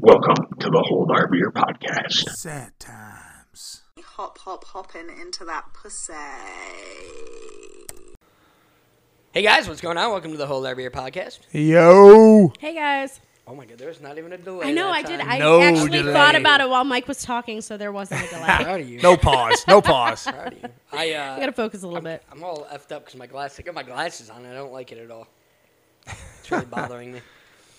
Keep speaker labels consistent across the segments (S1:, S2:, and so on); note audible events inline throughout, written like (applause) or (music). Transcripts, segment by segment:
S1: Welcome to the Hold Our Beer podcast.
S2: Sad times.
S3: Hop, hop, hopping into that pussy.
S4: Hey guys, what's going on? Welcome to the Whole Our Beer Podcast.
S2: Yo.
S5: Hey guys.
S4: Oh my god, there was not even a delay.
S5: I know
S4: that
S5: I did.
S4: time.
S5: I
S2: No
S5: actually
S2: delay.
S5: thought about it while Mike was talking, so there wasn't a
S4: (laughs)
S5: delay. (laughs)
S4: Proud of you.
S2: No pause. No (laughs) pause.
S4: Proud of you. I, uh,
S5: I gotta focus a little bit.
S4: I'm all effed up because my glass. I got my glasses on. I don't like it at all. It's really bothering me.
S5: (laughs)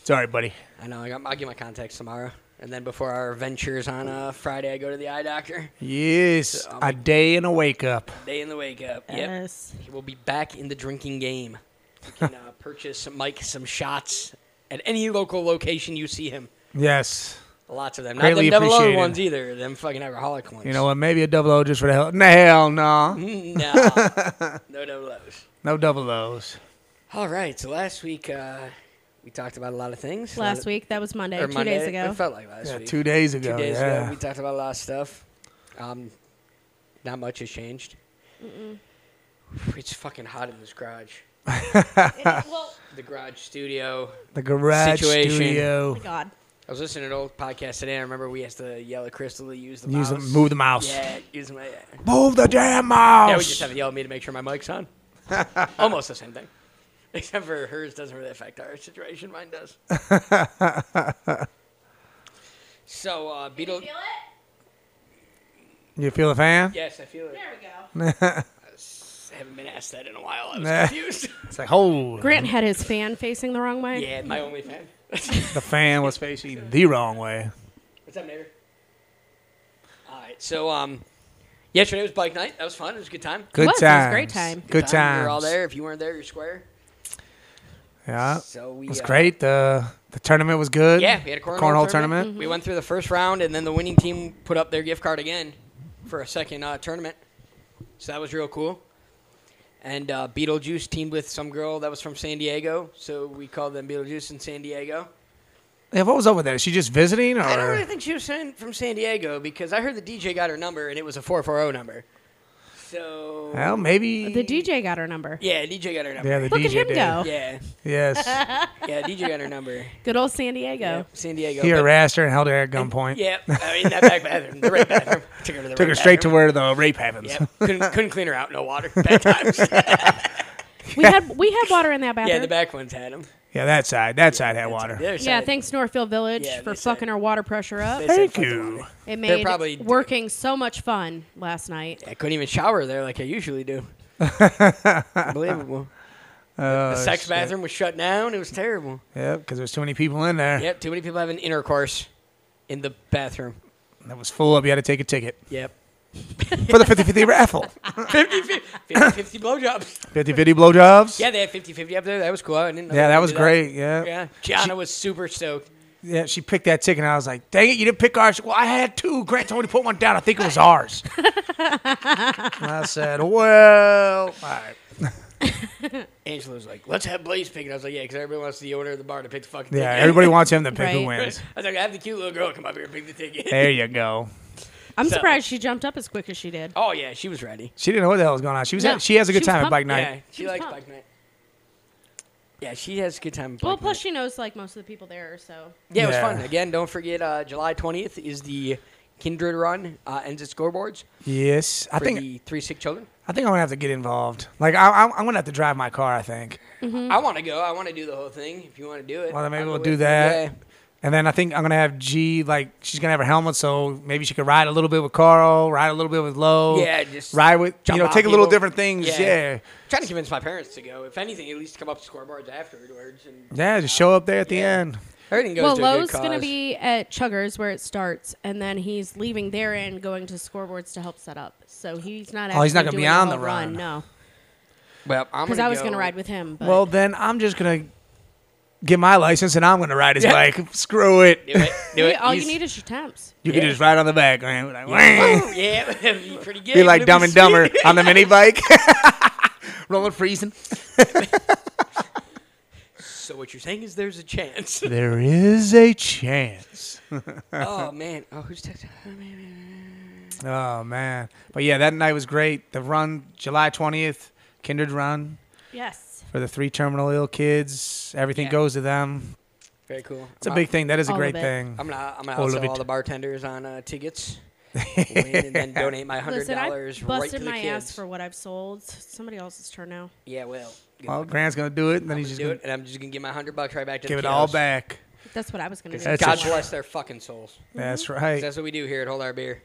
S2: Sorry, buddy.
S4: I know. I got, I'll get my contacts tomorrow, and then before our ventures on uh, Friday, I go to the eye doctor.
S2: Yes.
S4: So, um,
S2: A day and a wake up.
S4: Day in the wake up. (laughs) Yep.
S5: Yes.
S4: We'll be back in the drinking game. You can uh, (laughs) purchase Mike some shots at any local location you see him.
S2: Yes.
S4: Lots of them.
S2: Greatly
S4: not them double O
S2: appreciated.
S4: ones either. Them fucking alcoholic ones.
S2: You know what? Maybe a double O just for the hell. No, hell no.
S4: Mm. (laughs) no, no double O's.
S2: No double O's.
S4: All right. So last week uh, we talked about a lot of things. Uh,
S5: Last week, that was Monday,
S4: or
S5: two
S4: Monday,
S5: days ago.
S4: It felt like last
S2: Yeah,
S4: week.
S2: two days
S4: Two
S2: ago.
S4: days
S2: yeah.
S4: ago, we talked about a lot of stuff. Um, not much has changed. It's fucking hot in this garage.
S5: (laughs)
S4: (laughs)
S5: well,
S4: The garage studio.
S2: the garage
S4: Situation.
S5: oh
S2: studio.
S5: my God.
S4: I was listening to an old podcast today. and I remember we asked the yell at Crystal to use the
S2: Use the,
S4: mouse.
S2: move the mouse.
S4: Yeah, use my.
S2: Move the damn
S4: Yeah, we
S2: mouse.
S4: just have to yell at me to make sure my mic's
S2: (laughs)
S4: on. Almost the same thing. Except for hers doesn't really affect our situation. Mine
S2: (laughs)
S4: does. so, uh, Beetle.
S2: you feel the fan?
S4: Yes, I feel it.
S5: we go.
S4: I haven't been asked that in a while. I was
S2: Nah. (laughs)
S4: confused.
S2: It's like, hold.
S5: Grant had his fan facing the wrong way.
S4: yeah, my only fan. (laughs)
S2: The fan was facing the wrong way.
S4: What's up, neighbor? All right. So, um, yesterday was bike night. That was fun. It was a good time.
S2: Good
S5: was. It was
S2: times.
S5: a great time.
S2: Good, times.
S4: We were all there. If you weren't there, you're square.
S2: Yeah.
S4: So we.
S2: It was
S4: uh,
S2: great. The the tournament was good.
S4: Yeah, we had a cornhole, Mm-hmm.
S2: cornhole tournament.
S4: We went through the first round, and then the winning team put up their gift card again for a second uh, tournament. So that was real cool. And uh, Beetlejuice teamed with some girl that was from San Diego, so we called them Beetlejuice in San Diego.
S5: Mm-hmm.
S2: Yeah, what was up with that? Is she just visiting, or
S4: I don't really think she was san- from San Diego because I heard the DJ got her number, and it was a four four zero number. So
S2: well, maybe
S5: Uh, The DJ got her number.
S4: yeah, DJ got her number.
S2: Yeah, the
S5: Look
S2: DJ
S5: at him
S2: did.
S5: go.
S4: yeah,
S5: (laughs)
S2: Yes,
S4: (laughs) yeah, DJ got her number.
S5: Good old San Diego.
S4: San Diego.
S2: he
S4: but-
S2: harassed her and held her at gunpoint.
S4: Yeah, I mean that back bathroom, the right bathroom. (laughs) Took her to the
S2: Took
S4: right
S2: her straight
S4: bathroom.
S2: to where the rape happens. (laughs)
S4: Yep. couldn't, couldn't clean her out. No water. (laughs) Bad times.
S5: (laughs) We had we had water in that
S4: (laughs)
S5: bathroom.
S4: yeah, the back ones had them.
S2: yeah, that side. That side had water.
S4: The other
S5: Yeah,
S4: side,
S5: thanks Northfield Village
S4: Yeah,
S5: for
S4: they said-
S5: fucking our water pressure up.
S4: they said
S2: Thank
S4: fuck the
S2: you.
S4: water.
S5: It made
S4: probably-
S5: working so much fun last night.
S4: I couldn't even shower there like I usually
S2: (laughs)
S4: do. Unbelievable.
S2: Uh,
S4: The sex bathroom was shut down. It was terrible.
S2: Yep, because there's too many people in there.
S4: Yep, too many people having intercourse in the bathroom.
S2: That was full up. You had to take
S4: (laughs)
S2: a ticket (laughs)
S4: Yep.
S2: for the 50-50 raffle.
S4: 50 50 blowjobs.
S2: 50-50 blowjobs.
S4: Yeah, they had 50 50 up there. That was cool. I didn't know
S2: Yeah,
S4: they
S2: that
S4: could
S2: was
S4: do
S2: great. Yeah. yeah,
S4: Yeah. Gianna was super stoked.
S2: She picked that ticket, and I was like, "Dang it, you didn't pick ours." Well, I had two. Grant told me to put one down. I think it was
S5: (laughs)
S2: ours. and I said, "Well, all right."
S4: Angela was like, let's have Blaze pick it. I was like, yeah, because everybody wants the owner of the bar to pick the fucking
S2: Yeah,
S4: ticket. (laughs)
S2: everybody wants him to pick who
S4: I
S5: Right.
S2: wins.
S4: was like, I have the cute little girl come up here and pick the ticket.
S2: There you go.
S5: I'm
S4: So-
S5: surprised she jumped up as quick as she did.
S4: Oh, yeah, she was ready.
S2: She didn't know what the hell was going on. She was
S5: No.
S2: she has a
S5: She
S2: good
S5: was
S2: time at
S5: pumped.
S2: bike
S4: Yeah,
S2: night.
S4: she
S5: was
S4: likes
S5: pumped.
S4: bike night. Yeah, she has a good time. at
S5: Well,
S4: bike
S5: plus
S4: night.
S5: she knows like most of the people there, so
S4: yeah, it was
S2: Yeah.
S4: fun. Again, don't forget uh, July twentieth is the Kindred Run uh, ends at scoreboards
S2: Yes, I
S4: for
S2: think
S4: the three sick children.
S2: I think I'm gonna have to get involved. Like I, I I'm gonna have to drive my car. I think,
S5: Mm-hmm.
S4: I want to go. I want to do the whole thing. If you want to do it,
S2: Well, then maybe
S4: I'll
S2: we'll
S4: go
S2: do
S4: with you.
S2: that.
S4: Yeah.
S2: and then I think I'm gonna have G. Like she's gonna have her helmet, so maybe she could ride a little bit with Carl, ride a little bit with Lo.
S4: Yeah, just
S2: ride with you
S4: jump
S2: know,
S4: on
S2: take a little
S4: people.
S2: different things. Yeah.
S4: Yeah.
S2: yeah,
S4: trying to convince my parents to go. If anything, at least come up to scoreboards afterwards. And
S2: just show up there at the
S4: Yeah.
S2: end.
S4: Everything goes
S5: well,
S4: to a good
S5: Lowe's going to
S4: cause.
S5: be at Chuggers where it starts, and then he's leaving there and going to scoreboards to help set up. So he's not. Actually
S2: Oh, he's not gonna
S5: going to
S2: be on the run.
S5: run. no,
S4: Well, I'm
S5: because
S4: gonna
S5: I was
S4: go.
S5: going to ride with him. But
S2: Well, then I'm just gonna get my license and I'm gonna ride his
S4: Yeah.
S2: bike. Screw it.
S4: Do it.
S5: (laughs)
S4: Do it.
S5: all you need is your temps.
S2: You can
S4: Yeah.
S2: just ride on the back, man. Like, (laughs)
S4: Oh, yeah, (laughs) that'd be pretty good.
S2: Be like
S4: It'd
S2: Dumb and
S4: sweet.
S2: Dumber on the (laughs) mini
S5: (laughs)
S2: bike, rolling freezing.
S4: So what you're saying is there's a
S2: (laughs)
S4: chance.
S2: There is a chance.
S4: oh man. Oh, who's texting?
S2: Oh man, but yeah, that night was great. The run, July twentieth, Kindred Run
S5: Yes.
S2: for the three terminal ill kids. Everything
S4: Yeah.
S2: goes to them.
S4: Very cool.
S2: It's a big thing. That is a
S5: All
S2: great
S5: of it.
S2: thing. (laughs)
S4: I'm gonna I'm gonna
S2: All of
S4: outsell
S2: it.
S4: all the bartenders on uh,
S2: (laughs)
S4: tickets, win, and then donate my hundred
S5: Listen, I
S4: dollars right to
S5: busted
S4: the
S5: my
S4: kids.
S5: ass for what I've sold. It's Somebody else's turn now.
S4: yeah, well,
S2: Well, Grant's gonna do it, and then
S4: I'm
S2: he's
S4: gonna
S2: just
S4: do
S2: gonna
S4: it, and I'm just gonna give my hundred bucks right back to
S2: give
S4: the
S2: it all
S4: kiddos.
S2: back.
S5: That's what I was gonna do.
S2: That's
S4: God
S2: a-
S4: bless their fucking souls.
S5: Mm-hmm.
S4: 'Cause
S2: That's right.
S4: That's what we do here at Hold Our Beer.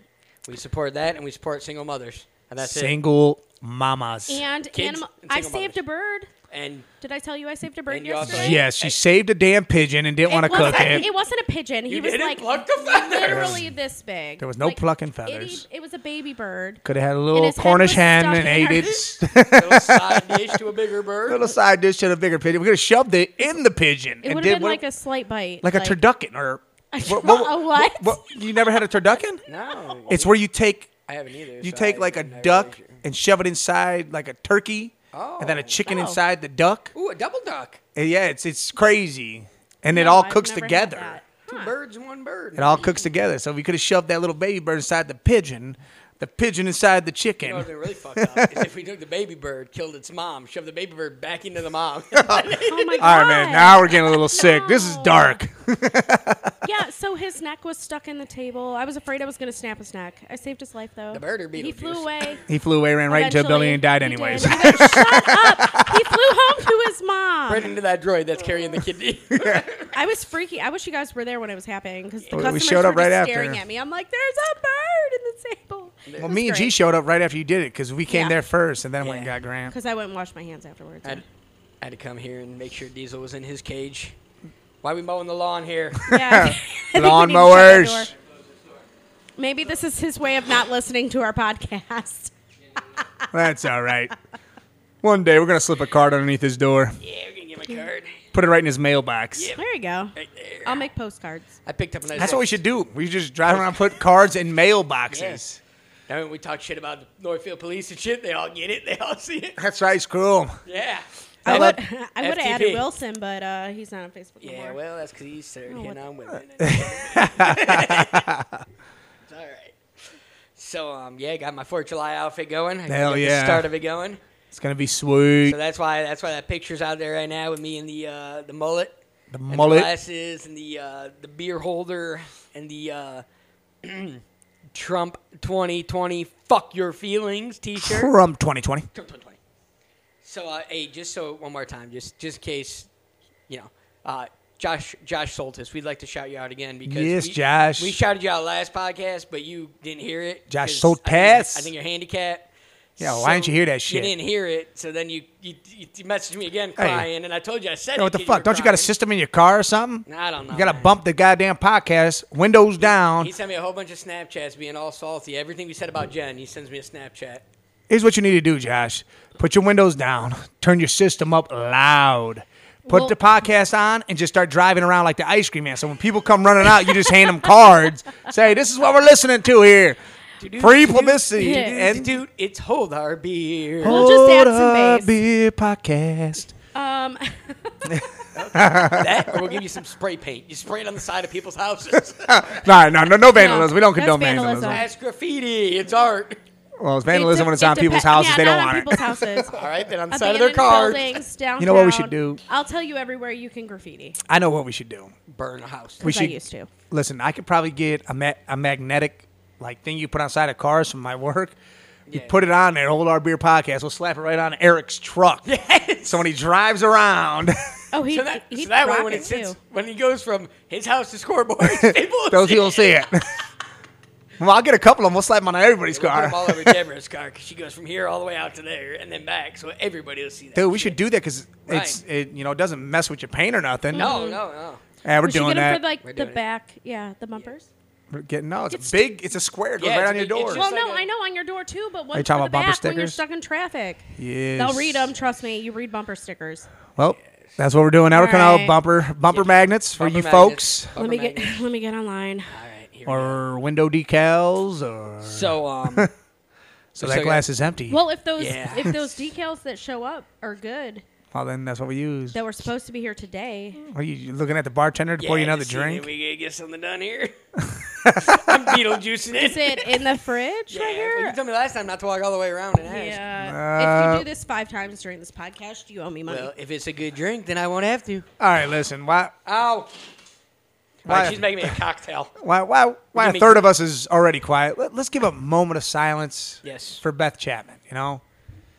S4: We support that, and we support single mothers, and that's it.
S2: Single mamas.
S5: And
S4: Kids
S5: animal.
S4: and
S5: I
S4: single
S5: saved a bird.
S4: And
S5: Did I tell you I saved a bird
S4: And you also-
S5: yesterday?
S2: Yes, she saved a damn pigeon and didn't want to
S5: it wasn't,
S2: cook it.
S5: it wasn't a pigeon. He
S4: You
S5: was
S4: didn't
S5: like
S4: pluck the feathers.
S5: literally this big.
S2: There was no
S5: Like,
S2: plucking
S5: It,
S2: feathers.
S5: it was a baby bird.
S2: Could have had a
S5: And
S2: little
S5: his head
S2: Cornish
S5: was
S2: hen
S5: stuck
S2: and
S5: in
S2: ate
S5: her- (laughs)
S2: its
S4: (laughs) little side dish to a bigger bird.
S2: little side dish to the bigger pigeon. We could have shoved it in the pigeon
S5: It
S2: and
S5: would
S2: did
S5: have been
S2: what-
S5: like a slight bite.
S2: like a
S5: (laughs)
S2: turducken or
S5: A what?
S2: you never had a turducken?
S4: no,
S2: It's where you take
S4: I haven't either.
S2: you
S4: so
S2: take
S4: I-
S2: like a
S4: I'm not
S2: duck
S4: really
S2: and shove it inside like a turkey, and then a
S4: Oh.
S2: chicken
S5: Oh.
S2: inside the duck.
S4: sure. Ooh, a double duck.
S2: And yeah, it's it's crazy, and it
S5: No,
S2: all
S5: I've
S2: cooks
S5: never had
S2: together.
S5: that.
S4: Two
S5: Huh. Oh
S4: birds, and one bird.
S2: It all cooks together. So we could have shoved that little baby bird inside the pigeon, the pigeon inside the chicken.
S4: You know what would
S2: (laughs)
S4: have been really fucked up is if we took the baby bird, killed its mom, shoved the baby bird back into the
S2: (laughs)
S4: mom. (laughs)
S5: Oh my god.
S2: all right, man. Now we're getting a little sick. This is
S5: No.
S2: dark.
S5: yeah, so his neck was stuck in the table. I was afraid I was going to snap his neck. I saved his life though.
S4: The bird or
S5: He flew
S4: Beetlejuice?
S5: away.
S2: He flew away, ran (laughs) right into a
S5: Eventually,
S2: building, and died
S5: he did.
S2: anyways. (laughs)
S5: He was- Shut up! He flew home to his mom.
S4: right into that droid that's carrying the
S2: (laughs)
S4: kidney.
S5: I was freaky. I wish you guys were there when it was happening because the
S2: we
S5: customers
S2: showed
S5: were
S2: up right
S5: just
S2: after.
S5: staring at me. I'm like, "There's a bird in the table."
S2: well, me and G showed up right after you did it because we came
S5: Yeah.
S2: there first, and then went and
S4: Yeah.
S2: got
S4: (laughs)
S2: Grant.
S5: because I went and washed my hands
S4: (laughs)
S5: afterwards.
S4: I had, I had to come here and make sure Diesel was in his cage. Why we mowing the lawn
S2: (laughs)
S4: here?
S5: Yeah. (laughs) I think we need to shut that
S2: Lawnmowers.
S5: door. Maybe this is his way of not listening to our podcast.
S2: (laughs) That's all right. One day we're gonna slip a card underneath his door,
S4: yeah, we're gonna get my card
S2: put it right in his mailbox.
S5: There you go.
S4: right there.
S5: I'll make postcards.
S4: I picked up a nice.
S2: That's what we should do. We should just drive around, and put cards in mailboxes.
S4: Yes. Now when we talk shit about the Northfield police and shit, they all get it. They all see
S2: (laughs)
S4: it.
S2: That's right, screw 'em.
S4: Yeah.
S5: I would, I would
S4: FTP.
S5: have added Wilson, but uh, he's not on Facebook
S4: Yeah,
S5: anymore.
S4: well, that's because he's started
S5: Oh,
S4: hitting
S5: what-
S4: on women. it's (laughs)
S2: (laughs)
S4: all right. So, um, yeah, got my Fourth of July outfit going. I
S2: Hell
S4: got
S2: yeah.
S4: The start of it going.
S2: It's gonna be sweet.
S4: So that's why that's why that picture's out there right now with me and the uh, the mullet,
S2: the
S4: and
S2: mullet.
S4: the glasses, and the uh, the beer holder, and the uh, (clears throat) Trump 2020 "Fuck Your Feelings"
S2: (laughs)
S4: T-shirt.
S2: from 2020.
S4: 2020. So, uh, hey, just so one more time, just just in case, you know, uh, Josh Josh Soltis, we'd like to shout you out again because
S2: Yes,
S4: we,
S2: Josh.
S4: we shouted you out last podcast, but you didn't hear it.
S2: Josh
S4: 'cause I
S2: Soltis.
S4: think, I think you're handicapped.
S2: Yeah, why didn't you hear that
S4: You
S2: shit?
S4: didn't hear it, so then you you, you, you messaged me again crying, and I told you I said
S2: Yo,
S4: it.
S2: what the
S4: 'cause
S2: fuck?
S4: were
S2: Don't you got a
S4: crying.
S2: system in your car or something?
S4: I don't know.
S2: You gotta
S4: man.
S2: bump the goddamn podcast, windows down.
S4: He sent me a whole bunch of Snapchats being all salty. Everything we said about Jen, he sends me a Snapchat.
S2: Here's what you need to do, Josh. Put your windows down, (laughs) turn your system up loud. Put
S5: Well-
S2: the podcast on and just start driving around like the ice cream man. So when people come running out, you just hand them
S5: (laughs)
S2: cards. Say, this is what we're listening to here. Free publicity.
S5: Yeah.
S2: And
S4: Dude, it's hold our beer.
S5: We'll just add
S2: Hold
S5: some
S2: Up
S5: bass.
S2: beer podcast. (laughs)
S5: Um,
S4: that, or we'll give you some spray paint. You spray it on the side of people's
S2: (laughs)
S4: houses.
S2: No, no, no, no vandalism. we don't
S5: that's
S2: condone vandalism.
S5: vandalism.
S4: That's graffiti. It's art.
S2: Well, it's vandalism
S5: it
S2: when it's
S5: de-
S2: on
S5: it
S2: people's
S5: depe-
S2: houses.
S5: yeah,
S2: they
S5: not
S2: don't
S5: on
S2: want
S5: people's
S2: it. (laughs)
S5: houses.
S4: All right, then on the side of their
S5: Abandoned
S4: car,
S5: buildings, downtown.
S2: know what we should do?
S5: I'll tell you everywhere you can graffiti.
S2: I know what we should do.
S4: burn a house.
S2: We
S5: As I
S2: should
S5: used to.
S2: listen. I could probably get a, ma- a magnetic like thing you put outside of cars from my work. You
S4: Yeah.
S2: put it on there. Hold our beer podcast. We'll slap it right on Eric's truck.
S4: (laughs) Yes.
S2: So when he
S4: (laughs)
S2: drives around,
S5: Oh, he
S4: So that,
S5: he-
S4: so that way, when
S5: rock
S4: it
S5: it
S4: sits,
S5: too.
S4: when he goes from his house to
S2: (laughs)
S4: scoreboard, people will
S2: those
S4: see
S2: people
S4: it.
S2: see it. (laughs) well, I'll get a couple of them. We'll slap them on everybody's
S4: We'll put
S2: car.
S4: them all over Deborah's car because she goes from here all the way out to there and then back, so everybody will see that.
S2: (laughs) Dude, we should do that because
S4: Right.
S2: it's it you know it doesn't mess with your paint or nothing.
S4: No, no, no.
S2: yeah, we're
S5: we should
S2: doing
S5: get
S2: that.
S5: them for like
S4: We're
S5: the
S4: doing it.
S5: back, yeah, the bumpers.
S2: we're getting no. It's, a big. It's a square. It goes
S4: Yeah,
S2: right
S4: it's
S2: on your
S4: big- it's
S2: door.
S4: just like
S5: Well, no,
S4: a-
S5: I know on your door too, but
S2: you
S5: one's
S2: talking
S5: for the
S2: about bumper
S5: back when you're
S2: stickers?
S5: stuck in traffic.
S2: Yes.
S5: They'll read them. Trust me, you read bumper stickers.
S2: Well, that's what we're doing now. We're coming out
S5: Alright.
S2: bumper bumper magnets for
S4: Bumper
S2: you
S4: magnets.
S2: folks,
S4: Bumper
S5: let me get
S4: magnets.
S5: (laughs) let me get online.
S4: All right, here we go.
S2: or window decals, or
S4: So,
S2: (laughs)
S4: um,
S2: so
S4: so
S2: that
S4: yeah.
S2: glass is empty.
S5: Well, if those
S4: Yeah.
S5: if those decals that show up are good
S2: Well, then that's what we use.
S5: that were supposed to be here today,
S2: Are you you looking at the bartender to pour you
S4: yeah,
S2: another
S4: just seeing
S2: drink?
S4: if We gotta get something done
S2: (laughs)
S4: here. (laughs) I'm Beetlejuicing it.
S5: is it in the fridge
S4: Yeah,
S5: right
S4: well,
S5: here?
S4: you told me last time not to walk all the way around and ask.
S5: Yeah.
S2: Uh,
S5: if you do this five times during this podcast, you owe me money.
S4: Well, if it's a good drink, then I won't have to.
S2: All right, listen. Why
S4: Ow! All right,
S2: Why-
S4: Oh, she's making me a (laughs) cocktail.
S2: Why, why, why a
S4: Give me-
S2: third of us is already quiet? Let, let's give a moment of silence
S4: Yes.
S2: for Beth Chapman, you know?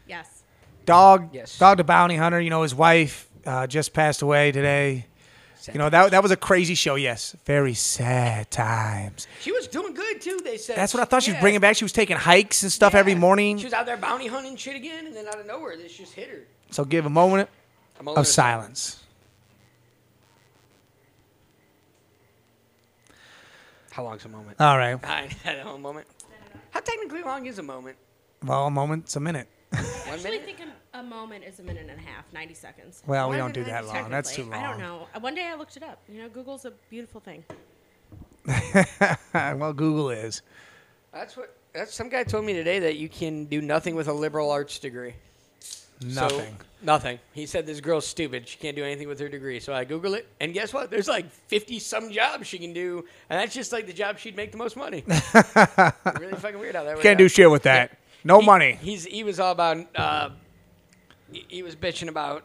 S5: Yes.
S2: Dog,
S4: Yes.
S2: dog the bounty hunter, you know, his wife uh, just passed away today. You know, that, that was a crazy show, yes. Very sad times.
S4: She was doing good too. They said
S2: That's what I thought she was
S4: Yeah.
S2: bringing back. She was taking hikes and stuff every
S4: Yeah.
S2: morning.
S4: She was out there bounty hunting shit again, and then out of nowhere, this just hit her.
S2: So give a moment
S4: A moment
S2: of silence.
S4: How long's a moment?
S2: All right.
S4: (laughs) I had a whole moment. How technically long is a moment?
S2: Well, a moment's a minute.
S4: One
S5: I actually
S4: minute?
S5: think a, a moment is a minute and a half, 90 seconds.
S2: Well, we
S4: Why
S2: don't
S4: did
S2: do
S4: I
S2: that
S4: just
S2: long. That's too
S5: Technically.
S2: long.
S5: I don't know. Uh, One day I looked it up. You know, Google's a beautiful thing.
S2: (laughs) well, Google is.
S4: That's what. That's some guy told me today that you can do nothing with a liberal arts degree. So-
S2: Nothing.
S4: nothing. He said this girl's stupid. She can't do anything with her degree. So I Google it, and guess what? There's like 50 some jobs she can do, and that's just like the job she'd make the most
S2: (laughs)
S4: money. really fucking weird how that worked
S2: Can't do
S4: out.
S2: shit with that. No
S4: He-
S2: money.
S4: He's he was all about. Uh, he, he was bitching about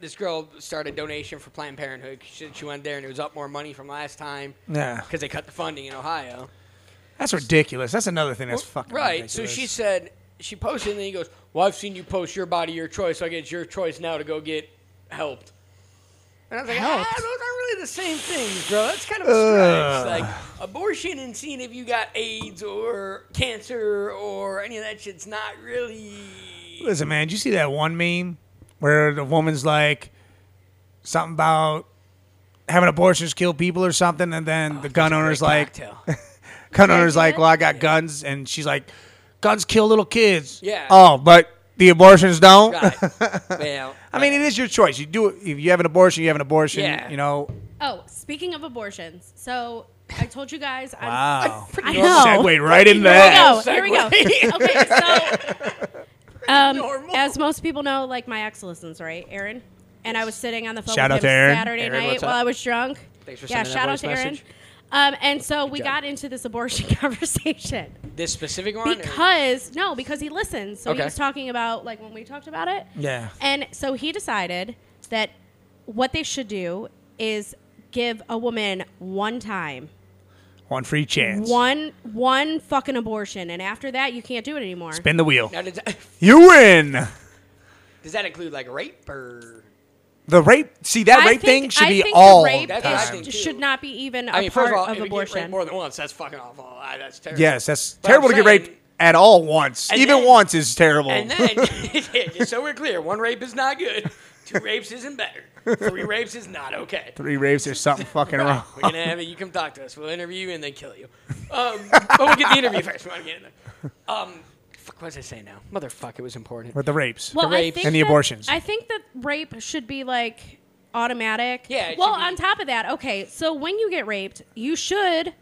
S4: this girl started a donation for Planned Parenthood. She, said she went there and it was up more money from last time.
S2: Yeah.
S4: because they cut the funding in Ohio.
S2: That's ridiculous. That's another thing that's fucking
S4: right.
S2: Ridiculous.
S4: So she said she posted and then he goes, "Well, I've seen you post your body, your choice. So I guess your choice now to go get helped." And I was like, ah,
S2: Helped?
S4: those aren't really the same things, bro. That's kind of a stretch. Like abortion and seeing if you got AIDS or cancer or any of that shit's not really
S2: Listen, man, did you see that one meme where the woman's like something about having abortions kill people or something, and
S4: Oh,
S2: then the gun owner's like, gun owner's
S5: Yeah,
S2: like,
S5: yeah.
S2: well, I got guns, and she's like, guns kill little kids.
S4: Yeah.
S2: Oh, but the abortions don't.
S4: Got it. Well,
S2: (laughs) I mean, it is your choice. You do it if you have an abortion. You have an abortion.
S4: Yeah.
S2: You know.
S5: Oh, speaking of abortions, so I told you guys.
S2: (laughs)
S5: I'm,
S2: Wow.
S5: I
S4: normal.
S5: know.
S2: Segue right in
S5: Here
S2: there.
S5: we go. Here we go. Okay, so um,
S4: normal.
S5: as most people know, like my ex listens, right, Aaron? And I was sitting on the phone
S2: Shout
S5: with
S2: out
S5: him
S2: to Aaron.
S5: Saturday
S4: Aaron,
S5: night
S4: what's
S5: while
S4: up?
S5: I was drunk.
S4: Thanks for
S5: yeah,
S4: sending that
S5: shout out
S4: voice
S5: to
S4: message.
S5: Aaron. Um, and so we
S4: job.
S5: got into this abortion (laughs) conversation
S4: this specific one. or-
S5: because no, because he listens. So
S4: Okay.
S5: he was talking about like when we talked about it.
S2: Yeah.
S5: And so he decided that what they should do is give a woman one time
S2: One free chance.
S5: one one fucking abortion and after that you can't do it anymore
S2: Spin the wheel.
S4: Now, does that, (laughs)
S2: You win.
S4: does that include like rape or?
S2: The rape. See that
S5: I
S2: rape thing
S5: think-
S2: should
S5: I
S2: be
S5: think
S2: all.
S5: the rape
S4: That's
S2: time.
S4: what I
S5: is-
S4: think, too.
S5: should not be even a
S4: I mean,
S5: part
S4: first of all,
S5: of
S4: if you get raped
S5: abortion
S4: more than once, that's fucking awful. Ah, that's terrible.
S2: Yes, that's
S4: But
S2: terrible
S4: I'm
S2: to get
S4: saying-
S2: raped at all once.
S4: And
S2: Even
S4: then-
S2: once is terrible.
S4: And then, (laughs) yeah, just so we're clear, one rape is not good. Two rapes isn't better. Three rapes is not okay.
S2: (laughs) Three rapes, there's something fucking wrong.
S4: (laughs) We're gonna have it. You come talk to us. We'll interview you and then kill you. Um, but we'll get the interview first. We want to get in there. Um, fuck, what was I saying now? Motherfuck, it was important.
S2: With the rapes.
S5: well, I
S4: rapes.
S5: think
S2: And the
S5: that-
S2: abortions.
S5: i think that rape should be like automatic
S4: Yeah, it
S5: well
S4: should be-
S5: on top of that okay so when you get raped you should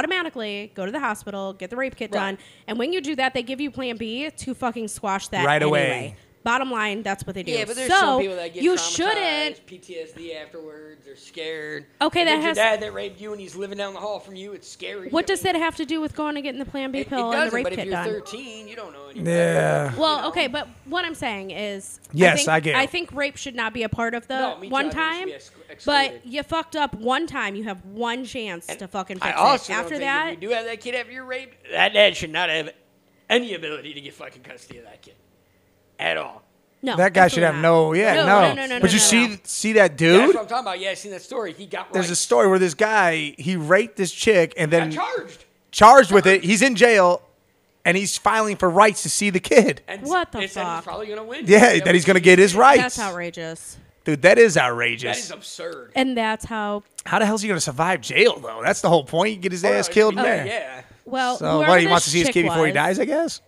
S5: automatically go to the hospital get the rape kit
S4: Right.
S5: done and when you do that they give you plan b to fucking squash that
S2: Right
S5: anyway.
S2: away.
S5: bottom line that's what they do
S4: Yeah, but there's
S5: so
S4: some people that get
S5: you
S4: traumatized,
S5: shouldn't
S4: PTSD afterwards. They're scared.
S5: Okay,
S4: If
S5: that
S4: it's
S5: has-
S4: your dad that raped you and he's living down the hall from you. It's scary.
S5: what
S4: I
S5: does
S4: mean,
S5: that have to do with going and getting the plan b
S4: It, it
S5: pill and
S4: doesn't.
S5: the rape
S4: but if
S5: kit
S4: you're
S5: done
S4: 13, you don't know any better.
S2: Yeah.
S5: Well, okay, but what I'm saying is,
S2: Yes,
S5: think,
S2: I get it.
S5: I think rape should not be a part of the
S4: No, me too. I
S5: one
S4: think it should
S5: time.
S4: be exclu-
S5: but
S4: excluded.
S5: you fucked up one time. You have one chance to fucking fix
S4: I also
S5: it.
S4: don't
S5: After
S4: think
S5: that,
S4: if you do have that kid after you're raped, that dad should not have any ability to get fucking custody of that kid at all.
S5: no,
S2: That guy should have
S5: absolutely
S2: no.
S5: not.
S2: Yeah, no.
S5: no, no, no, no.
S2: but
S5: no,
S2: you
S5: no,
S2: see
S5: no.
S2: see that
S4: Yeah, that's
S2: dude?
S4: what I'm talking about. Yeah, I seen that story. He got
S2: There's a
S4: right.
S2: story where this guy he raped this chick and
S4: got
S2: then
S4: charged.
S2: charged with it. He's in jail and he's filing for rights to see the kid.
S4: And
S5: What the
S4: they said
S5: fuck?
S4: He's probably gonna win.
S2: Yeah, that he's gonna get his rights.
S5: that's outrageous,
S2: Dude, that is
S4: That
S2: outrageous.
S4: is absurd.
S5: and that's how.
S2: How the hell's he gonna survive jail though? That's the whole point. You get his ass
S4: Oh,
S2: killed in
S4: yeah,
S2: there.
S4: Yeah.
S5: Well,
S2: So
S5: Oh, whoever
S2: what he
S5: this
S2: wants to see his
S5: chick
S2: kid before he
S5: was,
S2: dies, I guess.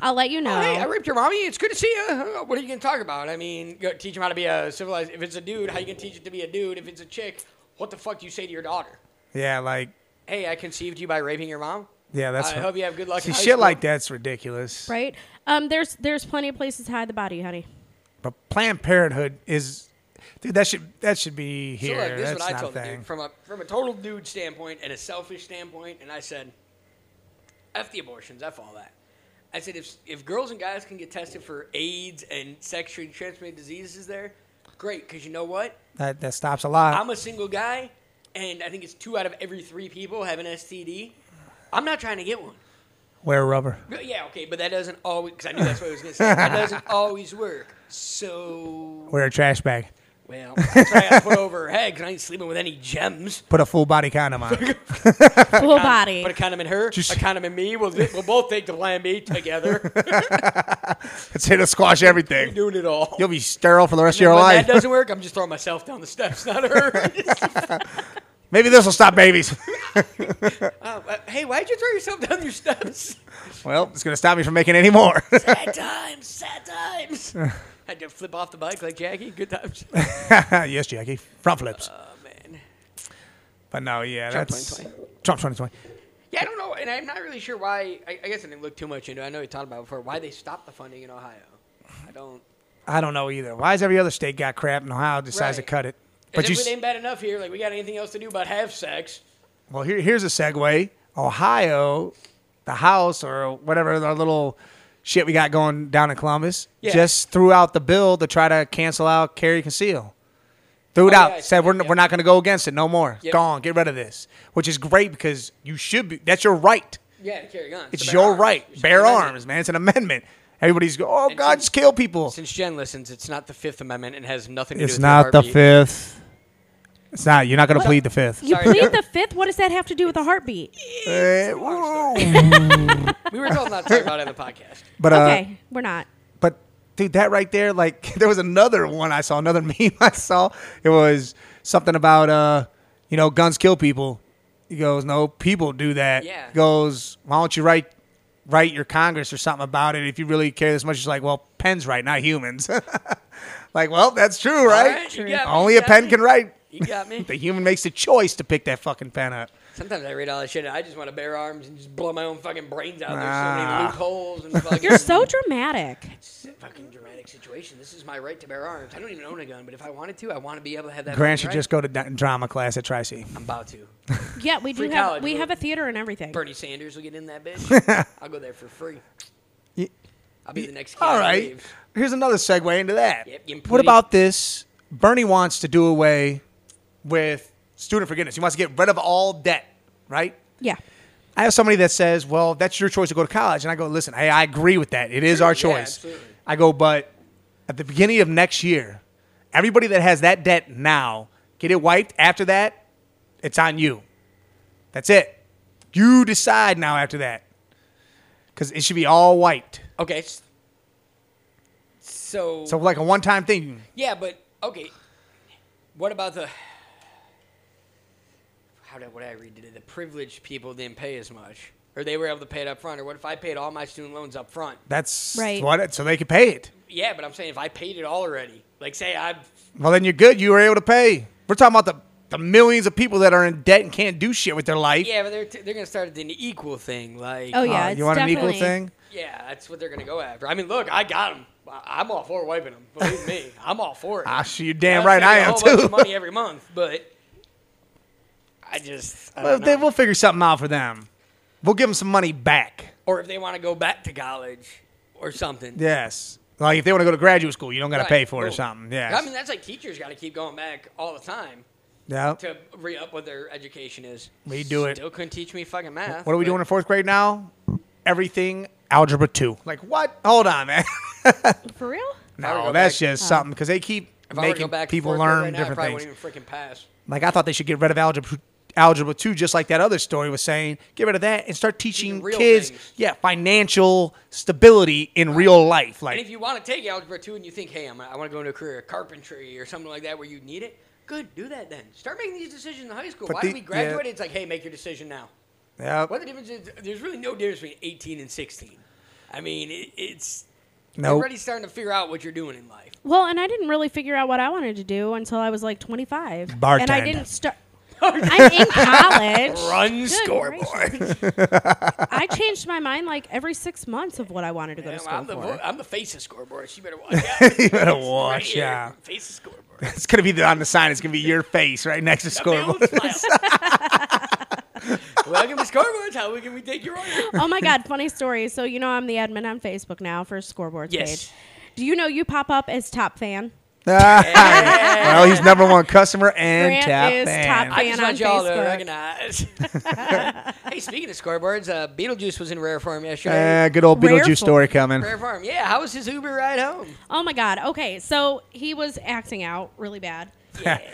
S5: I'll let you know.
S4: Oh, hey, I raped your mommy. It's good to see you. What are you gonna talk about? I mean, go teach him how to be a civilized. If it's a dude, how you gonna teach it to be a dude? If it's a chick, what the fuck do you say to your daughter?
S2: Yeah, like
S4: Hey, I conceived you by raping your mom.
S2: yeah, that's.
S4: I hope you have good luck in
S2: See,
S4: high
S2: shit
S4: school.
S2: like that's ridiculous.
S5: right? Um, there's there's plenty of places to hide the body, honey.
S2: But Planned Parenthood is, dude, that should that should be here.
S4: So look, this is
S2: That's
S4: what I
S2: not
S4: told
S2: a
S4: the
S2: thing.
S4: dude from a from a total dude standpoint and a selfish standpoint, and I said, "F the abortions, f all that." I said, "If if girls and guys can get tested for AIDS and sexually transmitted diseases, there, great, because you know what?
S2: Uh, that that stops a lot.
S4: I'm a single guy. and I think it's two out of every three people have an STD. I'm not trying to get one.
S2: Wear rubber.
S4: But yeah, okay, but that doesn't always. Because I knew that's what I was gonna say. That
S2: (laughs)
S4: doesn't always work. So
S2: Wear a trash bag.
S4: well, that's what I got put over her head because I ain't sleeping with any gems.
S2: Put a full body
S4: (laughs)
S2: condom on.
S5: Full
S4: Con-
S5: body.
S4: Put a condom in her,
S2: Just-
S4: a condom in me. We'll, we'll both take the plan B
S2: (laughs)
S4: together.
S2: It's here to squash
S4: We're
S2: everything.
S4: doing it all.
S2: You'll be sterile for the rest of your
S4: when
S2: life.
S4: that doesn't work, I'm just throwing myself down the steps, not
S2: (laughs)
S4: her. (laughs)
S2: Maybe this will stop babies. (laughs)
S4: Uh, uh, hey, why'd you throw yourself down your steps?
S2: well, it's gonna stop me from making any more. (laughs)
S4: Sad times, sad times. Had to flip off the bike like Jackie. Good
S2: (laughs)
S4: times. Oh,
S2: yes, Jackie. Front flips.
S4: man.
S2: But no, yeah,
S4: Trump
S2: that's
S4: 2020.
S2: Trump 2020.
S4: Yeah, I don't know, and I'm not really sure why. I, I guess I didn't look too much into. it. I know you talked about it before why they stopped the funding in Ohio. I don't.
S2: I don't know either. Why is every other state got crap and Ohio decides
S4: Right.
S2: to cut it?
S4: But
S2: But you,
S4: if it
S2: s-
S4: ain't bad enough here, like we got anything else to do but have sex?
S2: well, here, here's a segue. Ohio, the House or whatever the little shit we got going down in Columbus,
S4: Yeah.
S2: just threw out the bill to try to cancel out carry conceal. Threw it
S4: Oh,
S2: out.
S4: yeah, I
S2: Said
S4: saw
S2: we're,
S4: that, yeah.
S2: we're not going to go against it no more.
S4: Yep.
S2: Gone. Get rid of this, which is great because you should be. That's your right.
S4: Yeah, to carry on.
S2: It's
S4: To bear
S2: your
S4: arms.
S2: right.
S4: It's
S2: Bare
S4: an amendment.
S2: arms, man. It's an amendment. Everybody's go. Oh
S4: And
S2: God,
S4: since-
S2: just kill people.
S4: Since Jen listens, it's not the Fifth Amendment and has nothing to do
S2: It's
S4: with
S2: not the
S4: RV.
S2: fifth. It's not. You're not going to plead the fifth.
S5: You
S4: Sorry,
S5: plead
S4: Jeff.
S5: the fifth. What does that have to do with a heartbeat?
S4: (laughs)
S2: Eh, woo.
S4: We were told not to talk about it on the podcast.
S2: but uh,
S5: Okay, we're not.
S2: but dude, that right there, like (laughs) there was another one I saw, another (laughs) meme I saw. It was something about uh, you know, guns kill people. He goes, no, people do that.
S4: Yeah.
S2: He goes, why don't you write write your Congress or something about it if you really care this much? It's like, well, pens write, not humans. (laughs) like, well, that's true, right?
S4: right, you got me,
S2: Only
S4: you
S2: a
S4: got
S2: pen
S4: me.
S2: can write.
S4: You got
S2: (laughs)
S4: me.
S2: The human makes the choice to pick that fucking pen up.
S4: Sometimes I read all that shit and I just want to bare arms and just blow my own fucking brains out. There's so
S2: Ah.
S4: many loopholes
S2: (laughs)
S4: and fucking.
S5: You're so (laughs) dramatic.
S4: It's a fucking dramatic situation. This is my right to bear arms. I don't even own a gun, but if I wanted to, I want to be able to have that.
S2: Grant
S4: fucking
S2: should
S4: right.
S2: just go to d- drama class at Tri C.
S4: I'm about
S2: (laughs)
S4: to.
S5: Yeah, we do
S4: Free
S5: have
S4: college,
S5: we
S4: bro.
S5: have a theater and everything.
S4: Bernie Sanders will get in that
S2: (laughs)
S4: bitch. I'll go there for free.
S2: Ye-
S4: I'll be the next.
S2: All
S4: Keanu
S2: right.
S4: Reeves.
S2: Here's another segue into that.
S4: Yep, you
S2: what
S4: pretty-
S2: about this? Bernie wants to do away with student forgiveness. He wants to get rid of all debt, right?
S5: Yeah.
S2: I have somebody that says, "Well, that's your choice to go to college," and I go, "Listen, I, I agree with that. It is our
S4: Sure, yeah,
S2: choice."
S4: absolutely.
S2: I go, "But at the beginning of next year, everybody that has that debt now get it wiped. After that, it's on you. That's it. You decide now after that, because it should be all wiped.
S4: Okay. s- So.
S2: So like a one-time thing.
S4: Yeah, but okay. What about the? How did what did I read today? The privileged people didn't pay as much, or they were able to pay it up front. Or what if I paid all my student loans up front?
S2: That's
S5: Right.
S2: what it, so they can pay it.
S4: Yeah, but I'm saying if I paid it all already, like say I,
S2: Well, then you're good. You were able to pay. We're talking about the, the millions of people that are in debt and can't do shit with their life.
S4: yeah, but they're t- they're gonna start at an equal thing. Like,
S5: Oh yeah.
S2: Uh,
S5: it's
S2: you want an equal
S5: definitely-
S2: thing?
S4: yeah, that's what they're gonna go after. I mean, look, I got them. I'm all for wiping them. Believe
S5: (laughs)
S4: me, I'm all for it.
S2: Ah, shit, you're damn
S4: I'm
S2: right I
S4: saving a
S2: am
S4: whole bunch of
S2: too.
S4: money every month, but I just I
S2: Well,
S4: don't
S2: then
S4: know.
S2: we'll figure something out for them. We'll give them some money back.
S4: or if they want to go back to college or something.
S2: Yes. Like if they want to go to graduate school, you don't got to
S4: Right,
S2: pay for it or
S4: boom.
S2: something. Yes.
S4: I mean, that's like teachers got to keep going back all the time
S2: yeah.
S4: to re up what their education is.
S2: We do it.
S4: Still couldn't teach me fucking math.
S2: What are we
S4: but-
S2: doing in fourth grade now? Everything algebra two. Like what? Hold on, man.
S5: For real?
S4: were to
S2: no,
S4: go
S2: that's
S4: back- uh,
S2: just something because they keep
S4: If I were to go
S2: making
S4: back to
S2: people
S4: fourth grade
S2: learn
S4: right now,
S2: different
S4: I
S2: things.
S4: probably wouldn't even freaking pass.
S2: Like I thought they should get rid of algebra algebra too, just like that other story was saying. Get rid of that and start teaching
S4: Teaching real
S2: kids,
S4: things.
S2: yeah, financial stability in real life.
S4: And
S2: Like
S4: if you want to take algebra two and you think, hey, I'm, I want to go into a career of carpentry or something like that where you need it, good, do that then. Start making these decisions in high school.
S2: But
S4: Why
S2: the-
S4: do we graduate?
S2: yeah.
S4: It's like, hey, make your decision now.
S2: yeah,
S4: What the difference is? There's really no difference between 18 and 16. I mean, it, it's
S2: Nope.
S4: you're already starting to figure out what you're doing in life.
S5: Well, and I didn't really figure out what I wanted to do until I was like 25. And I
S2: Bartend.
S4: (laughs)
S5: didn't start. I'm in college.
S4: Run,
S5: Good gracious. I changed my mind like every six months of what I wanted to go to
S4: Well, (laughs)
S5: school
S4: I'm the,
S5: for.
S4: vo- I'm the face of scoreboard. She better
S2: (laughs)
S4: watch out.
S2: you better
S4: Right
S2: watch
S4: here,
S2: out.
S4: Face of scoreboard.
S2: (laughs) It's gonna be the, on the sign. It's gonna be your face right
S4: (laughs)
S2: next to scoreboard.
S4: Balance file. (laughs) Welcome to Scoreboards. How can we take your order?
S5: oh
S4: (laughs)
S5: my god, funny story. So you know I'm the admin on Facebook now for Scoreboards
S4: Yes.
S5: page. Do you know you pop up as top fan?
S2: well,
S5: (laughs)
S2: he's number one customer and
S5: Grant
S2: top
S5: is
S2: fan.
S5: top
S4: I just
S5: fan
S4: want
S5: on
S4: y'all to
S5: Facebook.
S4: recognize. (laughs) hey, speaking of scoreboards, uh, Beetlejuice was in rare form yesterday.
S2: Uh, good old
S5: Rare
S2: Beetlejuice
S5: for-
S2: story coming.
S4: rare form, yeah. How was his Uber ride home?
S5: Oh my god. Okay, so he was acting out really bad,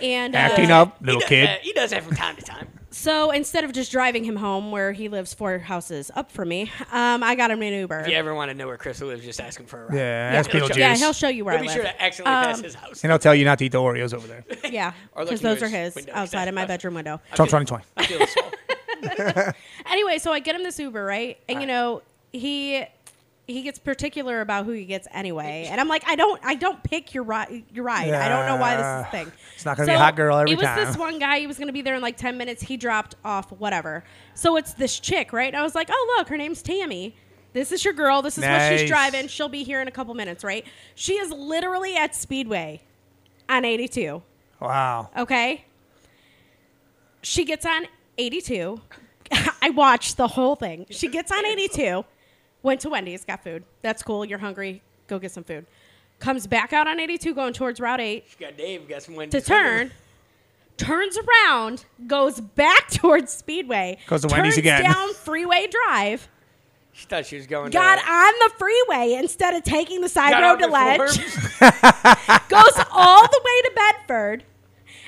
S5: and uh,
S2: Acting up,
S4: he
S2: little
S4: does
S2: kid.
S4: that- (laughs) he does that from time to time.
S5: So instead of just driving him home, where he lives four houses up from me, um, I got him an Uber.
S4: If you ever want to know where Chris lives, just ask him for a ride.
S2: Yeah, that's
S4: he'll
S2: Beetlejuice.
S4: show-
S5: Yeah, he'll show you where
S4: He'll
S5: I
S4: be
S5: live.
S4: sure to accidentally pass
S5: Um,
S4: his house.
S2: And I'll tell you not to eat the Oreos over
S5: (laughs)
S2: there.
S5: Yeah,
S4: (laughs) Or look
S5: because
S4: in
S5: those
S4: your
S5: are his
S4: window,
S5: outside of my
S4: exactly.
S5: bedroom window.
S2: Trump 2020.
S4: I feel (laughs) small.
S5: Anyway, so I get him this Uber, right? And you know, he he gets particular about who he gets anyway. And I'm like, I don't I don't pick your ride your ride. I don't know why this is a thing.
S2: It's not gonna be a hot girl every
S5: It was
S2: time.
S5: this one guy, he was gonna be there in like ten minutes, he dropped off whatever. So it's this chick, right? And I was like, Oh look, her name's Tammy. This is your girl. This is what
S2: Nice.
S5: she's driving. She'll be here in a couple minutes, right? She is literally at Speedway on 82 (laughs)
S2: Wow.
S5: okay? She gets on 82. (laughs) I watched the whole thing. She gets on 82, went to Wendy's, got food. That's cool. You're hungry. Go get some food. Comes back out on 82, going towards Route 8
S4: got Dave, got someone
S5: to turn. Turns around, goes back (laughs) towards Speedway.
S2: Goes to Wendy's
S5: turns
S2: again.
S5: down Freeway
S2: (laughs)
S5: Drive.
S4: She thought she was going.
S5: Got
S4: to,
S5: on the freeway instead of taking the side
S4: got
S5: road
S4: on
S5: to
S4: the
S5: Ledge
S4: forms.
S5: goes all the way to Bedford.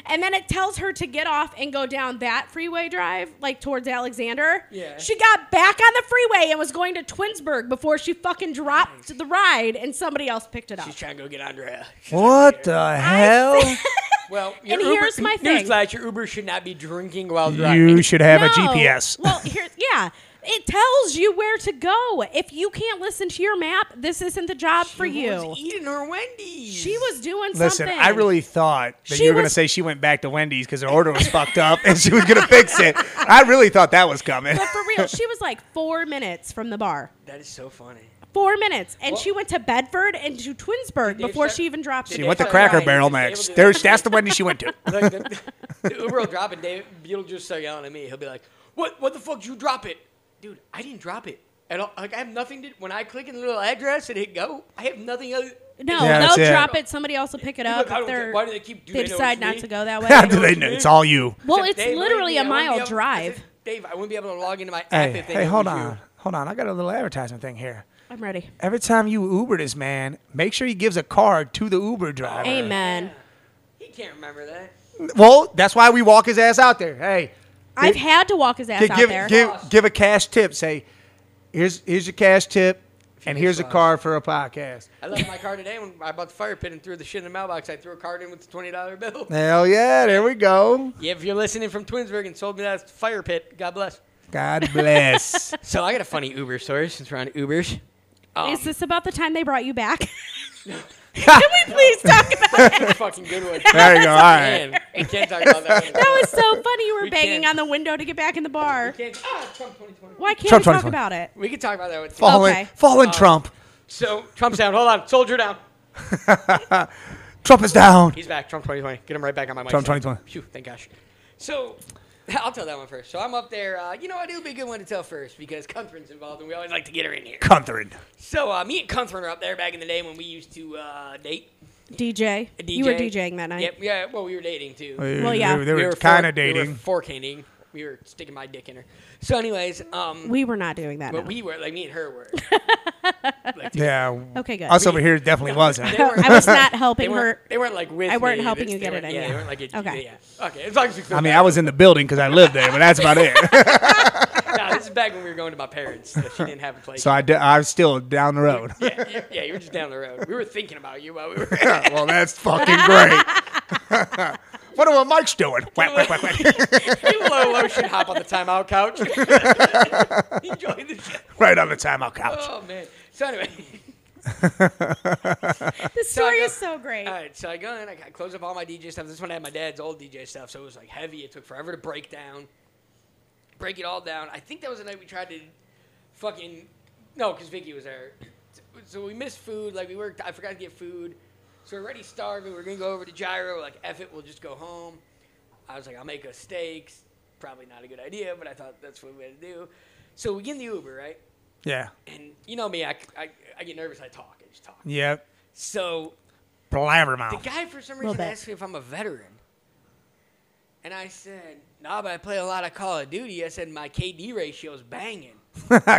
S5: And then it tells her to get off and go down that freeway drive, like towards Alexander.
S4: Yeah.
S5: She got back on the freeway and was going to Twinsburg before she fucking dropped the ride and somebody else picked it
S4: (laughs)
S5: up.
S4: She's trying to go get Andrea.
S2: What the hell?
S5: (laughs)
S4: Well, your
S5: And
S4: Uber,
S5: here's my thing.
S4: Newsflash: Your Uber should not be drinking while driving.
S2: You should have a
S5: No.
S2: GPS.
S5: Well, here, yeah. It tells you where to go. If you can't listen to your map, this isn't the job for
S4: She was
S5: you.
S4: eating her Wendy's.
S5: She was doing
S2: Listen,
S5: something.
S2: I really thought that
S5: She
S2: you were going to
S5: was-
S2: say she went back to Wendy's because her order was fucked up and she was going to (laughs) fix it. I really thought that was coming.
S5: But for real, she was like four minutes from the bar.
S4: That is so funny.
S5: Four minutes. And
S4: Well-
S5: she went to Bedford and to Twinsburg
S4: they
S5: before
S4: shut-
S5: she even dropped
S4: did
S5: it.
S2: She
S4: they
S2: went to
S4: fucking
S2: Cracker
S4: right.
S2: Barrel
S4: They were
S2: next.
S4: doing-
S2: There, that's the Wendy she went
S5: (laughs)
S2: to. (laughs)
S4: Like the, the Uber will drop it. Dave Beetle just start yelling at me. He'll be like, "What? What the fuck? did You drop it, dude? I didn't drop it at all. Like I have nothing to. When I click in the little address and hit go, I have nothing other.
S5: No,
S2: Yeah, that's
S5: they'll
S2: it.
S5: drop it. Somebody else will pick it
S4: Look,
S5: up.
S4: I
S5: if
S4: don't
S5: they're,
S4: get- why do they keep- do they know
S5: decide
S4: it's
S5: not
S4: me?
S5: to go that
S2: (laughs) How
S5: way.
S2: do they know? It's all you.
S5: well,
S4: Said,
S5: it's
S4: "Dave,
S5: literally
S4: I
S5: a
S4: wouldn't be
S5: mile
S4: able- I
S5: drive.
S4: said, Dave, I wouldn't be able to log into my app
S2: Hey,
S4: if they
S2: hey,
S4: knew
S2: hold
S4: it was
S2: on.
S4: you."
S2: Hold on. I got a little advertisement thing here.
S5: I'm ready.
S2: Every time you Uber this man, make sure he gives a card to the Uber driver.
S5: Amen.
S4: He can't remember that.
S2: Well, that's why we walk his ass out there. Hey,
S5: I've had to walk his ass
S2: give
S5: out
S2: give,
S5: there.
S2: give give a cash tip. Say, here's here's your cash tip, and here's a
S4: lost.
S2: card for a podcast.
S4: I left my car today when I bought the fire pit and threw the shit in the mailbox. I threw a card in with the twenty dollar bill.
S2: Hell yeah! There we go.
S4: Yeah, if you're listening from Twinsburg and sold me that fire pit, God bless.
S2: God bless.
S4: So I got a funny Uber story since we're on
S2: (laughs)
S4: Ubers.
S5: Is this about the time they brought you back? (laughs) Can we please talk about
S2: (laughs)
S5: it?
S4: That's a fucking good one.
S2: there you go. All right.
S4: Man, (laughs) we can't talk about that one.
S5: (laughs) That was so funny. You were
S4: We
S5: banging
S4: can't.
S5: on the window to get back in the bar.
S4: Can't- ah, Trump 2020.
S5: Why can't
S2: Trump
S5: we talk
S2: 2020.
S5: about it?
S4: We can talk about that one. too.
S2: Fallen,
S5: Okay. Oh.
S2: fallen Trump.
S4: So Trump's down. Hold on. Soldier down.
S2: Trump is down.
S4: He's back. Trump 2020. Get him right back on my mic.
S2: Trump 2020.
S4: Phew, thank gosh. So (laughs) I'll tell that one first. So I'm up there. Uh, you know what? It'll be a good one to tell first because Cuthbert's involved and we always like to get her in here.
S2: Cuntherin.
S4: So uh, me and Cuthbert are up there back in the day when we used to uh, date.
S5: DJ.
S4: DJ.
S5: You were DJing that night.
S4: Yep, yeah, well, we were dating too.
S5: Well, yeah.
S2: They were, Oh, they were
S4: fork-
S2: kind of
S4: We
S2: dating.
S4: were forcating. We were sticking my dick in her. So, anyways, um,
S5: We were not doing that.
S4: but
S5: no.
S4: we were like me and her were. Like,
S2: yeah.
S5: Okay, good.
S2: Us over here definitely wasn't.
S4: They weren't-
S5: I was not
S4: They
S5: helping her.
S4: weren't, they weren't like with
S5: I weren't
S4: me.
S5: helping
S4: They-
S5: you
S4: they
S5: get
S4: weren't-
S5: it in,
S4: Yeah, they
S5: yeah.
S4: weren't like a,
S5: Okay.
S4: Yeah. Okay, as long as we feel
S2: I mean,
S4: bad.
S2: I was in the building because I lived there, but that's about
S4: (laughs)
S2: it.
S4: Nah, this is back when we were going to my parents. That she didn't have a place.
S2: so I, d- I was still down the road.
S4: yeah, you- yeah, you were just down the road. We were thinking about you while we
S2: (laughs)
S4: were.
S2: well, that's fucking great. (laughs) what are my mics
S4: (laughs)
S2: doing? Whack, whack, whack, whack.
S4: you low lotion hop on the timeout couch. (laughs) Enjoy the show.
S2: (laughs) right on the timeout couch.
S4: Oh man. So anyway,
S5: The story
S4: go-
S5: is so great.
S4: all right. So I go in. I close up all my DJ stuff. This one had my dad's old DJ stuff, so it was like heavy. It took forever to break down. Break it all down. I think that was the night we tried to fucking no, because Vicky was there. So we missed food. Like we worked. I forgot to get food. So we're already starving. We're gonna go over to Gyro. Like F it, we'll just go home. I was like, I'll make us steaks. Probably not a good idea, but I thought that's what we had to do. So we get in the Uber, right?
S2: Yeah.
S4: And you know me, I, I, I get nervous. I talk. I just talk.
S2: Yep.
S4: So The
S2: (laughs) blabbermouth.
S4: guy, for some
S5: Little
S4: reason,
S5: bit.
S4: asked me if I'm a veteran. And I said, nah, but I play a lot of Call of Duty. I said, my KD ratio's banging.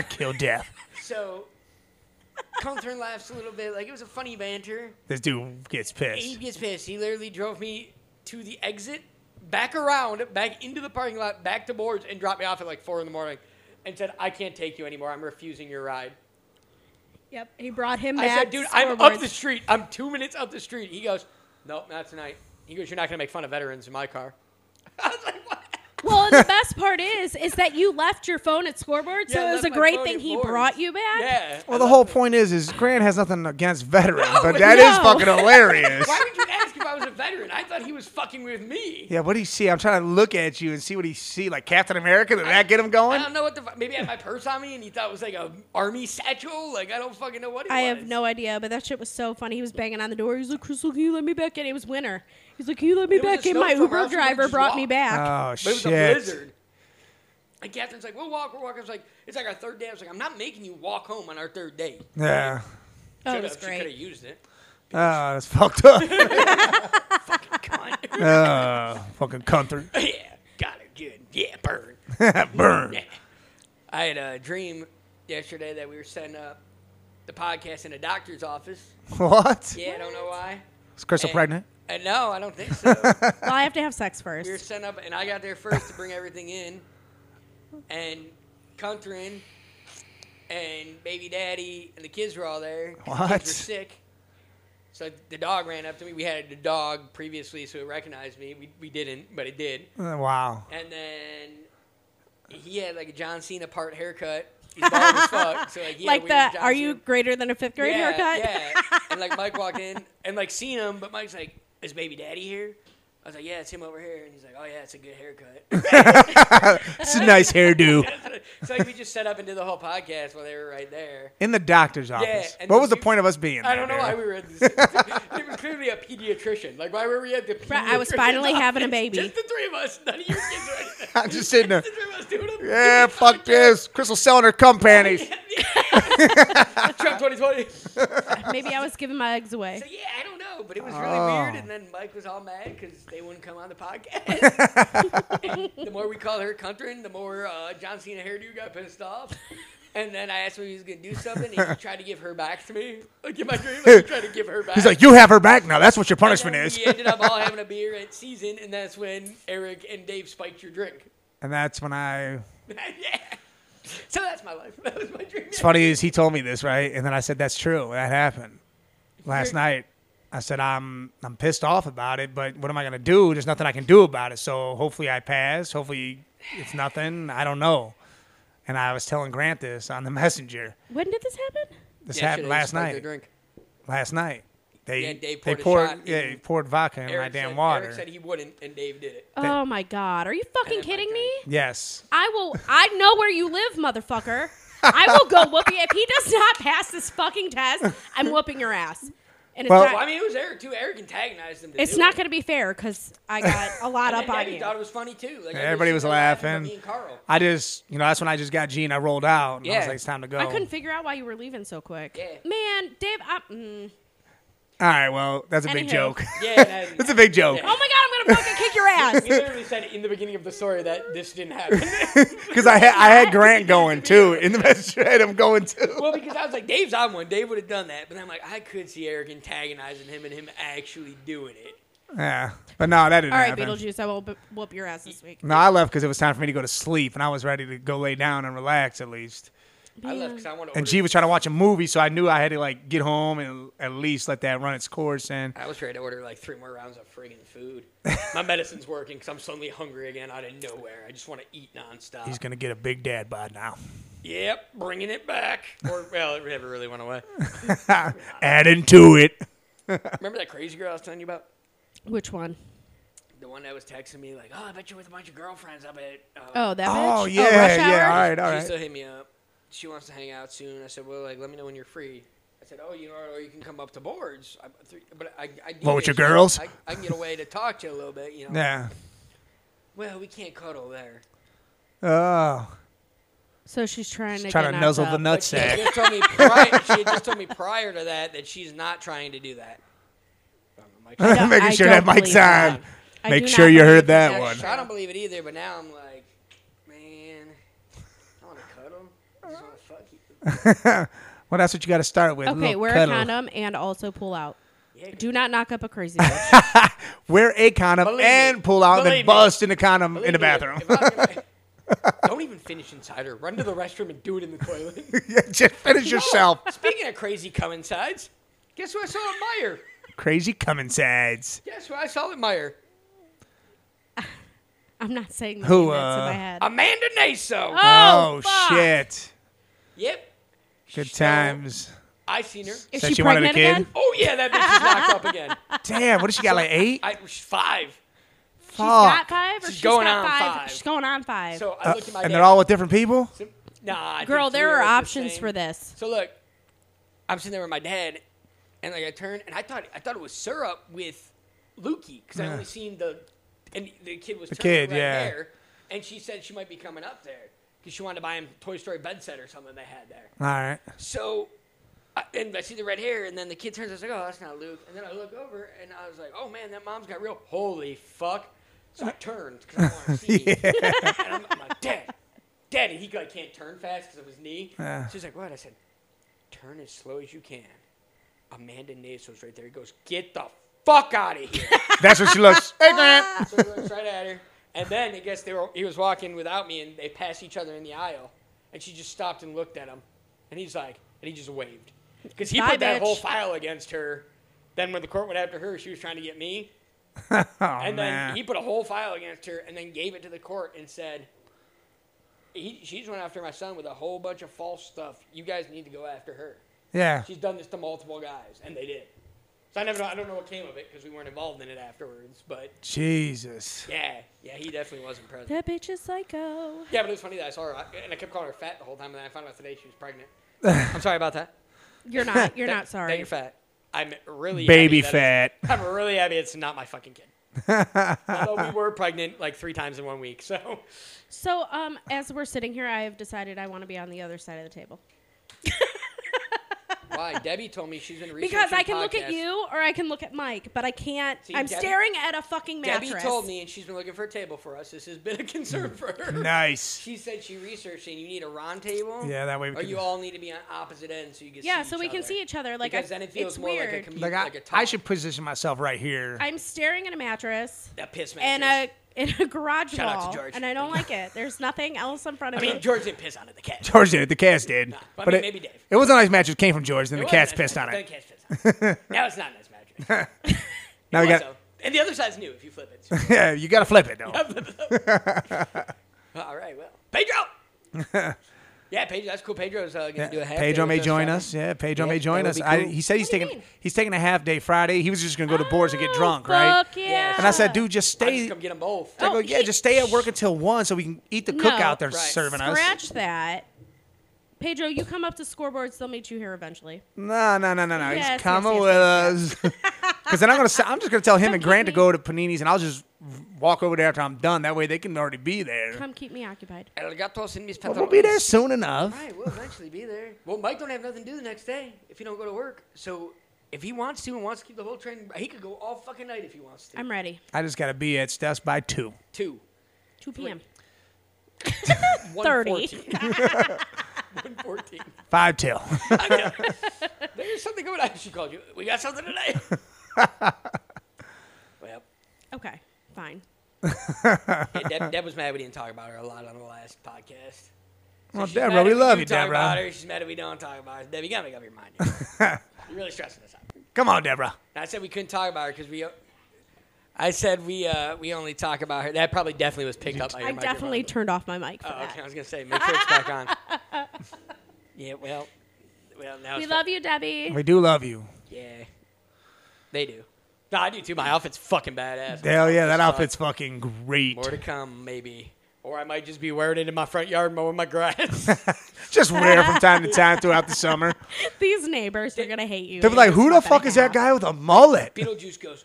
S2: Kill death.
S5: (laughs)
S4: So, Comthorn laughs a little bit. Like, it was a funny banter.
S2: This dude gets
S4: He
S2: pissed.
S4: gets pissed. He literally drove me to the exit, back around, back into the parking lot, back to boards, and dropped me off at like 4 in the morning and said, I can't take you anymore. I'm refusing your ride.
S5: Yep, he brought him
S4: I
S5: back.
S4: said, dude, I'm up
S5: scoreboards.
S4: the street. I'm two minutes up the street. He goes, nope, not tonight. He goes, you're not going to make fun of veterans in my car. I was like, what? (laughs)
S5: Well, and the best part is, is that you left your phone at scoreboard,
S4: Yeah,
S5: so
S4: I
S5: it was
S4: left
S5: a
S4: my
S5: great
S4: phone
S5: thing
S4: at
S5: he
S4: Bourne's.
S5: brought you back.
S4: Yeah.
S2: Well, the whole point is, is Grant has nothing against veterans, but
S4: No,
S2: that is
S5: no.
S2: fucking hilarious.
S4: (laughs) Why would you ask if I was a veteran? I thought he was fucking with me.
S2: (laughs) yeah, what do you see? I'm trying to look at you and see what he see, like Captain America. Did that get him
S4: I
S2: going?
S4: don't know what the fu- maybe I had my purse on me and he thought it was like a army satchel. Like I don't fucking know what it
S5: I
S4: was.
S5: have no idea, but that shit was so funny. He was banging on the door. He's like, Crystal, can you let me back in? It was winter. He's like, can you let me
S4: It was a
S5: back in? My
S4: snowstorm.
S5: Uber
S4: How else would we
S5: driver
S4: just
S5: brought
S4: walk?
S5: me back.
S2: Oh
S4: But it was a
S2: shit!
S4: blizzard. And Catherine's like, we'll walk, we'll walk. I was like, it's like our third day. I was like, I'm not making you walk home on our third day.
S2: Yeah.
S5: oh, it
S4: Should've-
S5: was
S4: She could have
S5: great.
S4: used
S5: (laughs)
S4: it.
S2: Oh, that's fucked up. (laughs)
S4: Cunt.
S2: Oh, fucking country.
S4: (laughs) yeah, got it good. Yeah, burn. (laughs)
S2: Burn.
S4: Yeah. I had a dream yesterday that we were setting up the podcast in a doctor's office.
S2: What?
S4: Yeah, I don't know why.
S2: Is Crystal
S4: And-
S2: pregnant?
S4: And no, I don't think
S2: (laughs)
S4: so.
S5: Well, I have to have sex first.
S4: we were setting up, and I got there first to bring everything in, and Contrin and baby daddy and the kids were all there. 'cause The
S2: What?
S4: kids were sick. So the dog ran up to me. We had a dog previously, so it recognized me. We, we didn't, but it did.
S2: Uh, Wow.
S4: And then he had like a John Cena part haircut. He's bald as fuck. So like, he had a
S5: like
S4: weird
S5: the,
S4: John
S5: are
S4: Cena-
S5: you greater than a fifth grade
S4: yeah,
S5: haircut?
S4: Yeah. and like Mike walked in and like seen him, but Mike's like, "Is baby daddy here?" I was like, "Yeah, it's him over here." And he's like, "Oh yeah, it's a good haircut." (laughs)
S2: It's a nice hairdo.
S4: so like, we just set up and did the whole podcast while they were right there.
S2: In the doctor's office.
S4: and
S2: what
S4: the
S2: was the
S4: peop-
S2: point of us being there?
S4: I don't know why
S2: dude?
S4: we were at this. (laughs) it was clearly a pediatrician. Like, why were we at the?
S5: Right, I was
S4: pediatrician's
S5: finally having a
S4: office?
S5: baby.
S4: Just the three of us. None of your kids
S2: (laughs)
S4: or anything.
S2: I'm just
S4: (laughs)
S2: sitting there.
S4: the three of us doing a (laughs)
S2: Yeah,
S4: freaking
S2: fuck
S4: podcast.
S2: this. Crystal's selling her
S4: (laughs)
S2: cum panties.
S4: Trump 2020.
S5: (laughs) Maybe I was giving my
S4: (laughs)
S5: eggs away.
S4: So yeah, I don't know, but it was really
S2: Oh.
S4: weird. And then Mike was all mad because they wouldn't come on
S2: (laughs)
S4: the podcast. And the more we called her Contrin, the more uh, John Cena hairdo got pissed off. And then I asked him if he was gonna do something. And
S2: (laughs)
S4: he tried to give her back to me. Like in my dream, like, he tried to give her back.
S2: He's like, you have her back now. That's what your
S4: And
S2: punishment
S4: then
S2: is.
S4: We ended up all having a beer at season, and that's when Eric and Dave spiked your drink. (laughs)
S2: And that's when I.
S4: yeah. So that's my life. That was my dream.
S2: It's funny is he told me this right, and then I said that's true. That happened last
S4: You're-
S2: night. I said I'm I'm pissed off about it, but what am I gonna do? There's nothing I can do about it. So hopefully I pass. Hopefully it's nothing. I don't know. And I was telling Grant this on the (laughs) messenger.
S5: When did this happen?
S2: This
S4: Yeah,
S2: happened
S4: should've
S2: last
S4: spiked their
S2: night.
S4: Drink.
S2: Last night. They
S4: Yeah, Dave poured
S2: they
S4: a
S2: poured
S4: shot
S2: yeah,
S4: in.
S2: he poured vodka in my
S4: Eric
S2: damn
S4: said,
S2: water.
S4: Eric said he wouldn't, and Dave did it.
S5: Oh my god, are you fucking
S4: And then
S5: kidding
S4: Mike
S5: me?
S2: yes.
S5: I will. I know where you live, motherfucker. I will go whoop you if he does not pass this fucking test. I'm whooping your ass, and it's
S2: Well-
S5: not,
S4: Well, I mean, it was Eric too. Eric antagonized him. To
S5: it's
S4: do
S5: not
S4: it.
S5: going to be fair because I got a
S4: (laughs)
S5: lot up on
S4: Daddy
S5: you.
S4: thought it was funny too. Like, I
S2: Everybody
S4: just
S2: was
S4: sit there about
S2: laughing.
S4: Me and
S2: (laughs)
S4: Carl.
S2: I just you know, that's when I just got Gene, I rolled out and I was
S4: Yeah.
S2: like, it's time to go.
S5: I couldn't figure out why you were leaving so quick.
S4: Yeah.
S5: Man, Dave, I, mm.
S2: All right, well, that's a big
S5: Anywho.
S2: joke. (laughs)
S4: Yeah, and um,
S2: That's a big joke.
S5: oh my god, I'm going to fucking kick
S4: (laughs)
S5: your ass.
S4: he literally said in the beginning of the story that this didn't
S2: (laughs)
S4: happen. (laughs)
S2: Because I had I had Grant going too in the messenger. I had him going too.
S4: well, because I was like, Dave's on one. Dave would have done that, but I'm like, I could see Eric antagonizing him and him actually doing it.
S2: Yeah, but no, that didn't
S5: All right,
S2: happen.
S5: Beetlejuice, I will b- whoop your ass this week.
S2: No, I left because it was time for me to go to sleep, and I was ready to go lay down and relax at least.
S4: I left because I want to.
S2: And G was trying to watch a movie, so I knew I had to like get home and at least let that run its course. And
S4: I was ready to order like three more rounds of friggin' food. My medicine's working because I'm suddenly hungry again out of nowhere. I just want to eat nonstop.
S2: he's gonna get a big dad bod now.
S4: Yep, bringing it back. Or well, it never really went away.
S2: Adding to it.
S4: Remember that crazy girl I was telling you about?
S5: Which one?
S4: The one that was texting me like, "Oh, I bet you're with a bunch of girlfriends. I bet." Uh,
S5: Oh, that bitch.
S2: Oh yeah,
S5: Rush
S2: yeah.
S5: Hour?
S2: All right, all
S4: she
S2: right.
S4: still hit me up. She wants to hang out soon. I said, "Well, like, let me know when you're free." I said, "Oh, you know, or you can come up to boards." I, three, but I, I
S2: What, with
S4: DJ,
S2: your
S4: so
S2: girls?
S4: I, I can get away to talk to you a little bit. You know.
S2: yeah.
S4: Well, we can't cuddle there.
S2: Oh,
S5: So she's trying to
S2: trying
S5: get
S2: to nuzzle
S5: knocked
S2: the (laughs)
S5: up.
S4: But she had
S2: nutsack.
S4: just
S2: (laughs)
S4: told me prior. she had just told me prior to that that she's not trying to do that. mic.
S5: I don't-
S2: Making
S5: I
S2: sure
S5: don't
S2: that mic's
S5: believe that.
S2: on.
S5: I
S2: Make
S5: do
S2: sure
S5: not
S2: you
S5: believe
S2: heard (laughs)
S5: that.
S2: that one.
S4: Actually, I don't believe it either, but now I'm like, man, I want to cuddle. I just want to fuck you.
S2: Well, that's what you got to start with. a
S5: Okay,
S2: little
S5: wear
S2: cuddle.
S5: a condom and also pull out.
S4: Yeah,
S5: Do not knock up a
S2: (laughs)
S5: crazy bitch.
S2: Wear a condom
S4: Believe
S2: and
S4: me.
S2: pull out, and
S4: Believe me.
S2: then bust in the condom in the bathroom. (laughs)
S4: If I- if I- don't even finish inside her. Run to the restroom and do it in the toilet.
S2: yeah, just finish yourself.
S4: Speaking of crazy cum insides, guess who I saw at Meyer?
S2: Crazy coming sides.
S4: Guess who I saw at Meyer?
S5: I'm not saying the
S2: Who,
S5: name that's in
S2: uh,
S5: my head.
S4: Amanda Naso.
S5: Oh,
S2: oh
S5: fuck.
S2: shit!
S4: yep,
S2: Good
S4: So-
S2: times.
S4: I seen her.
S5: Is
S2: Said
S5: she,
S2: she wanted a
S5: pregnant
S2: kid?
S5: again?
S4: Oh yeah, that bitch is locked up again.
S2: Damn, what does she got? Like eight?
S4: I was five.
S5: She's
S2: Fuck.
S5: got five, or
S4: She's
S5: she's
S4: going
S5: got
S4: on
S5: five.
S4: five.
S5: She's going on five.
S4: So I
S2: Uh,
S4: looked at my.
S2: and
S4: dad.
S2: they're all with different people.
S4: Nah, I
S5: Girl,
S4: think
S5: there
S4: three
S5: are
S4: the
S5: options
S4: same.
S5: for this.
S4: So look, I'm sitting there with my dad, and like I turn and I thought I thought it was syrup with Lukey because I only seen the and the kid was the
S2: kid,
S4: right
S2: yeah.
S4: there, and she said she might be coming up there because she wanted to buy him Toy Story bed set or something they had there.
S2: All right.
S4: So, I, and I see the red hair, and then the kid turns. I was like, "Oh, that's not Luke." And then I look over, and I was like, "Oh man, that mom's got real." Holy fuck! So I turned because I want to see. and I'm, I'm like, "Dad, Daddy," he like, can't turn fast because of his knee. She's like, "What?" I said, "Turn as slow as you can." Amanda Naso's right there. He goes, "Get the fuck out of here!"
S2: That's what she
S4: (laughs)
S2: looks. hey, Grant.
S4: so he looks right at her, and then I guess they were. He was walking without me, and they passed each other in the aisle, and she just stopped and looked at him, and he's like, and he just waved, because he
S5: Bye,
S4: put that
S5: bitch.
S4: whole file against her. Then when the court went after her, she was trying to get me,
S2: Oh
S4: and
S2: man.
S4: then he put a whole file against her, and then gave it to the court and said. He, she's went after my son with a whole bunch of false stuff. You guys need to go after her.
S2: yeah.
S4: She's done this to multiple guys, and they did. So I never, know- I don't know what came of it because we weren't involved in it afterwards. But
S2: Jesus.
S4: yeah, yeah, he definitely wasn't present.
S5: That bitch is psycho.
S4: Yeah, but it was funny that I saw her, I- and I kept calling her fat the whole time, and then I found out today she was
S2: (laughs)
S4: pregnant. I'm sorry about that.
S5: You're not. You're
S4: That-
S5: not
S4: That
S5: sorry.
S4: you're fat. I'm really happy
S2: Baby
S4: that (laughs)
S2: fat.
S4: it's- I'm really happy it's not my fucking kid. Although we were pregnant like three times in one week,
S5: (laughs)
S4: so
S5: So, um, as we're sitting here, I have decided I want to be on the other side of the table
S4: why? Debbie told me she's been researching
S5: because I can look at
S4: podcasts.
S5: you or I can look at Mike, but I can't.
S4: See,
S5: I'm
S4: Debbie-
S5: staring at a fucking
S4: Debbie
S5: mattress.
S4: told me, and she's been looking for a table for us. This has been a concern for her.
S2: Nice.
S4: (laughs) She said she researched and you need a round table.
S2: Yeah, that way we
S4: or
S2: can-
S4: you all need to be on opposite ends so you can see
S5: Yeah, so
S4: each
S5: we can
S4: other.
S5: see each other. Like, I,
S4: because then it feels
S5: it's
S4: more
S5: weird.
S4: like a commu-
S2: Like I,
S4: like a talk.
S2: I should position myself right here.
S5: I'm staring at a mattress
S4: that piss mattress.
S5: and a (laughs) in a garage
S4: Shout out to
S5: wall,
S4: George.
S5: and I don't like it. There's nothing else in front
S4: I
S5: of
S4: mean,
S5: me.
S4: George didn't piss on it. The cat.
S2: George did. The cats did.
S4: but I mean,
S2: it,
S4: maybe Dave.
S2: It was a nice match. It came from George. Then
S4: It
S2: the
S4: was
S2: cat's
S4: nice
S2: pissed on
S4: mattress.
S2: it.
S4: The cat's pissed
S2: (laughs)
S4: on it. now it's not a nice mattress.
S2: Now we got.
S4: Also, and the other side's new if you flip
S2: (laughs)
S4: it.
S2: Yeah, you got to flip it though.
S4: All right, well, Pedro.
S2: (laughs)
S4: yeah, Pedro. That's cool. Pedro's uh, gonna do a half.
S2: Pedro
S4: day
S2: may
S4: with
S2: join
S4: Friday.
S2: us. Yeah, Pedro
S4: Yeah,
S2: may join
S4: that would
S2: us.
S4: be
S2: I,
S4: cool.
S2: he said he's
S5: What do you
S2: taking
S5: mean?
S2: he's taking a half day Friday. He was just gonna go to boards and get drunk,
S5: oh,
S2: right?
S5: Fuck yeah.
S2: And I said, dude, just
S4: I'll just
S2: stay.
S4: come get them both.
S2: I go,
S5: Oh,
S2: yeah,
S5: he-
S2: just stay at work until one so we can eat the
S5: No,
S2: cookout they're
S4: right.
S2: serving us.
S5: Scratch that. Pedro, you come up to scoreboards. They'll meet you here eventually.
S2: No, no, no, no, no.
S5: Yes,
S2: He's coming
S5: yes,
S2: with us. (laughs)
S5: (laughs)
S2: Because then I'm gonna say, I'm just gonna tell him
S5: Come
S2: and Grant to
S5: get me.
S2: go to Panini's, and I'll just walk over there after I'm done. That way they can already be there.
S5: Come keep me occupied.
S4: Alligators in mis
S2: But we'll be there
S4: pantalones.
S2: soon enough.
S4: Right, we'll eventually be there. Well, Mike don't have nothing to do the next day if he don't go to work. So if he wants to and wants to keep the whole train, he could go all fucking night if he wants to.
S5: I'm ready.
S2: I just gotta be at Steph's by two.
S4: two.
S5: 2 p.m.
S4: 1:14.
S2: (laughs)
S4: (laughs) 1:14.
S2: Five till. (laughs)
S4: I know. There's something going on. She called you. We got something
S2: (laughs)
S4: today. well,
S5: Okay, fine.
S4: yeah, Deb, Deb was mad we didn't talk about her a lot on the last podcast. So
S2: Well,
S4: she's
S2: Deborah,
S4: mad
S2: we
S4: if
S2: love
S4: do
S2: you,
S4: talk
S2: Deborah.
S4: About her. She's mad if we don't talk about her. Deb, you gotta make up your mind.
S2: (laughs)
S4: You're really stressing us out.
S2: Come on, Deborah.
S4: And I said we couldn't talk about her because we. I said we uh, we only talk about her. That probably definitely was picked up by your
S5: I
S4: microphone.
S5: definitely turned off my mic for
S4: Oh, okay. I
S5: that.
S4: was gonna say make sure it's back on.
S2: (laughs)
S4: yeah. Well. Well. Now
S5: We
S4: it's
S5: love you,
S2: (laughs)
S5: Debbie. (laughs)
S2: We do love you.
S4: Yeah. They do. No, I do too. My outfit's fucking badass.
S2: Hell yeah, that
S4: Fuck.
S2: outfit's fucking great.
S4: More to come, maybe. Or I might just be wearing it in my front yard mowing my grass.
S2: (laughs) Just wear it from time to time throughout the summer.
S5: These neighbors are gonna hate you.
S2: They'll be like, "Who the fuck is that guy with a mullet?"
S4: Beetlejuice goes,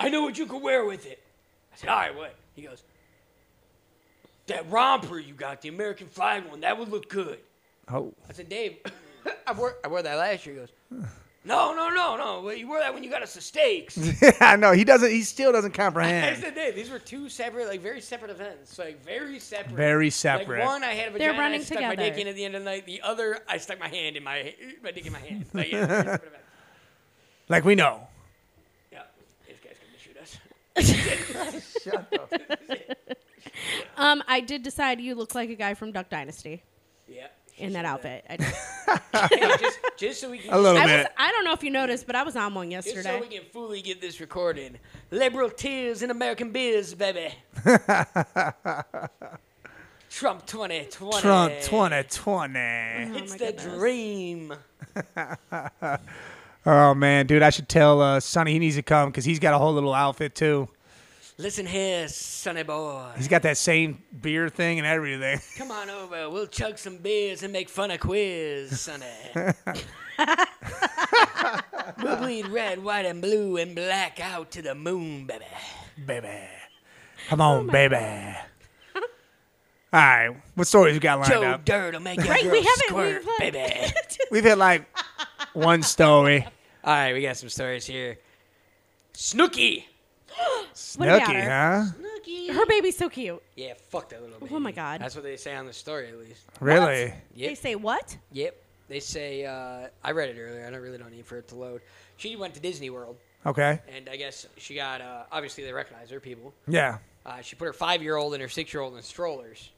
S4: I know what you could wear with it. I said, all right, what? He goes, that romper you got, the American flag one, that would look good.
S2: Oh,
S4: (laughs) I said, Dave, I, wore, I wore that last year. He goes, No, no, no, no. Well, you wore that when you got us the steaks.
S2: (laughs) I know he doesn't. He still doesn't
S4: That's (laughs)
S2: comprehend.
S4: the day. These were two separate, like very separate events. Like very separate.
S2: Very separate.
S4: Like one, I had a vagina.
S5: They're running
S4: I stuck my
S5: together.
S4: dick in at the end of the night. The other, I stuck my hand in my my dick in my hand. Like,
S2: (laughs)
S4: yeah, very separate events.
S2: Like we know.
S4: Yeah, this guy's gonna shoot us.
S5: Um, I did decide you look like a guy from Duck Dynasty
S4: Yeah. she
S5: in
S4: said
S5: that outfit.
S2: (laughs)
S5: I, did.
S4: Hey, just, just so we can.
S2: A little
S5: I was.
S2: bit.
S5: I don't know if you noticed, but I was on one
S4: Just
S5: yesterday.
S4: so we can fully get this recorded. Liberal tears and American beers,
S2: (laughs)
S4: baby. Trump 2020.
S2: Trump 2020.
S4: It's
S5: Oh my
S4: the
S5: goodness.
S4: dream.
S2: Oh man, dude, I should tell uh, Sonny he needs to come because he's got a whole little outfit too.
S4: Listen here, sonny boy.
S2: He's got that same beer thing and everything. (laughs)
S4: Come on over. We'll chug some beers and make fun of quiz, (laughs) sonny. we'll bleed red, white, and blue and black out to the moon, baby.
S2: baby. Come on, baby. All right, what stories we got lined
S4: Joe
S2: up?
S4: Dirt will make your
S5: Right,
S4: girl
S5: we haven't-
S4: squirt,
S5: we've had-
S4: baby.
S5: (laughs)
S2: We've hit like one story.
S4: (laughs) All right, we got some stories here. Snooky.
S5: What about
S2: Snooky,
S5: her?
S2: huh?
S4: Snooky.
S5: Her baby's so cute.
S4: Yeah, fuck that little baby.
S5: Oh my God.
S4: That's what they say on the story, at least.
S2: Really?
S5: They
S4: Yep.
S5: say what?
S4: yep. They say. Uh, I read it earlier. I don't really don't need for it to load. She went to Disney World,
S2: Okay.
S4: and I guess she got. Uh, obviously, they recognize her people.
S2: Yeah.
S4: Uh, she put her five-year-old and her six-year-old in strollers,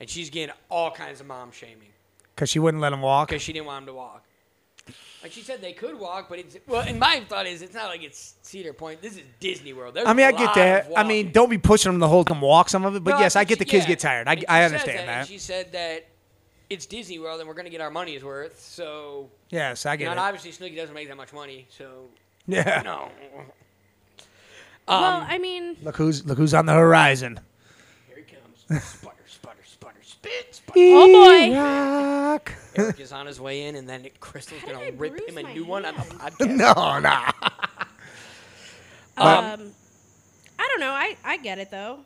S4: and she's getting all kinds of mom shaming
S2: Cause she wouldn't let him walk.
S4: because she didn't want him to walk. Like she said, they could walk, but it's well. And my thought is, it's not like it's Cedar Point. This is Disney World. There's
S2: I mean,
S4: a
S2: I get
S4: lot
S2: that.
S4: of
S2: I mean,
S4: walking.
S2: don't be pushing them to hold them walk some of it. But
S4: No,
S2: yes, I
S4: think
S2: get the
S4: she-
S2: kids
S4: yeah.
S2: get tired. I,
S4: And she
S2: I
S4: said
S2: understand
S4: and
S2: that.
S4: She said that it's Disney World and we're going to get our money's worth. So,
S2: Yes, I
S4: you
S2: get
S4: know,
S2: it.
S4: and obviously Snooki doesn't make that much money. So,
S2: yeah. (laughs)
S4: no. Um,
S5: well, I mean,
S2: Look who's look who's on the horizon.
S4: Here he comes. Sputter, sputter, sputter, spit, sputter.
S5: Oh, boy.
S2: Rock.
S4: Eric is on his way in, and then Crystal's
S5: How did
S4: going
S5: I
S4: to rip
S5: bruise
S4: him a
S5: my
S4: new one on the
S5: hand?
S2: (laughs)
S4: podcast.
S2: (laughs) No, nah.
S5: um, I don't know. I I get it though.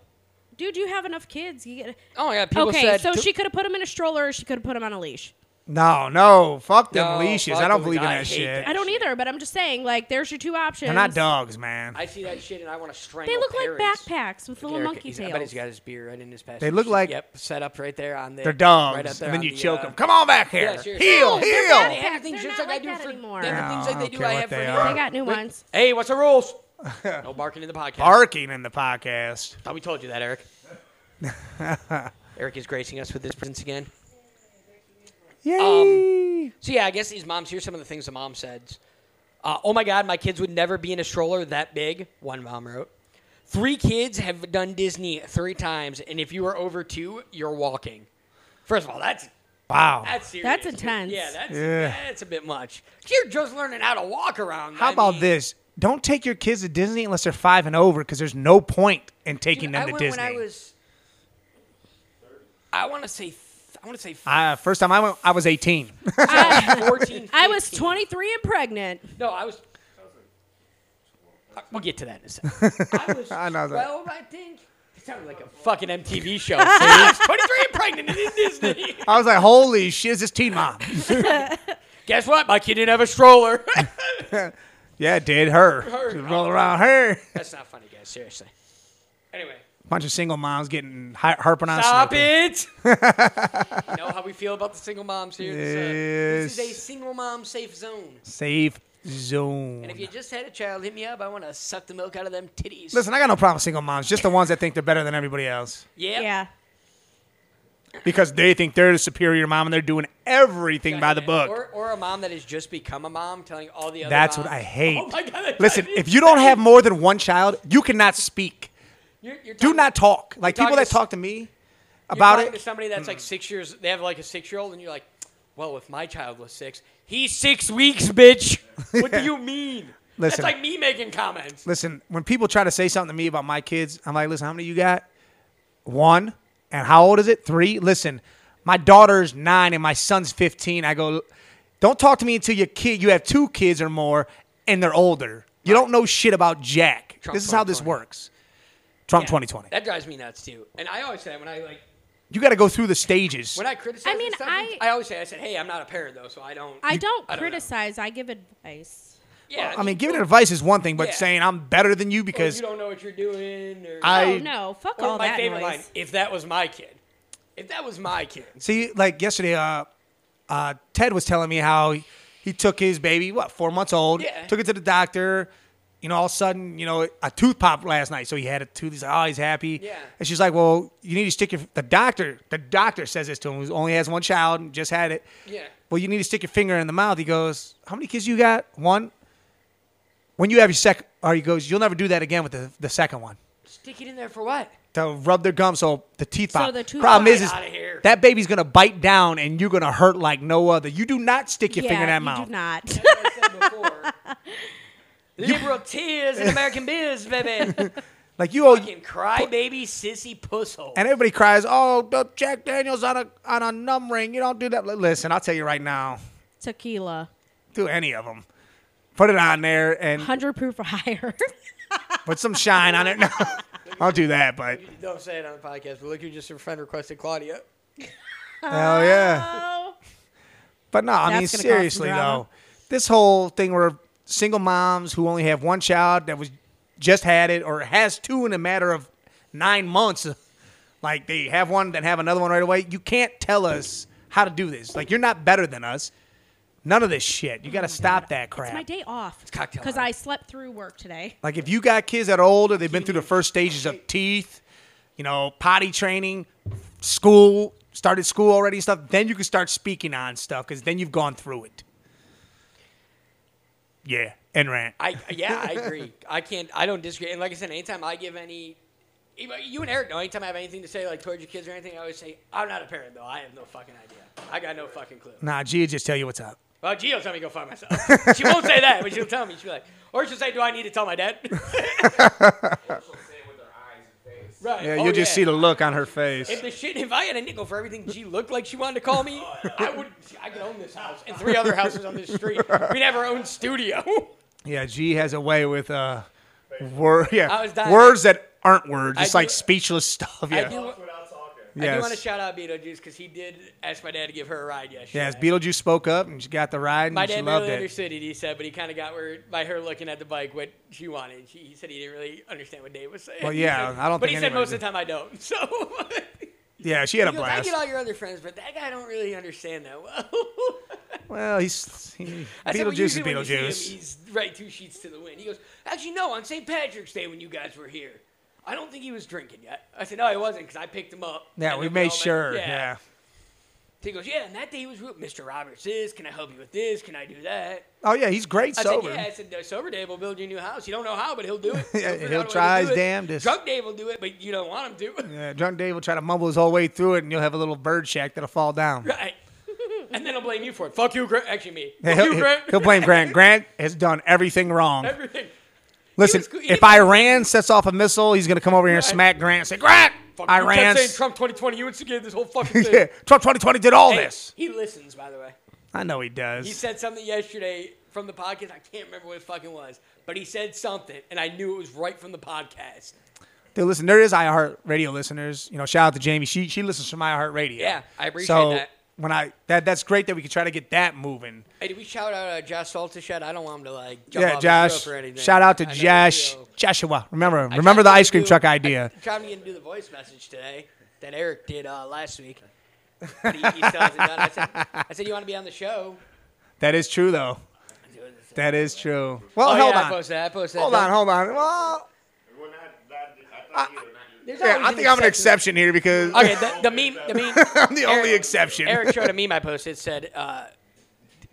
S5: Dude, you have enough kids. You get
S4: Oh, yeah. People
S5: okay.
S4: said
S5: So
S4: two-
S5: she could have put him in a stroller. or She could have put him on a leash.
S2: No, no. Fuck them
S4: No,
S2: leashes.
S4: fuck
S2: I don't
S4: those.
S2: believe in
S4: I
S2: that
S4: hate
S2: shit.
S4: that.
S5: I don't either, but I'm just saying. Like, there's your two options.
S2: They're not dogs, man.
S4: (laughs) I see that shit, and I want to strangle
S5: They look like
S4: parents.
S5: backpacks with little
S4: Eric,
S5: monkey
S4: he's- I bet he's
S5: tails.
S4: got his beer right in his past.
S2: They look like-
S4: Yep, set up right there on the.
S2: They're dogs.
S4: Right up there
S2: and then
S4: on
S2: you
S4: the,
S2: choke
S4: uh,
S2: them. Come on back here.
S4: yeah, sure.
S2: Heel,
S4: No,
S5: they're
S2: heel.
S5: bad.
S4: They have things
S5: They're
S4: just
S5: not
S4: like I
S5: like
S4: do
S5: that
S4: for
S5: anymore.
S4: They have
S2: No,
S4: things
S2: I
S4: like they
S2: don't
S4: do.
S2: care
S4: I
S2: what
S4: have for
S2: they
S4: you.
S2: are.
S5: They got new
S4: Wait,
S5: ones.
S4: Hey, what's the
S2: (laughs)
S4: rules? no barking in the podcast.
S2: Barking in the podcast.
S4: Thought we told you that,
S2: (laughs)
S4: Eric. Eric is gracing us with his presence again.
S2: Um, Yay.
S4: So yeah, I guess these moms. Here's some of the things the mom said. Uh, oh my God, my kids would never be in a stroller that big. One mom wrote. Three kids have done Disney three times, and if you are over two, you're walking. First of all, that's
S2: wow.
S4: that's serious.
S5: That's intense.
S4: Yeah, that's
S2: Yeah.
S4: that's a bit much. You're just learning how to walk around.
S2: How
S4: I
S2: about
S4: mean-
S2: this? Don't take your kids to Disney unless they're five and over because there's no point in taking
S4: Dude,
S2: them
S4: I
S2: to
S4: went
S2: Disney.
S4: When I was, I want to say, th- I want to say
S2: Uh, first time I went, I was (laughs) 18.
S4: (laughs) 14.
S5: (laughs) I was
S4: 15.
S5: 23 and pregnant.
S4: No, I was. Uh, We'll get to that in a second. I was
S2: I know that.
S4: 12, I think. It sounded like a fucking (laughs) MTV show. I was 23 and pregnant and in Disney.
S2: I was like, holy shit, is this teen mom?
S4: (laughs) Guess what? My kid didn't have a (laughs) stroller.
S2: yeah, it did. Her.
S4: Her.
S2: She roll around her.
S4: That's not funny, guys. Seriously. Anyway.
S2: Bunch of single moms getting har- harping on
S4: Stop
S2: Snoopy. (laughs)
S4: it! you know how we feel about the single moms here. This, uh, this is a
S2: Yes.
S4: single mom safe zone.
S2: Safe zone.
S4: And if you just had a child, hit me up. I want to suck the milk out of them titties.
S2: Listen, I got no problem with single moms, just the ones that think they're better than everybody else
S4: yeah.
S5: Yeah.
S2: because they think they're the superior mom and they're doing everything by the book.
S4: Or, or a mom that has just become a mom, telling all the other.
S2: That's what
S4: moms,
S2: I hate.
S4: Oh my god! that
S2: Listen,
S4: drives me
S2: if you
S4: (laughs)
S2: don't have
S4: insane."
S2: more than one child, you cannot speak.
S4: You're- you're
S2: Do
S4: talking-
S2: not talk. Like
S4: You're talking
S2: people that
S4: to-
S2: talk to me
S4: you're
S2: about
S4: talking to
S2: it. Mm.
S4: somebody that's like six years. They have like a six-year-old, and you're like, "Well, if my child was six, he's six weeks,
S2: (laughs)
S4: bitch. What do you mean?"
S2: Listen.
S4: That's like me making comments.
S2: Listen, when people try to say something to me about my kids, I'm like, listen, how many you got? One. And how old is it? Three. Listen, my daughter's nine and my son's 15. I go, don't talk to me until your kid, you have two kids or more and they're older. You don't know shit about Jack.
S4: Trump
S2: this is how this
S4: 2020.
S2: works. Trump
S4: Yeah,
S2: 2020.
S4: That drives me nuts too. And I always say that when I like
S2: You got to go through the stages.
S4: When I criticize,
S5: I mean,
S4: stuff,
S5: I-
S4: I always say, I said, "Hey, I'm not a parent though, so I don't."
S5: I don't
S4: I don't know.
S5: criticize. I give advice.
S4: yeah,
S2: I mean, giving advice is one thing, but
S4: Yeah.
S2: saying I'm better than you
S4: because
S2: because
S4: you don't know what you're doing. Or,
S2: I-
S5: oh no, fuck
S4: or
S5: all
S4: my
S5: that
S4: favorite
S5: noise.
S4: line: "If that was my kid, if that was my kid."
S2: See, like yesterday, uh, uh, Ted was telling me how he, he took his baby, what, four months old,
S4: Yeah.
S2: took it to the doctor. You know, all of a sudden, you know, a tooth popped last night, so he had a tooth. He's like, oh, he's happy.
S4: Yeah.
S2: And she's like, well, you need to stick your. The doctor, the doctor says this to him, who only has one child and just had it.
S4: Yeah.
S2: Well, you need to stick your finger in the mouth. He goes, how many kids you got? One. When you have your second, or he goes, you'll never do that again with the, the second one.
S4: Stick it in there for
S5: (laughs)
S4: what?
S2: To rub their gum so the teeth
S5: So
S2: pop.
S5: the tooth
S2: Problem
S5: pop.
S2: is, is
S4: Get outta here.
S2: that baby's gonna bite down and you're gonna hurt like no other. You do not stick your
S5: yeah,
S2: finger in that mouth.
S5: you do not.
S4: That's what I said before. Liberal tears in American biz, baby.
S5: (laughs)
S2: Like you owe,
S4: Fucking crybaby sissy pusshole.
S2: and everybody cries, "Oh, the Jack Daniels on a on a numb ring." You don't do that. Li- Listen, I'll tell you right now,
S5: Tequila,
S2: do any of them. Put it on there
S5: (laughs)
S2: and
S5: hundred proof or higher. (laughs)
S2: put some shine on it. (laughs) No, I'll do that, but
S4: Don't say it on the podcast, but look who just a friend requested Claudia.
S2: hell yeah.
S5: Oh.
S2: But no, I mean
S5: That's gonna cause some
S2: seriously
S5: drama.
S2: though, this whole thing where single moms who only have one child that was just had it or has two in a matter of nine months, like they have one then have another one right away. You can't tell us how to do this. Like you're not better than us. None of this shit. You got to stop that crap.
S5: It's my day off. It's
S4: cocktail
S5: Because
S4: hour.
S5: I slept through work today. (laughs)
S2: Like if you got kids that are older, they've been through the first stages of teeth, you know, potty training, school, started school already and stuff. Then you can start speaking on stuff because then you've gone through it. Yeah, and rant.
S4: I yeah, I agree. I can't. I don't disagree. And like I said, anytime I give any, even- you and Eric know. Anytime I have anything to say, like towards your kids or anything, I always say, "I'm not a parent, though. I have no fucking idea. I got no fucking clue."
S2: Nah, Gia just tell you what's up.
S4: Well, Gio tell me to go find myself. (laughs) she won't say that, but she'll tell me. She'll be like, or she'll say, "Do I need to tell my
S2: (laughs)
S4: dad?" (laughs) right.
S2: Yeah,
S4: oh,
S2: you'll just
S4: yeah.
S2: see the look on her face.
S4: If the shit, if I had a nickel for everything she looked like she wanted to call me, (laughs) I would. I could own this house and three other houses on this (laughs) street. We'd have our own studio.
S2: Yeah, G has a way with uh, wor-
S4: I
S2: yeah,
S4: was dying.
S2: words that aren't words,
S4: I
S2: just like
S4: do-
S2: speechless (laughs) stuff.
S4: I
S2: Yeah,
S4: do. I do
S2: Yes.
S4: want to shout out Beetlejuice because he did ask my dad to give her a ride yesterday.
S2: yes. Beetlejuice spoke up and she got the ride and
S4: my
S2: she
S4: dad
S2: loved
S4: barely
S2: it.
S4: understood it. He said, but he kind of got where by her looking at the bike what she wanted. She, he said he didn't really understand what Dave was saying.
S2: Well,
S4: He
S2: yeah,
S4: said-
S2: I don't
S4: But
S2: think
S4: he said
S2: anybody
S4: most of the time I don't. So
S2: Yeah, she had
S4: (laughs)
S2: a
S4: he goes, I
S2: blast.
S4: get all your other friends, but that guy I don't really understand that well. (laughs)
S2: Well, he's he,
S4: I said, well,
S2: Beetlejuice is
S4: usually when you see him,
S2: Beetlejuice.
S4: he's right two sheets to the wind. He goes, actually, no. On St. Patrick's Day when you guys were here, I don't think he was drinking yet. I said, no, he wasn't because I picked him up.
S2: Yeah,
S4: and
S2: we
S4: then all
S2: made
S4: met-
S2: sure. Yeah.
S4: He goes, yeah, and that day he was real. Mr. Roberts is, can I help you with this? Can I do that?
S2: Oh yeah, he's great
S4: I
S2: sober.
S4: said, yeah, I said, "No, sober Dave will build you a new house. You don't know how, but he'll do it.
S2: (laughs) Yeah,
S4: figure
S2: he'll
S4: out a way to
S2: try
S4: do
S2: his
S4: it.
S2: damnedest.
S4: Drunk Dave will do it, but you don't want him to.
S2: Yeah, drunk Dave will try to mumble his whole way through it, and you'll have a little bird shack that'll fall
S4: (laughs)
S2: down.
S4: right. And then he'll blame you for it. Fuck you, Grant. Actually, me.
S2: Yeah,
S4: Fuck
S2: (laughs) he'll,
S4: you,
S2: he'll-
S4: Grant.
S2: he'll blame Grant. Grant has done everything wrong.
S4: Everything.
S2: Listen,
S4: was cool. He
S2: if
S4: didn't-
S2: Iran sets off a missile, he's going to come over here and
S4: Right.
S2: smack Grant and say, Grant,
S4: Fuck you. You kept saying
S2: (laughs) Iran's.
S4: Trump 2020. You instigated this whole fucking thing.
S2: (laughs) Yeah, Trump 2020 did all
S4: Hey,
S2: this.
S4: He listens, by the way.
S2: I know he does.
S4: He said something yesterday from the podcast. I can't remember what it fucking was, but he said something, and I knew it was right from the podcast.
S2: Dude, listen, there is iHeart Radio listeners. You know, shout out to Jamie. She she listens from iHeart Radio.
S4: Yeah, I appreciate
S2: so
S4: that.
S2: When I that that's great that we can try to get that moving.
S4: Hey, did we shout out uh, Josh Saltish yet? I don't want him to like jump
S2: Yeah,
S4: off his
S2: Josh.
S4: roof or anything.
S2: Shout out to
S4: I know
S2: Josh.
S4: he'll-
S2: Joshua. Remember,
S4: I tried
S2: remember
S4: to
S2: the ice cream
S4: do-
S2: truck idea.
S4: I tried to get him to do the voice message today that Eric did uh, last week. But he, he still hasn't done it. I said, I said, you want to be on the show?
S2: That is true, though. That is true. Well,
S4: Oh,
S2: Oh, hold
S4: yeah, I
S2: on.
S4: posted that. I posted
S2: Hold
S4: that.
S2: on, hold on. Well,
S6: We're not, not I thought you were not.
S4: There's
S2: yeah,
S4: always
S2: I think I'm an exception here because
S4: Okay, the, the meme, the meme.
S2: (laughs) I'm the only exception. (laughs)
S4: Eric showed a meme I posted. Said, uh,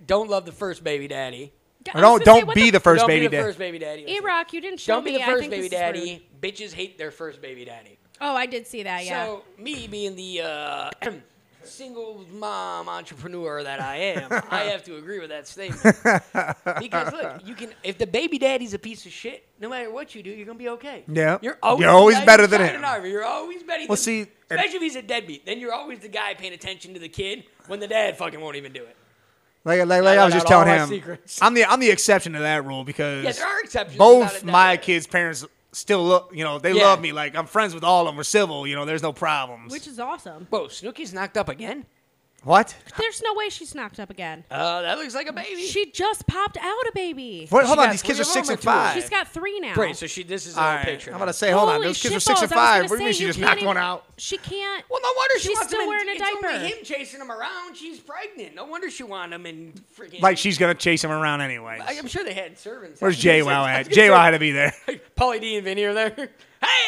S4: "Don't love the first baby daddy.
S2: Or don't
S5: I was gonna say,
S2: don't
S5: what
S2: be the, first
S4: don't
S2: baby
S4: be the
S2: dad.
S4: first baby daddy.
S5: Hey, Rock, you didn't show
S4: don't be
S5: me.
S4: the
S5: I
S4: first
S5: think
S4: baby
S5: this is rude.
S4: daddy. Bitches hate their first baby daddy.
S5: Oh, I did see that. Yeah.
S4: So me being the uh, (clears throat) single mom entrepreneur that I am,
S2: (laughs)
S4: I have to agree with that statement. Because look, you can if the baby daddy's a piece of shit, no matter what you do, you're gonna be okay.
S2: Yeah.
S4: you're always,
S2: You're always
S4: the guy
S2: better
S4: who's
S2: than
S4: shining
S2: him.
S4: armor. You're always better.
S2: Well,
S4: than,
S2: see, and-
S4: especially if he's a deadbeat, then you're always the guy paying attention to the kid when the dad fucking won't even do it.
S2: Like, like, like
S4: let
S2: I was just
S4: out all
S2: telling
S4: my
S2: him,
S4: secrets.
S2: I'm the I'm the exception to that rule because
S4: Yeah, there are exceptions, without
S2: both
S4: a doubt.
S2: my kids' parents still look, you know, they
S4: Yeah.
S2: love me. Like I'm friends with all of them. We're civil, you know. There's no problems.
S5: which
S2: (laughs)
S5: is awesome.
S4: Whoa, Snooki's knocked up again?
S2: what?
S5: There's no way she's knocked up again.
S4: Uh, that looks like a baby.
S5: She just popped out a baby.
S2: What? Hold
S4: She
S2: on,
S4: got
S2: these kids
S4: three
S2: are
S4: of
S2: six
S4: them
S2: and
S4: or two of them?
S2: five.
S5: She's got three now.
S4: Right, so she this is
S2: All
S4: a
S2: right,
S4: picture.
S2: I'm about to say, hold on,
S5: Holy
S2: those kids are
S5: shitballs,
S2: six and
S5: I
S2: five. What
S5: was
S2: do you
S5: gonna
S2: mean
S5: say,
S2: she just
S5: can't
S2: knocked
S5: even-
S2: one out?
S5: She can't.
S4: Well, no wonder she
S5: she's
S4: wants
S5: still
S4: him in-
S5: wearing a diaper.
S4: It's only him chasing him around. She's pregnant. No wonder she wanted him in freaking.
S2: Like she's gonna chase him around anyway.
S4: I, am sure they had servants.
S2: Where's
S4: (laughs) I
S2: Jay
S4: was gonna
S2: Wow
S4: say- I
S5: (laughs)
S2: at?
S4: was gonna
S2: Jay
S4: say,
S2: Wow had to be there.
S4: Pauly D and Vinny are there. (laughs)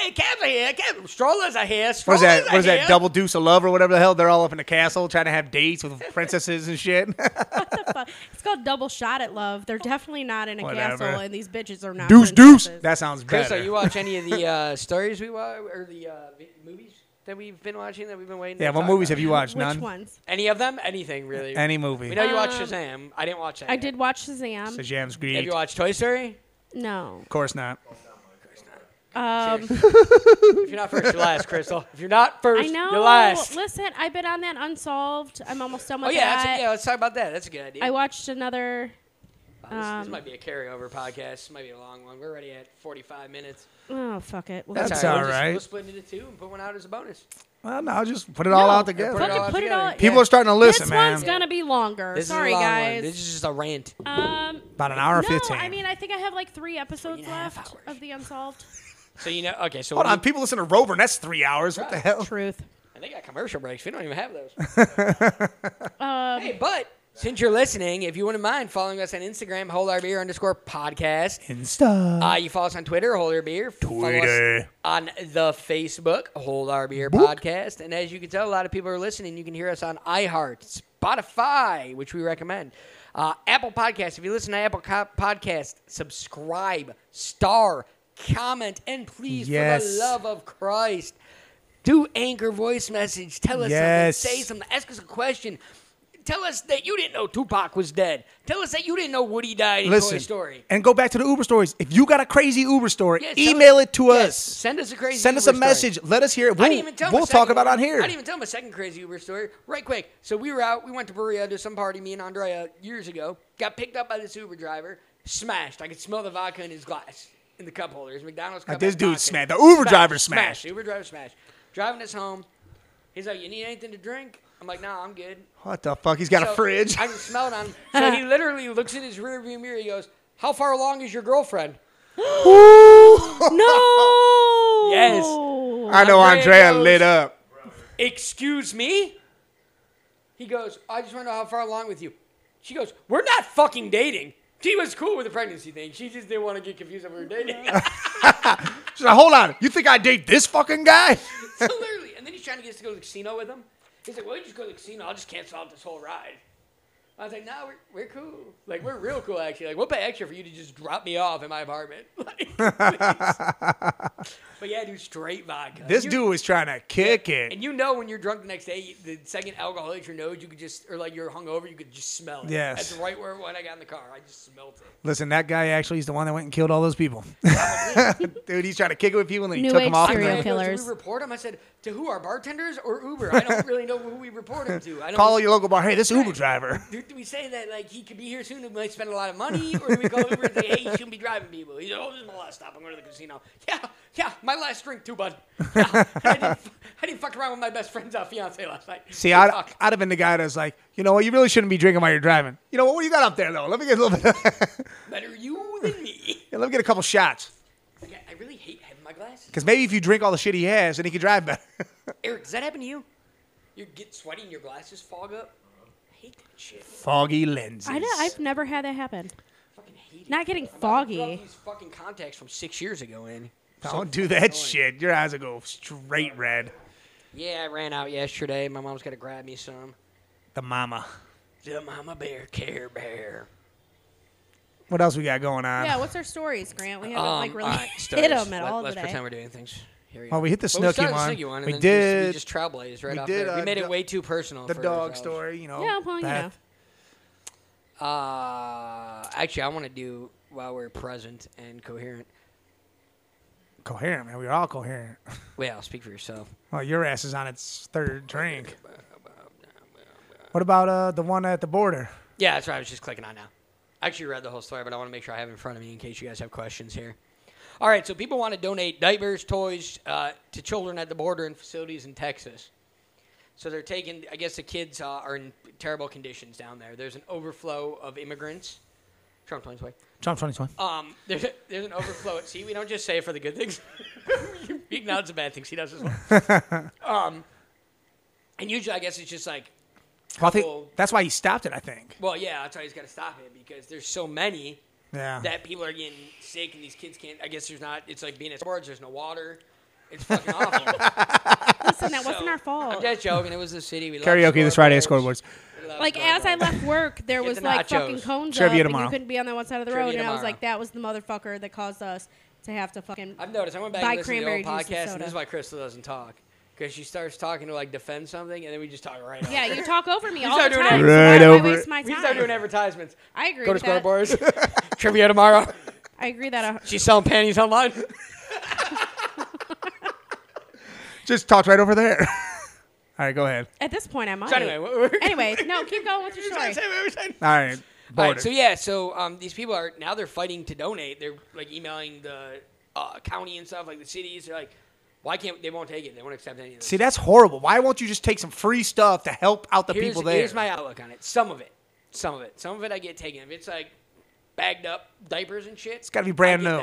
S4: Hey, Cavs are here. Cavs, strollers are here.
S2: What is
S4: Strollers
S2: that?
S4: Are
S2: What is
S4: here.
S2: that? Double deuce of love or whatever the hell? They're all up in the castle trying to have dates
S5: (laughs)
S2: with princesses and shit.
S5: Fuck. It's called double shot at
S2: Oh.
S5: love. They're definitely not in a
S2: Whatever.
S5: castle, and these bitches are
S2: (laughs)
S5: not.
S2: deuce, deuce.
S5: princesses.
S2: That sounds better.
S4: Chris, are you watch any of the uh, stories we watch or the uh, vi- movies that we've been watching that we've been waiting?
S2: (laughs) yeah,
S4: to
S2: what
S4: talk
S2: movies
S4: about?
S2: have you watched?
S5: Which
S2: None.
S5: ones?
S4: Any of them? Anything really?
S2: Any movie?
S4: We know you watched
S5: Um,
S4: Shazam. I didn't watch that.
S5: I
S4: yet.
S5: did watch Shazam.
S2: So Jam's greed.
S4: Have you watched Toy Story?
S5: No.
S2: Of course not.
S5: Um,
S4: If you're not first, you're last, Crystal. If you're not first,
S5: I know.
S4: you're last.
S5: Listen, I've been on that Unsolved. I'm almost done
S4: Oh
S5: with
S4: yeah, that's
S5: that.
S4: a, yeah. Let's talk about that. That's a good idea.
S5: I watched another.
S4: Wow, this, this
S5: um,
S4: might be a carryover podcast. This might be a long one. We're already at 45 minutes.
S5: Oh fuck it. Well,
S2: That's
S5: that's-
S4: all
S2: all right.
S4: We'll, just, we'll split it into two and put one out as a bonus.
S2: Well, no, just put it all
S5: No,
S2: out
S4: Put it
S2: together.
S5: fucking
S4: all
S5: put it
S4: together.
S5: all-
S2: People are starting to listen,
S5: this
S2: man.
S5: one's gonna be longer.
S4: This
S5: Sorry,
S4: is a long
S5: guys.
S4: One. This is just a rant.
S5: Um,
S2: About an hour and
S5: no,
S2: fifteen.
S5: I mean, I think I have like three episodes
S4: and a half
S5: left
S4: hours.
S5: of
S4: (laughs)
S5: the Unsolved.
S4: So you know, okay. So
S2: hold
S4: what
S2: on.
S4: do
S2: People listen to Rover, and that's three hours. What the hell?
S5: Truth.
S4: you- and they got commercial breaks. We don't even have those.
S5: (laughs) Um,
S4: hey, but since you're listening, if you wouldn't mind following us on Instagram, hold our beer underscore podcast.
S2: Insta.
S4: Uh, you follow us on Twitter, Hold Our Beer. Follow us
S2: Twitter.
S4: on the Facebook, Hold Our Beer Podcast. And as you can tell, a lot of people are listening. You can hear us on iHeart, Spotify, which we recommend. Uh, Apple Podcasts. If you listen to Apple Co- Podcast, subscribe, star, comment, and please, for
S2: Yes.
S4: the love of Christ, do anchor voice message. Tell us
S2: Yes.
S4: something. Say something. Ask us a question. Tell us that you didn't know Tupac was dead. Tell us that you didn't know Woody died in Toy
S2: Listen,
S4: Story.
S2: and go back to the Uber stories. If you got a crazy Uber story,
S4: Yes, tell
S2: email it to
S4: yes,
S2: us.
S4: Send us a crazy.
S2: Send us
S4: Uber
S2: a
S4: story.
S2: message. Let us hear it. We'll,
S4: I didn't even tell. my
S2: we'll talk
S4: second-
S2: about it on here.
S4: I didn't even tell my second crazy Uber story. Right quick. So we were out. We went to Berea to some party. Me and Andrea years ago got picked up by this Uber driver. Smashed. I could smell the vodka in his glass in the cup holder. His McDonald's cup.
S2: Like, this
S4: had
S2: dude
S4: vodka.
S2: smashed- the Uber driver smashed.
S4: Uber driver smashed. Driving us home. He's like, "You need anything to drink?" I'm like, "Nah, I'm good."
S2: what the fuck? He's got
S4: So
S2: a fridge.
S4: I can smell it on him. So he literally looks in his rearview mirror. He goes, "How far along is your girlfriend?"
S5: no.
S4: (laughs) Yes.
S2: (laughs) I know
S4: Andrea
S2: Andrea
S4: goes-
S2: lit up.
S4: Excuse me? He goes, I just want to know how far along with you. She goes, We're not fucking dating. She was cool with the pregnancy thing. She just didn't want to get confused that (laughs) we were dating.
S2: She's like, hold on. You think I date this
S4: (laughs)
S2: fucking guy?
S4: so literally, and then he's trying to get us to go to the casino with him. He's like, Well, you just go to the casino. I'll just cancel out this whole ride. I was like, No, we're, we're cool. Like, we're real cool, actually. Like, we'll pay extra for you to just drop me off in my apartment. (laughs)
S2: (laughs)
S4: Like, please. but yeah, dude, straight vodka.
S2: This
S4: You-
S2: dude was trying to kick it.
S4: And you know when you're drunk the next day, the second alcoholic your nose, you could just, or like you're hungover, you could just smell it.
S2: Yes.
S4: That's right where when I got in the car, I just smelled it.
S2: Listen, that guy actually is the one that went and killed all those people. (laughs) dude, he's trying to kick it with people and then he
S5: New
S2: took
S5: age
S2: them off. and
S5: serial
S4: I
S2: then-
S4: goes,
S5: killers.
S4: Do we report them? I said, to who? Our bartenders or Uber? I
S2: (laughs)
S4: don't really know who we report them to. I don't
S2: Call your local bar. Hey, this
S4: (laughs)
S2: Uber driver.
S4: Do, do we say that like he could be here soon and might spend a lot of money, or do we call Uber and say, hey, you shouldn't be driving people? He's like, oh, this is my last stop. I'm going to the casino. Yeah, yeah, my last drink too, bud.
S2: (laughs)
S4: Yeah, I, didn't, fu- I didn't fuck around with my best friend's uh, fiance last night.
S2: See, I'd,
S4: Fuck.
S2: I'd have been the guy that's like, you know what, you really shouldn't be drinking while you're driving. You know what, what do you got up there though? Let me get a little bit.
S4: better you than me.
S2: Yeah, let me get a couple shots.
S4: Like, I- I really hate having my glasses.
S2: Because maybe if you drink all the shit he has, then he can drive better. (laughs)
S4: Eric, does that happen to you? You get sweaty and your glasses fog up? I hate that shit.
S2: Foggy lenses.
S5: I don't, I've never had that happen.
S4: I fucking hate it.
S5: Not getting
S4: I'm about to throw
S5: foggy.
S4: these fucking contacts from six years ago in.
S2: Don't do that shit. Your eyes will go straight red.
S4: Yeah, I ran out yesterday. My mom's gonna grab me some.
S2: The mama.
S4: The Mama Bear Care Bear.
S2: What else we got going on?
S5: Yeah, what's our stories, Grant? We haven't
S4: (laughs)
S5: like really
S4: alright,
S5: hit
S4: stories.
S5: them at
S4: Um, Let,
S5: all
S4: us
S5: today.
S4: pretend we're doing things. Here we
S2: Well,
S4: go.
S2: we hit the
S4: well, we
S2: Snooki
S4: started
S2: one.
S4: The Snooki one and
S2: We
S4: then Just, we
S2: did-
S4: just trailblazed right
S2: we
S4: off
S2: did,
S4: there. We
S2: uh,
S4: made
S2: the-
S4: it way too personal.
S2: The
S4: for
S2: dog
S4: ourselves.
S2: story, you know.
S5: yeah, well, you know.
S2: Beth.
S4: Uh, actually, I want to do while we're present and coherent.
S2: Coherent, man. We were all coherent. (laughs)
S4: Well, speak for yourself.
S2: Well, your ass is on its third drink. What about uh, the one at the border?
S4: Yeah, that's what I was just clicking on now. I actually read the whole story, but I want to make sure I have it in front of me in case you guys have questions here. All right, so people want to donate diapers, toys uh, to children at the border and facilities in Texas. So they're taking, I guess the kids uh, are in terrible conditions down there. There's an overflow of immigrants. Trump 2020.
S2: Trump 2020.
S4: Um, there's, a, there's an overflow. See, we don't just say it for the good things. (laughs) we acknowledge the bad things. He does as well. um, and usually, I guess it's just like,
S2: Well, I
S4: well-
S2: think that's why he stopped it. I think.
S4: well, yeah, that's why he's got to stop it because there's so many
S2: Yeah.
S4: that people are getting sick and these kids can't. I guess there's not. It's like being at sports. There's no water. It's
S5: (laughs)
S4: fucking awful.
S5: Listen,
S4: (laughs)
S5: that
S4: So,
S5: wasn't our
S4: I'm
S5: fault.
S4: just joking. It was the city. We love
S2: Karaoke this Friday at
S4: scoreboards.
S2: scoreboards.
S4: We love
S5: Like as I
S4: scoreboards. (laughs)
S5: left work, there
S4: Get
S5: was
S4: the
S5: like
S4: nachos.
S5: fucking cones
S2: Trivia
S5: up, and
S2: tomorrow.
S5: you couldn't be on that one side of the
S4: Trivia
S5: road. And I was
S4: tomorrow.
S5: like, that was the motherfucker that caused us to have to fucking.
S4: I've noticed. I went back
S5: buy
S4: and listened to the
S5: cranberry
S4: old
S5: juice and
S4: podcast, and, this
S5: soda.
S4: is why Crystal doesn't talk because she starts talking to like defend something, and then we just talk right.
S5: yeah, you talk over me all
S4: start
S5: the
S4: doing
S5: time.
S4: it.
S5: so why
S2: Right
S5: do
S2: over
S5: I
S2: it.
S5: waste my
S4: We start doing
S5: time.
S4: advertisements.
S5: I agree.
S4: Go to
S5: with that.
S4: scoreboards. (laughs) Trivia tomorrow.
S5: I agree that. A,
S4: She's selling panties online. (laughs)
S2: Just talked right over there. (laughs) All right, go ahead.
S5: at this point, I might.
S4: So anyway, what- what-
S5: anyway, no, keep going
S4: (laughs)
S5: with your
S4: what were we
S5: story.
S4: saying? What were we saying?
S2: All right.
S4: All
S2: bored.
S4: right, so yeah, so um, these people are now they're fighting to donate. They're like emailing the uh, county and stuff, like the cities. They're like, why can't they won't take it? They won't accept any of this.
S2: See, that's horrible. Why won't you just take some free stuff to help out the
S4: here's,
S2: people there?
S4: Here's my outlook on it. Some of it, some of it, some of it I get taken. If it's like bagged up diapers and shit, it's
S2: gotta be brand new.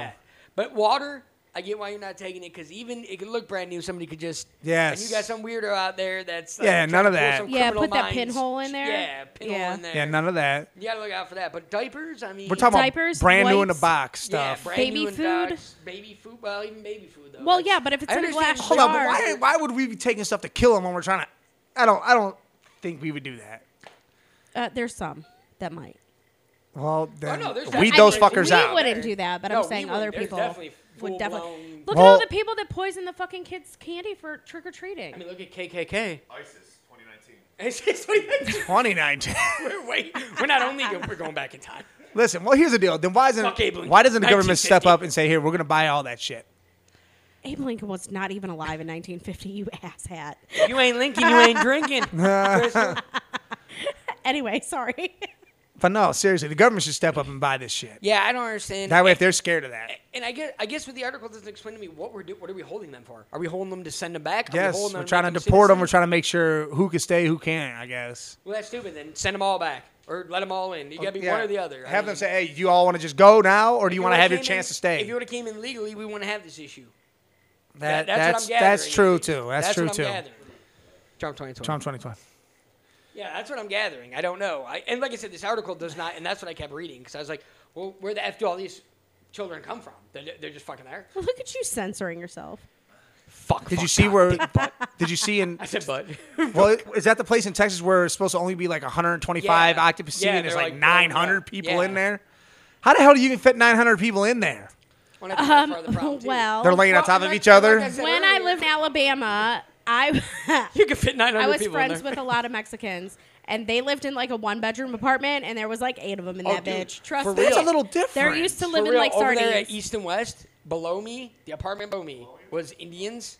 S4: But water, I get why you're not taking it because even it could look brand new. Somebody could just
S2: Yes.
S4: And you got some weirdo out there that's like,
S2: Yeah,
S4: trying
S2: none
S4: to
S2: of
S4: pull
S2: that.
S4: some
S5: Yeah,
S4: criminal
S5: put that
S4: minds.
S5: pinhole in there.
S4: Yeah, pinhole
S5: Yeah.
S4: in there.
S2: yeah, none of that.
S4: You gotta look out for that. But diapers, I mean,
S2: We're talking
S5: Diapers,
S2: about brand new in the
S5: wipes.
S2: box stuff.
S4: Yeah, brand
S5: Baby
S4: new in
S5: food.
S4: Docs, baby food. Well, even baby food though.
S5: Well,
S4: Like,
S5: yeah, but if it's
S4: I
S5: in a
S4: understand-
S5: glass
S2: Hold on, but
S5: jar-
S2: why, why would we be taking stuff to kill them when we're trying to? I don't. I don't think we would do that.
S5: Uh, there's some that might.
S2: Well, then
S4: Oh, no, there's definitely-
S2: weed those
S5: I mean,
S2: fuckers
S5: we
S2: out.
S5: wouldn't do that, but
S4: No,
S5: I'm
S4: we
S5: saying
S4: wouldn't.
S5: other
S4: There's
S5: people
S4: definitely
S5: would definitely.
S4: full-blown-
S5: Look
S2: Well-
S5: at all the people that poison the fucking kids' candy for trick or treating.
S4: I mean, look at KKK.
S6: ISIS 2019.
S4: (laughs) It's like- (laughs)
S2: 2019.
S4: we're, wait, we're not only go, we're going back in time.
S2: (laughs) Listen, well, here's the deal. Then why
S4: Fuck Abe
S2: isn't why doesn't the government step
S4: 1950.
S2: up and say, "Here, we're going to buy all that shit"?
S5: Abe Lincoln was not even alive in 1950. You (laughs) asshat.
S4: You ain't linking, you ain't drinking. (laughs) Crystal.
S5: Anyway, sorry.
S2: But no, seriously, the government should step up and buy this shit.
S4: yeah, I don't understand.
S2: That way, if they're scared of that,
S4: and I guess I guess with the article it doesn't explain to me what we're do, what are we holding them for? Are we holding them to send them back? Are we
S2: yes,
S4: holding
S2: we're
S4: them
S2: trying to
S4: make
S2: deport them. We're
S4: citizens?
S2: trying to make sure who can stay, who can't. I guess.
S4: Well, that's stupid. Then send them all back or let them all in. You gotta be
S2: Yeah.
S4: one or the other. I
S2: Have
S4: mean,
S2: them say, "Hey, you all want to just go now, or do
S4: if
S2: you want to have
S4: would've
S2: your
S4: came in-
S2: chance to stay?"
S4: If you would have came in legally, we wouldn't have this issue. That-
S2: That- that's
S4: that's, what I'm
S2: that's
S4: gathering,
S2: true
S4: at least.
S2: too. That's,
S4: what
S2: true
S4: I'm
S2: too.
S4: gathering. Trump 2020.
S2: Trump 2020.
S4: Yeah, that's what I'm gathering. I don't know. I, and like I said, this article does not, and that's what I kept reading because I was like, well, where the f do all these children come from? They're, they're just fucking there.
S5: (laughs) Look at you censoring yourself.
S4: Fuck.
S2: Did
S4: fuck,
S2: you see
S4: God. (laughs)
S2: where? Did you see in?
S4: I said, but
S2: (laughs) Well, is that the place in Texas where it's supposed to only be like 125
S4: Yeah.
S2: occupancy
S4: Yeah,
S2: and there's
S4: they're
S2: like,
S4: like,
S2: 900
S4: yeah.
S2: people in
S4: Yeah.
S2: there? How the hell do you even fit 900 people in there?
S4: when I think that's part of the
S5: (laughs)
S4: problem, too.
S5: Um, Well,
S2: They're laying on
S4: Well,
S2: top of
S4: like-
S2: each other.
S4: like I said
S5: when I
S4: earlier,
S5: lived in Alabama, I (laughs)
S4: you could fit 900
S5: I was
S4: people
S5: friends
S4: in there.
S5: with a lot of Mexicans, and they lived in like a one bedroom apartment, and there was like eight of them in
S4: Oh,
S5: that
S4: dude,
S5: bitch. Trust
S4: for
S5: me,
S4: real.
S2: That's a little different.
S5: They're used to
S4: For
S5: living
S4: real,
S5: like
S4: over
S5: sardines.
S4: there at East and West, below me, the apartment below me was Indians,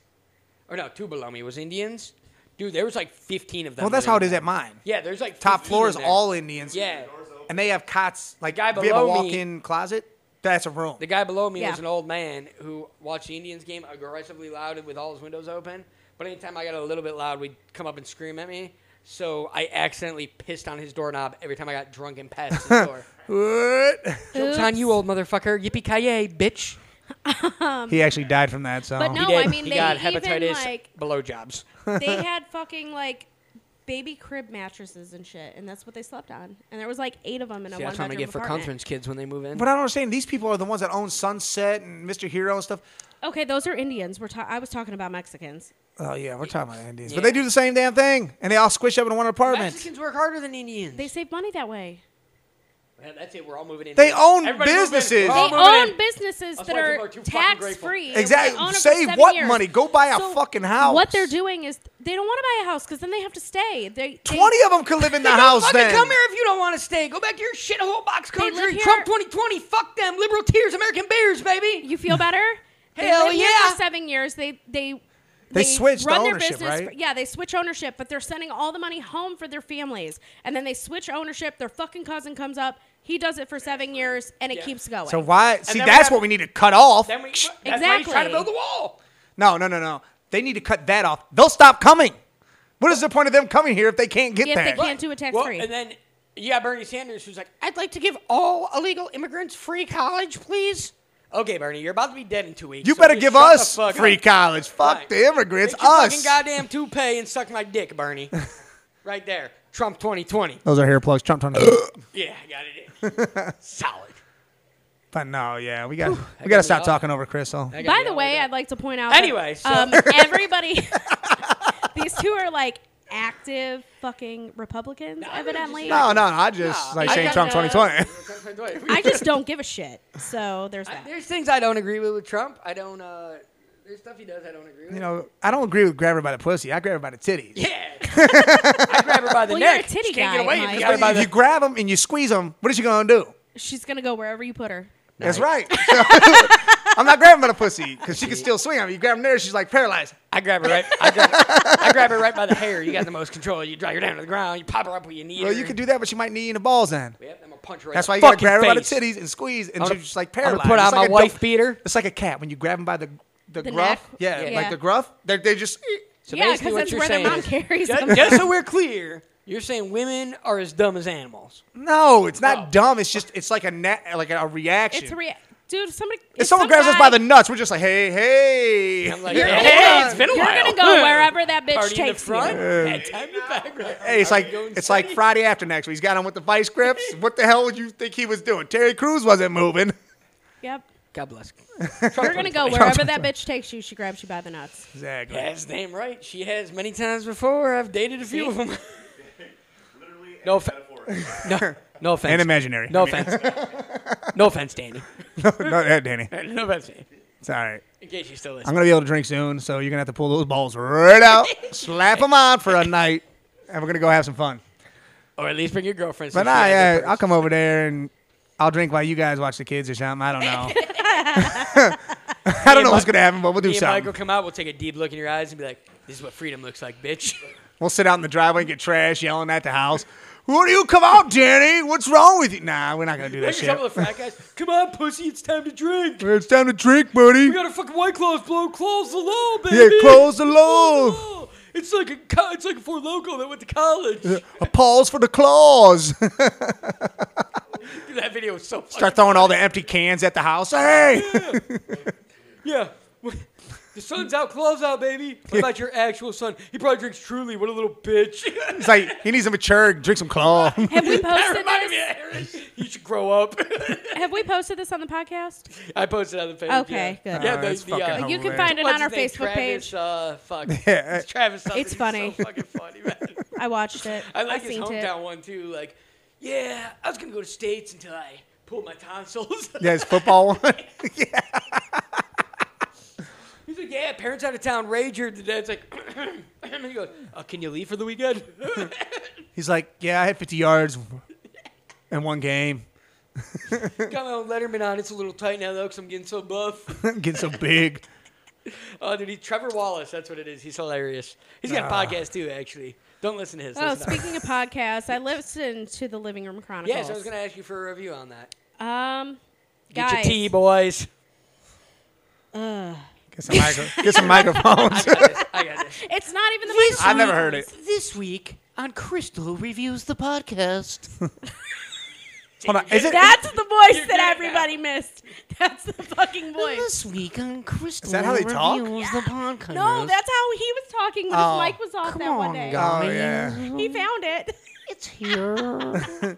S4: or no, two below me was Indians. Dude, there was like 15 of them.
S2: Well, that's
S4: living
S2: how it is
S4: there.
S2: at mine.
S4: Yeah, there's like
S2: Top
S4: 15
S2: floor is
S4: in there.
S2: all Indians.
S4: Yeah,
S2: And they have cots. Like,
S4: guy
S2: we have a
S4: below me-
S2: walk-in closet. That's a room.
S4: The guy below me
S5: Yeah.
S4: was an old man who watched the Indians game aggressively loud with all his windows open. But anytime I got a little bit loud, we'd come up and scream at me. So I accidentally pissed on his doorknob every time I got drunk and passed his
S5: (laughs)
S4: door.
S2: What?
S4: It's on you, old motherfucker. Yippee ki yay, bitch. Um,
S2: he actually died from that, so.
S5: But no,
S4: He did.
S5: I mean
S4: he
S5: they
S4: got
S5: even
S4: hepatitis
S5: like
S4: blowjobs. (laughs)
S5: they had fucking like baby crib mattresses and shit, and that's what they slept on. And there was like eight of them in a
S4: See,
S5: one
S4: that's what I'm
S5: bedroom
S4: gonna get for
S5: apartment.
S4: conference kids when they move in.
S2: But I don't understand. These people are the ones that own Sunset and Mr. Hero and stuff.
S5: Okay, those are Indians. We're ta- I was talking about Mexicans.
S2: Oh, yeah, we're talking about Indians. But
S4: Yeah.
S2: they do the same damn thing. And they all squish up in one apartment.
S4: Mexicans work harder than Indians.
S5: They save money that way.
S4: Yeah, that's it. We're all moving in.
S2: They own
S4: Everybody move in.
S2: businesses.
S4: We're
S5: They
S4: all moving in.
S5: own businesses
S4: That's
S5: that
S4: why people
S5: are
S4: are too fucking
S5: tax
S4: grateful.
S5: free.
S2: Exactly. Save what money? Go buy a fucking house.
S5: What they're doing is they don't want to buy a house because then they have to stay. They, they
S2: 20 of them could live in the
S4: They
S2: house
S4: fucking
S2: then.
S4: come here if you don't want to stay. Go back to your shithole box
S5: They live
S4: country.
S5: here-
S4: Trump 2020. Fuck them. Liberal tears. American bears, baby.
S5: You feel better?
S4: Hell
S5: they lived here
S4: yeah.
S5: for seven years. They they
S2: They switched
S5: run
S2: ownership,
S5: their business.
S2: right?
S5: Yeah, they switch ownership, but they're sending all the money home for their families, and then they switch ownership. Their fucking cousin comes up. He does it for seven years, and it
S4: Yeah.
S5: keeps going.
S2: So why? See,
S4: then we
S2: that's
S4: have-
S2: what we need to cut off.
S4: Then we, that's why he's
S5: Exactly.
S4: trying to build the wall.
S2: No, no, no, no. They need to cut that off. They'll stop coming. What is the point of them coming here if they can't get
S5: If they
S2: there?
S5: can't do it tax
S4: Well,
S5: free.
S4: and then you got Bernie Sanders, who's like, "I'd like to give all illegal immigrants free college, please." Okay, Bernie, you're about to be dead in two weeks.
S2: you
S4: so
S2: better
S4: just
S2: give
S4: shut the
S2: us
S4: fuck
S2: free
S4: up.
S2: college. Fuck
S4: Right.
S2: the immigrants.
S4: Make your
S2: Us.
S4: Fucking goddamn toupee and suck my dick,
S2: (laughs)
S4: Bernie. right there, Trump 2020.
S2: Those are hair plugs. Trump (clears throat) trying
S4: Yeah, I got it.
S2: (laughs)
S4: in. Solid.
S2: But no, yeah, we got we
S4: got
S2: got to
S4: me
S2: stop
S4: all-
S2: talking over Crystal.
S4: I gotta
S5: By
S4: get
S5: the
S4: all
S5: way,
S4: done.
S5: I'd like to point out. that,
S4: Anyway, so-
S5: um,
S4: (laughs)
S5: everybody, (laughs) these two are like active fucking Republicans, evidently.
S2: No, no, I just
S4: Nah,
S2: like
S4: I
S2: saying
S4: got
S2: Trump
S4: the- (laughs)
S2: 2020.
S5: I just don't give a shit. So there's that.
S4: There's things I don't agree with with Trump. I don't. uh There's stuff he does I don't agree with.
S2: you know, I don't agree with grab her by the pussy. I grab her by the titties. (laughs)
S4: Yeah. I grab her by the
S5: Well, you're a
S4: neck.
S5: titty
S4: she can't
S5: guy,
S4: get away. You
S5: Mike.
S2: But
S4: grab her by
S2: if
S4: the
S2: you grab them and you squeeze them, what is she gonna do?
S5: She's gonna go wherever you put her.
S2: That's right. (laughs) I'm not grabbing by the pussy because she can still swing. I mean, you grab them there, she's like paralyzed.
S4: I grab her right. I grab, I grab her right by the hair. You got the most control. You drag her down to the ground. You pop her up with your knee.
S2: Well, you can do that, but she might need the balls then.
S4: Yep, I'm gonna punch her right.
S2: That's
S4: in
S2: why
S4: the
S2: you gotta
S4: fucking
S2: grab her by the
S4: face.
S2: titties and squeeze, and
S4: I'm gonna-
S2: she's just like
S4: I'm gonna
S2: paralyzed.
S4: put
S2: It's
S4: out
S2: like
S4: my
S2: a
S4: wife
S2: dog-
S4: beater.
S2: It's like a cat when you grab them by the the,
S5: The
S2: gruff.
S5: neck?
S2: Yeah,
S5: Yeah.
S2: like the gruff. They're they just.
S4: So
S5: yeah,
S4: basically
S5: because
S4: what
S5: that's
S4: you're
S5: where
S4: saying
S5: the mom
S4: is-
S5: carries
S4: Ju-
S5: them.
S4: Just, so we're clear, you're saying women are as dumb as animals.
S2: No, it's not
S4: Oh.
S2: dumb. It's just it's like a na- like a reaction.
S5: It's a rea- dude. if Somebody.
S2: if someone grabs us by
S5: (laughs)
S2: the nuts, we're just like, hey, hey.
S4: I'm like,
S2: You're-
S4: hey,
S2: hold
S4: it's
S2: on.
S4: been a
S5: You're
S4: while. (laughs)
S5: gonna go wherever that bitch
S4: Party in the
S5: takes you.
S4: front. That time in the background.
S2: Hey, it's
S4: Are we
S2: like
S4: going
S2: it's like
S4: steady?
S2: Friday after next. He's got him with the
S4: (laughs)
S2: vice grips. what the hell would you think he was doing? Terry Crews wasn't moving.
S4: (laughs)
S5: Yep.
S4: God bless.
S5: You're gonna go wherever that bitch takes you. She grabs you by the nuts.
S4: (laughs)
S2: Exactly.
S4: That's damn right. She has many times before. I've dated a few of (laughs) them.
S6: Literally
S4: No
S6: no
S4: fa-
S6: metaphor.
S4: (laughs) no, no offense.
S2: And imaginary.
S4: No
S2: I mean,
S4: offense. no offense, Danny.
S2: (laughs) no, no, Danny.
S4: (laughs) No offense, Danny.
S2: It's all right.
S4: In case you still
S2: I'm
S4: listen.
S2: gonna be able to drink soon, so you're gonna have to pull those balls right (laughs) out, slap them on for a night, and we're gonna go have some fun.
S4: Or at least bring your girlfriend.
S2: But uh,
S4: since
S2: nah,
S4: she has
S2: yeah,
S4: it
S2: I'll
S4: first.
S2: come over there and I'll drink while you guys watch the kids or something. I don't (laughs) know. I don't know what's gonna happen, but we'll do
S4: Me and Mike will
S2: something.
S4: come out. We'll take a deep look in your eyes and be like, "This is what freedom looks like, bitch."
S2: We'll sit out in the driveway and get trash, yelling at the house. Who do you come out, Danny? What's wrong with you? Nah, we're not gonna do
S4: (laughs)
S2: that
S4: There's a
S2: shit.
S4: couple of frat guys. Come on, pussy, it's time to drink.
S2: It's time to drink, buddy.
S4: We got a fucking white claws, blow close the law,
S2: Yeah,
S4: baby.
S2: close the law.
S4: Oh, It's like a co- it's like a four loco that went to college.
S2: A pause for the claws. (laughs)
S4: Dude, that video was so funny.
S2: Start throwing all the empty cans at the house. Hey.
S4: Yeah. The sun's out, claws out, baby. What about your actual son? He probably drinks Truly. What a little bitch. (laughs)
S2: It's like he needs to mature, drink some claw. (laughs)
S5: Have we
S4: that
S5: posted
S4: reminded me of
S5: this?
S4: Harris. You should grow up. (laughs)
S5: Have we posted this on the podcast?
S4: I posted on the page.
S5: Okay,
S4: yeah.
S5: good.
S4: Yeah,
S2: Oh,
S4: the,
S2: that's
S4: the,
S2: fucking
S4: uh,
S5: You can
S2: Hilarious.
S5: find it
S4: what's
S5: on our
S4: his name?
S5: Facebook
S4: Travis,
S5: page.
S4: Uh,
S2: (laughs)
S4: fuck.
S2: Yeah.
S4: It's Travis. Something.
S5: It's
S4: He's
S5: funny.
S4: So fucking funny,
S5: (laughs)
S4: man.
S5: I watched it.
S4: (laughs) I like his
S5: seen it.
S4: hometown one too. Like, yeah, I was gonna go to states until I pulled my tonsils.
S2: yeah, it's football (laughs) one.
S4: (laughs) He's like, yeah, parents out of town. Rager. The dad's like, (clears throat) he goes, uh, can you leave for the weekend? (laughs)
S2: He's like, yeah, I had 50 yards in one game. (laughs)
S4: Got my own Letterman on. It's a little tight now though, cause I'm getting so
S2: (laughs)
S4: buff.
S2: Getting so big.
S4: Oh, dude, he, Trevor Wallace. That's what it is. He's hilarious. He's got
S2: Ah.
S4: a podcast too, actually. Don't listen to his.
S5: Oh,
S4: listen to ours.
S5: speaking of podcasts, I listened to the Living Room Chronicles.
S4: Yes, I was gonna ask you for a review on that.
S5: Um,
S4: Get
S5: guys,
S4: your tea,
S2: (laughs)
S4: boys.
S2: Get some, micro- get
S4: (laughs)
S2: some microphones.
S4: I got this. I got this.
S5: it's not even the
S7: This
S5: microphone.
S2: I've never heard it.
S7: This week on Crystal Reviews the Podcast.
S2: Hold on. Is it,
S5: (laughs) That's the voice
S4: You're good
S5: that
S4: now.
S5: everybody missed. (laughs) That's the fucking voice.
S7: this week on Crystal
S2: that how they
S7: Reviews
S2: talk?
S7: the Podcast.
S5: No, that's how he was talking when
S2: Oh.
S5: his mic was off
S7: Come
S5: that
S7: on,
S5: one day.
S7: guys.
S2: oh, yeah.
S5: He found
S4: (laughs)
S5: it.
S2: (laughs)
S7: It's here. I just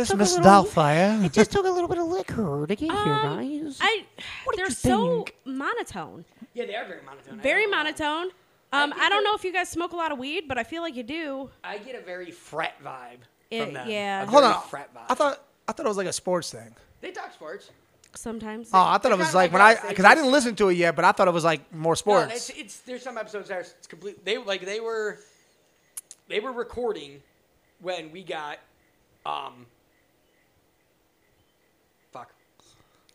S2: It's
S7: took
S2: Miss
S7: a little, I
S2: Doubtfire.
S7: just took a little bit of liquor to get here,
S5: Um,
S7: guys.
S5: I,
S7: What did
S5: they're
S7: you
S5: so
S7: think?
S5: monotone.
S4: Yeah, they are very monotone. I
S5: Very
S4: don't know.
S5: monotone. Um,
S4: think
S5: I don't
S4: they're-
S5: know if you guys smoke a lot of weed, but I feel like you do.
S4: I get a very frat vibe
S5: It-
S4: from them.
S5: yeah.
S4: A
S2: Hold
S4: very
S2: on.
S4: Frat vibe.
S2: I thought I thought it was like a sports thing.
S4: they talk sports.
S5: Sometimes.
S2: Oh, I thought it
S4: kinda
S2: was like
S4: like
S2: when I
S4: us, they
S2: because I
S4: just-
S2: didn't listen to it yet, but I thought it was like more
S4: No,
S2: sports.
S4: it's, it's there's some episodes that are it's complete. They like they were, they were recording when we got, um. Fuck.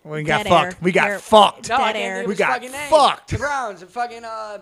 S2: we got
S5: Dead
S2: fucked.
S5: air.
S2: We got
S5: We're-
S2: fucked.
S4: No, I
S5: Dead
S4: can't
S5: air.
S4: think of
S5: We
S4: his
S2: got
S4: fucking name.
S2: fucked.
S4: The Browns and fucking uh.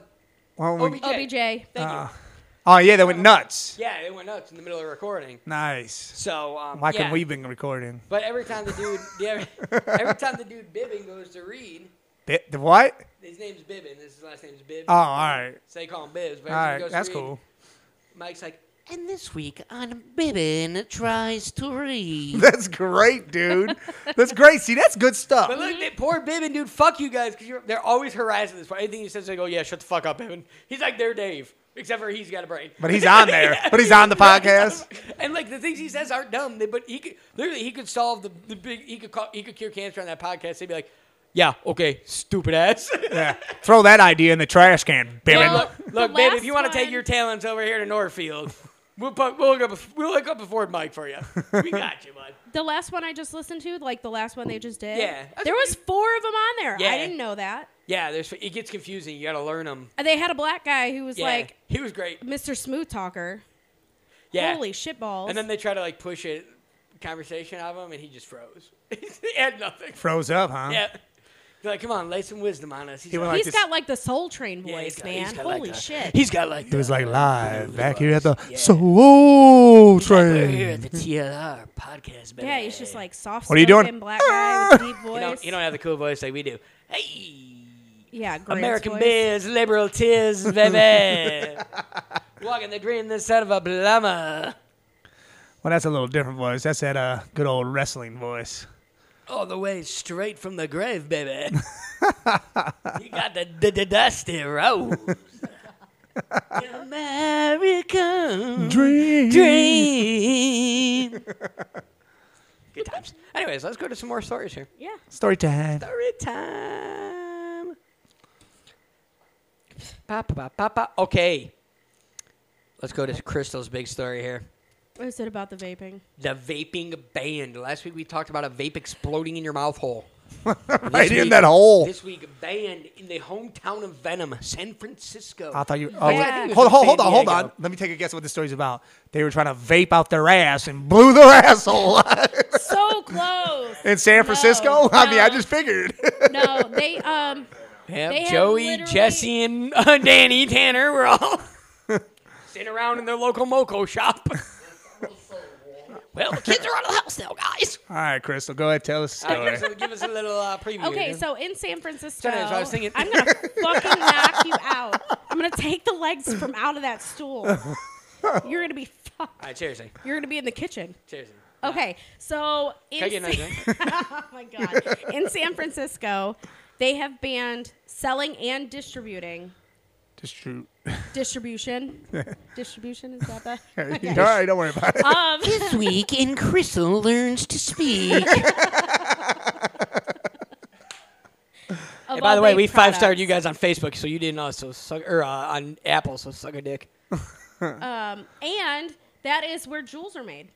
S2: Well, we-
S4: OBJ.
S5: OBJ.
S4: Thank
S5: Ah.
S4: you.
S2: oh yeah, they went nuts.
S4: Yeah, they went nuts in the middle of recording.
S2: Nice.
S4: So um,
S2: Why
S4: yeah.
S2: couldn't we been recording?
S4: But every time the
S2: (laughs)
S4: dude, yeah, every time the dude Bibbin goes to read,
S2: The, the what?
S4: his name's Bibbin. This his last name's Bibbin.
S2: Oh, all right,
S4: So they call him Bibbs. But
S2: all
S4: every time he
S2: right,
S4: goes to
S2: that's
S4: read,
S2: cool. (laughs)
S4: Mike's like,
S7: And this week on Bibbin Tries to Read.
S2: That's great, dude. That's great. See, that's good
S4: but
S2: stuff.
S4: look, that poor Bibbin, dude. Fuck you guys, because they're always harassing this. part. Anything he says, they go, yeah, shut the fuck up, Bibbin. He's like, they're Dave, except for he's got a brain.
S2: But he's
S4: (laughs)
S2: on there. But he's on the podcast.
S4: And like the things he says aren't dumb. They, but he could literally he could solve the, the big he could call, he could cure cancer on that podcast. They'd be like, yeah, okay, stupid ass. (laughs)
S2: Yeah. Throw that idea in the trash can, baby.
S5: Well,
S4: look,
S5: the
S4: look, babe, if
S5: last
S4: you want to take
S5: one-
S4: your talents over here to Northfield, we'll put, we'll hook up a, we'll hook up a Ford mic for you.
S2: (laughs)
S4: We got you, bud.
S5: The last one I just listened to, like the last one they just did.
S4: Yeah, that's
S5: There was four of them on there.
S4: Yeah.
S5: I didn't know that.
S4: Yeah, there's it gets confusing. You got to learn them.
S5: And They had a black guy who was
S4: Yeah,
S5: like
S4: he was great.
S5: Mr. Smooth Talker.
S4: Yeah,
S5: Holy shit balls.
S4: And then they try to like push a conversation of him, and he just froze. (laughs) he had nothing.
S2: Froze up, huh?
S4: Yeah, They're like come on, lay some wisdom on us. He's
S2: He went
S4: like,
S2: like
S5: he's
S2: this.
S5: got like the Soul Train
S4: yeah, he's
S5: voice,
S4: got-
S5: man.
S4: he's got like
S5: Holy
S4: that. (laughs)
S5: shit.
S4: He's got like
S2: It was like live back here at the
S4: Yeah.
S2: Soul
S4: we're here at
S2: Train.
S4: the TLR podcast. Baby.
S5: yeah, he's just like soft
S2: What are you doing?
S5: spoken black guy with a deep
S4: (laughs) you
S5: voice.
S4: don't, you don't have the cool voice like we do. Hey.
S5: yeah, Grant's
S4: American
S5: voice.
S4: biz, liberal tears,
S2: (laughs)
S4: baby. Walking the dream this side of a plumber.
S2: Well, that's a little different voice. That's that uh, good old wrestling voice.
S4: All the way straight from the grave, baby. you got the, the, the dusty
S2: (laughs)
S4: rose.
S5: (laughs)
S4: American
S2: Dream.
S4: dream. (laughs) Good times. Anyways, let's go to some more stories here.
S5: Yeah.
S2: Story time.
S4: Story time. Papa, papa, papa. Okay. Let's go to Crystal's big story here.
S5: What is it about
S4: (laughs)
S5: the vaping?
S4: The vaping ban. Last week we talked about a vape exploding in your mouth hole.
S2: (laughs) Right
S4: This
S2: in
S4: week-
S2: that hole.
S4: This week banned in the hometown of Venom, San Francisco.
S2: I thought you.
S4: Yeah,
S2: Oh,
S4: I think
S2: wait.
S4: it was
S2: Hold,
S4: in
S2: hold,
S4: San
S2: hold on, hold
S4: Diego.
S2: on. Let me take a guess what this story's about. They were trying to vape out their ass and blew their (laughs) asshole
S5: so close.
S2: in San
S5: No,
S2: Francisco. I mean, I
S5: no.
S2: just figured. (laughs)
S5: No, they um
S4: Yep,
S5: They have
S4: Joey,
S5: literally-
S4: Jesse, and uh, (laughs) Danny Tanner were (laughs) all sitting around in their local moco (laughs) shop. well, the kids are out of the house now, guys.
S2: All right, Crystal, go ahead, tell us the
S4: (laughs) All
S2: story.
S4: right, (laughs) so give us a little uh, preview.
S5: Okay,
S4: here.
S5: so in San Francisco,
S4: Sorry, that's what I was thinking. (laughs)
S5: I'm gonna fucking knock you out. I'm gonna take the legs from out of that stool.
S4: (laughs)
S5: You're gonna be
S4: All
S5: fucked.
S4: right, eh? seriously,
S5: You're gonna be in the kitchen.
S4: seriously.
S5: Okay, so
S4: Can I get
S5: in
S4: another
S5: Sa-
S4: drink?
S5: (laughs) oh my god, in San Francisco, they have banned selling and distributing
S2: Just shoot. (laughs)
S4: (laughs)
S5: distribution. distribution is that that?
S2: All right, don't worry about it.
S5: Um,
S7: this week in Crystal Learns to Speak.
S5: of
S4: (laughs) Hey, by
S5: all
S4: the way,
S5: vape
S4: we five starred
S5: products.
S4: you guys on Facebook, so you didn't know. So suck or uh, on Apple, so suck a dick.
S5: Um, and that is where jewels are made.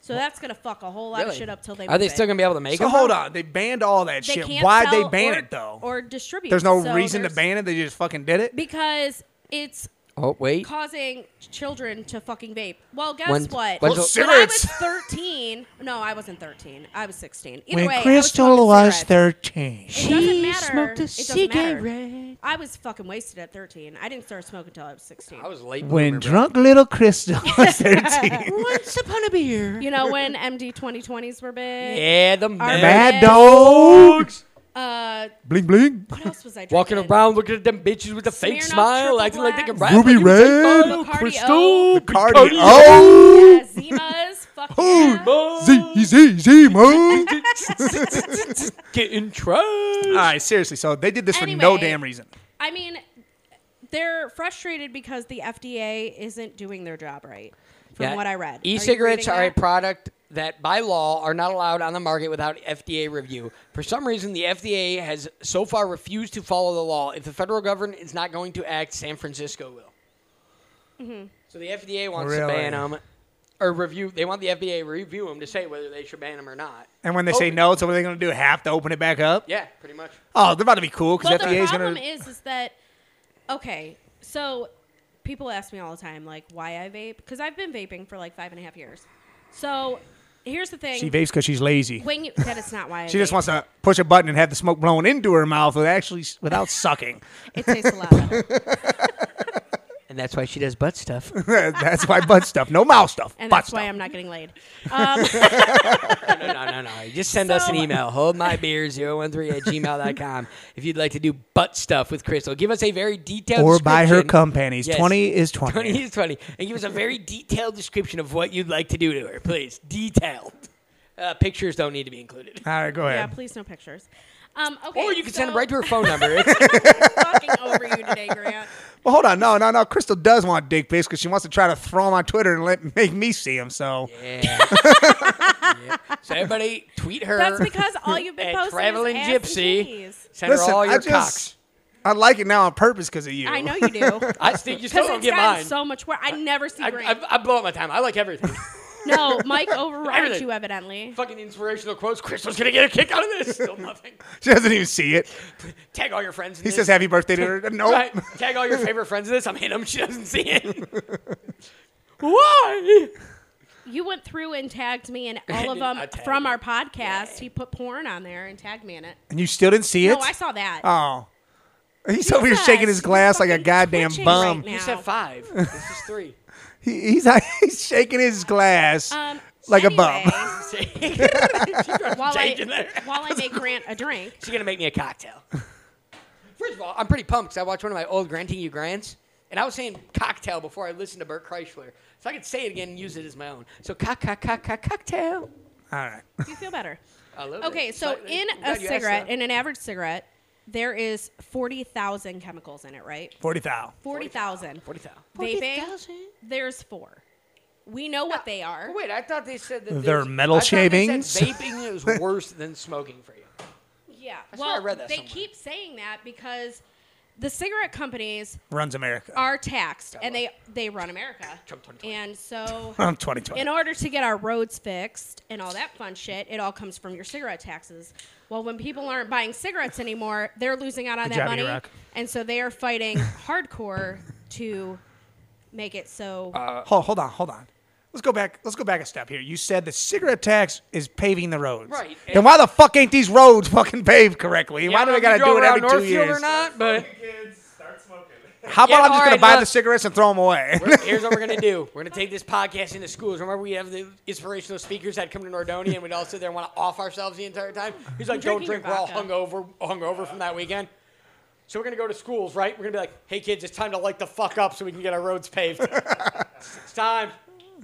S5: So that's gonna fuck a whole lot of
S4: Really?
S5: shit up till they.
S4: Are they
S5: move it.
S4: still gonna be able to make
S2: So
S4: them?
S2: hold on. They banned all that
S5: They
S2: shit.
S5: can't
S2: Why'd
S5: sell
S2: they ban
S5: or-
S2: it, though?
S5: Or distribute.
S2: there's no
S5: So
S2: reason to
S5: there's-
S2: ban it. They just fucking did it.
S5: because it's
S4: Oh wait.
S5: causing children to fucking vape. Well, guess
S4: When's- when's
S5: what? When
S4: Well, the-
S5: I was
S2: cigarettes.
S5: 13, no, I wasn't 13. I was 16. Either way, I was
S2: Crystal
S5: smoking
S2: was
S5: cigarettes.
S2: 13. (laughs)
S5: It doesn't matter. it doesn't Matter. I was fucking wasted at 13. I didn't start smoking until I was 16.
S4: I was late.
S2: When drunk little Crystal (laughs) was 13.
S7: Once upon a beer.
S5: you know when MD 2020s were big.
S4: Yeah, the
S5: Our
S4: man.
S2: Mad
S5: Mad
S2: dogs.
S5: Uh,
S2: Bling bling.
S5: what else was I drinking?
S4: Walking around looking at them bitches with a fake
S5: Smirnoff
S4: smile,
S5: Triple
S4: acting like they can
S5: Black.
S4: rap.
S2: Ruby
S4: like you say,
S2: Red.
S4: "Follow
S5: Bacardi
S4: Crystal,
S2: (laughs)
S5: O.
S2: Bacardi
S5: Yeah,
S2: O.
S5: Zimas. Fuck
S2: Ooh,
S5: yeah.
S4: (laughs) Mo,
S2: Oh. Z, Z, Z, Mo.
S4: Getting trashed.
S2: All right, seriously. So they did this for no
S5: Anyway.
S2: damn reason.
S5: I mean, they're frustrated because the FDA isn't doing their job right, from
S4: Yeah.
S5: what I read. Are you
S4: E-cigarettes
S5: reading
S4: are a
S5: that?
S4: product that by law are not allowed on the market without FDA review. For some reason, the FDA has so far refused to follow the law. If the federal government is not going to act, San Francisco will.
S5: Mm-hmm.
S4: So the FDA wants to
S2: Really?
S4: ban them or review. They want the FDA to review them to say whether they should ban them or not.
S2: And when they say
S5: Oh.
S4: Open-
S2: no, so what are they going to do? Have to open it back up?
S4: Yeah, pretty much.
S2: Oh, they're about to be cool because
S5: Well,
S2: FDA
S5: the
S2: is going
S5: problem
S2: to.
S5: is, is that okay? So people ask me all the time, like, why I vape? Because I've been vaping for like five and a half years. So here's the thing:
S2: She vapes because she's lazy.
S5: when you that is not why I
S2: She just
S5: vape.
S2: wants to push a button and have the smoke blown into her mouth without actually without sucking.
S4: (laughs)
S5: It tastes a lot better.
S4: And that's why she does butt stuff.
S2: that's why butt stuff, no mouth stuff.
S5: And
S2: butt
S5: that's
S2: stuff.
S5: why I'm not
S4: (laughs)
S5: getting laid. Um,
S4: no, no, no, no. Just send us an
S5: So-
S4: email. Hold my beer 013 at gmail.com if you'd like to do butt stuff with Crystal. Give us a very detailed
S2: Or buy her
S4: description.
S2: cum panties.
S4: Yes. (laughs)
S2: 20 is 20.
S4: 20 is 20. And give us a very detailed description of what you'd like to do to her, please. Detailed. Uh, pictures don't need to be included.
S2: All right, go
S5: yeah,
S2: ahead.
S5: please no pictures. Um, okay,
S4: Or you can send them
S5: so- (laughs)
S4: right to her phone number. It's (laughs)
S5: fucking over you today, Grant.
S2: well, hold on. No, no, no. Crystal does want dick pics because she wants to try to throw them on Twitter and let make me see them. So
S4: Yeah. (laughs) Yeah. So everybody tweet her.
S5: (laughs) That's because all you've been
S4: at
S5: posting
S4: traveling
S5: is ass and
S4: gypsy.
S5: titties.
S4: Send
S2: listen,
S4: her all your
S2: I just
S4: cocks.
S2: I like it now on purpose because of you.
S5: (laughs) I know
S4: (laughs)
S5: you do.
S4: I think you still
S5: Because
S4: don't
S5: it's
S4: get
S5: gotten
S4: mine.
S5: so much worse. I never see
S4: I,
S5: Grant.
S4: I, I blow up my time. I like everything. (laughs)
S5: no, Mike overrides
S4: Everything.
S5: you evidently.
S4: Fucking inspirational quotes. Crystal's gonna get a kick out of this. Still nothing.
S2: (laughs) She doesn't even see it.
S4: Tag all your friends. In
S2: He
S4: this.
S2: says happy birthday to
S5: (laughs)
S2: her. No.
S4: Right.
S2: (laughs)
S4: Tag all your favorite friends in this. I'm hitting them. She doesn't see it.
S2: (laughs)
S4: Why?
S5: You went through and tagged me in
S4: (laughs)
S5: all of
S4: I
S5: them
S4: tagged
S5: from
S4: you.
S5: our podcast. He put porn on there and tagged me in it.
S2: And you still didn't see it?
S5: No, I saw that.
S2: Oh. He's over here
S5: Jesus,
S2: shaking his glass like
S5: you're
S2: a
S5: fucking
S2: goddamn
S5: twitching
S2: bum.
S5: right
S4: You
S5: Now.
S4: said five. This is
S2: (laughs)
S4: three. (laughs)
S2: He, he's, (laughs) he's shaking his glass
S5: um,
S2: like a bum.
S4: (laughs)
S5: anyway,
S4: She's throwing
S5: While
S4: Jake in
S5: I,
S4: there.
S5: (laughs) while I make Grant a drink,
S4: She's gonna make me a cocktail. First of all, I'm pretty pumped 'cause I watched one of my old Granting You Grants, and I was saying cocktail before I listened to Bert Kreischer, so I could say it again and use it as my own. So cock, cock, cock, cock, cocktail.
S2: All right.
S5: you feel better.
S4: I love it.
S5: Okay, so
S4: Slightly.
S5: in
S4: I'm
S5: a
S4: glad you asked
S5: cigarette,
S4: that.
S5: in an average cigarette, there is 40,000 chemicals in it, right?
S2: 40 thou.
S5: 40,000.
S4: Forty thousand.
S5: Vaping, there's four. We know what they are.
S4: Oh, wait, I thought they said that
S2: They're
S4: there's-
S2: metal
S4: I thought they said
S2: shavings?
S4: vaping is
S2: (laughs)
S4: worse than smoking for you.
S5: Yeah.
S4: swear I
S5: well,
S4: read that
S5: they
S4: somewhere.
S5: keep saying that because the cigarette companies
S2: Runs America. (laughs)
S5: are taxed and they, they run America.
S4: (laughs) Trump 2020. (laughs)
S5: And so
S2: I'm 2020.
S5: in order to get our roads fixed and all that fun shit, it all comes from your cigarette taxes. Well, when people aren't buying cigarettes anymore, they're losing out on
S2: Good
S5: that
S2: job,
S5: money,
S2: Iraq.
S5: and so they are fighting hardcore to make it so.
S2: Hold, hold on, hold on. Let's go back. Let's go back a step here. You said the cigarette tax is paving the roads.
S4: Right,
S2: Then
S4: and-
S2: why the fuck ain't these roads fucking paved correctly? why do they
S4: got to
S2: gotta do it every two
S4: Northfield
S2: years?
S4: or not, but
S2: (laughs)
S6: Kids, start smoking.
S2: How about
S4: Yeah,
S2: I'm just
S4: all
S2: gonna
S4: right,
S2: buy
S4: look.
S2: the cigarettes and throw them away?
S4: We're- here's what we're gonna do. We're gonna take this podcast into schools. Remember, we have the inspirational speakers that come to Nordonia, and we'd all sit there and want to off ourselves the entire time. He's like, "Don't
S5: Drinking
S4: drink. We're all
S5: vodka.
S4: hungover, hungover from that weekend." So we're gonna go to schools, right? We're gonna be like, "Hey kids, it's time to light the fuck up so we can get our roads
S2: (laughs)
S4: paved. it's time.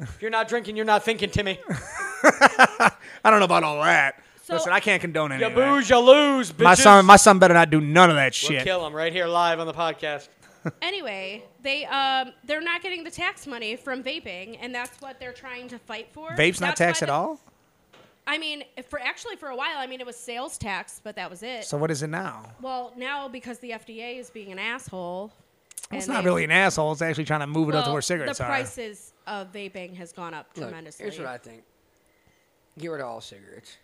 S4: If you're not drinking, you're not thinking, Timmy.
S2: (laughs) I don't know about all that.
S5: So-
S2: Listen, I can't condone any
S4: You
S2: of that.
S4: booze, you lose, bitches.
S2: My son, my son better not do none of that
S4: we'll
S2: shit.
S4: kill him right here live on the podcast.
S5: anyway, they um, they're not getting the tax money from vaping, and that's what they're trying to fight for.
S2: Vape's not
S5: That's why
S2: taxed at
S5: the-
S2: all.
S5: I mean, for actually for a while, I mean it was sales tax, but that was it.
S2: So what is it now?
S5: well, now because the FDA is being an asshole.
S2: It's
S5: and
S2: not
S5: they-
S2: really an asshole. It's actually trying to move it up to where cigarettes
S5: the
S2: are.
S5: prices of vaping has gone up
S4: Look,
S5: tremendously.
S4: here's what I think. Get rid of all cigarettes.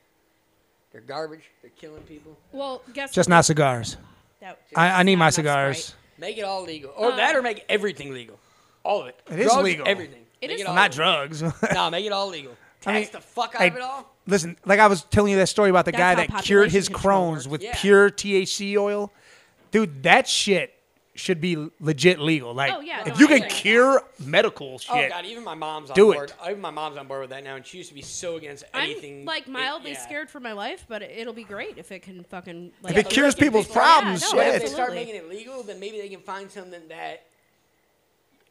S4: They're garbage. They're killing people.
S5: well, guess
S2: Just
S5: what?
S2: not cigars.
S5: That-
S2: I, I need
S5: not
S2: my
S5: enough
S2: cigars.
S5: Sprite.
S4: Make it all legal,
S5: Uh,
S4: or that, or make everything legal. All of it.
S2: It is
S4: Drugs,
S2: legal.
S4: Everything.
S5: It
S4: Make
S5: is
S4: all
S5: legal.
S2: Not
S4: legal. (laughs)
S2: drugs.
S4: Nah, make it all
S2: (laughs)
S4: legal. Tax
S2: mean,
S4: the fuck out
S2: I-
S4: of it all.
S2: Listen, like I was telling you that story about the
S5: That's
S2: guy
S5: how
S2: that cured his
S5: population control
S2: Crohn's with
S5: works.
S4: Yeah.
S2: pure THC oil. Dude, that shit should be legit legal. Like,
S5: Oh, yeah,
S2: if
S5: no,
S2: you
S5: I
S2: can
S5: agree.
S2: cure medical shit,
S4: Oh god, even my mom's on
S2: Do
S4: board.
S2: it.
S4: Even my mom's on board with that now, and she used to be so against anything.
S5: I'm like
S4: it-
S5: mildly
S4: yeah.
S5: scared for my life, but it- it'll be great if it can fucking like
S2: if it
S4: but
S2: cures
S4: they can
S2: people's
S4: make-
S2: problems,
S5: Yeah, no,
S4: But
S2: shit.
S4: if they start
S5: Absolutely.
S4: making it legal, then maybe they can find something that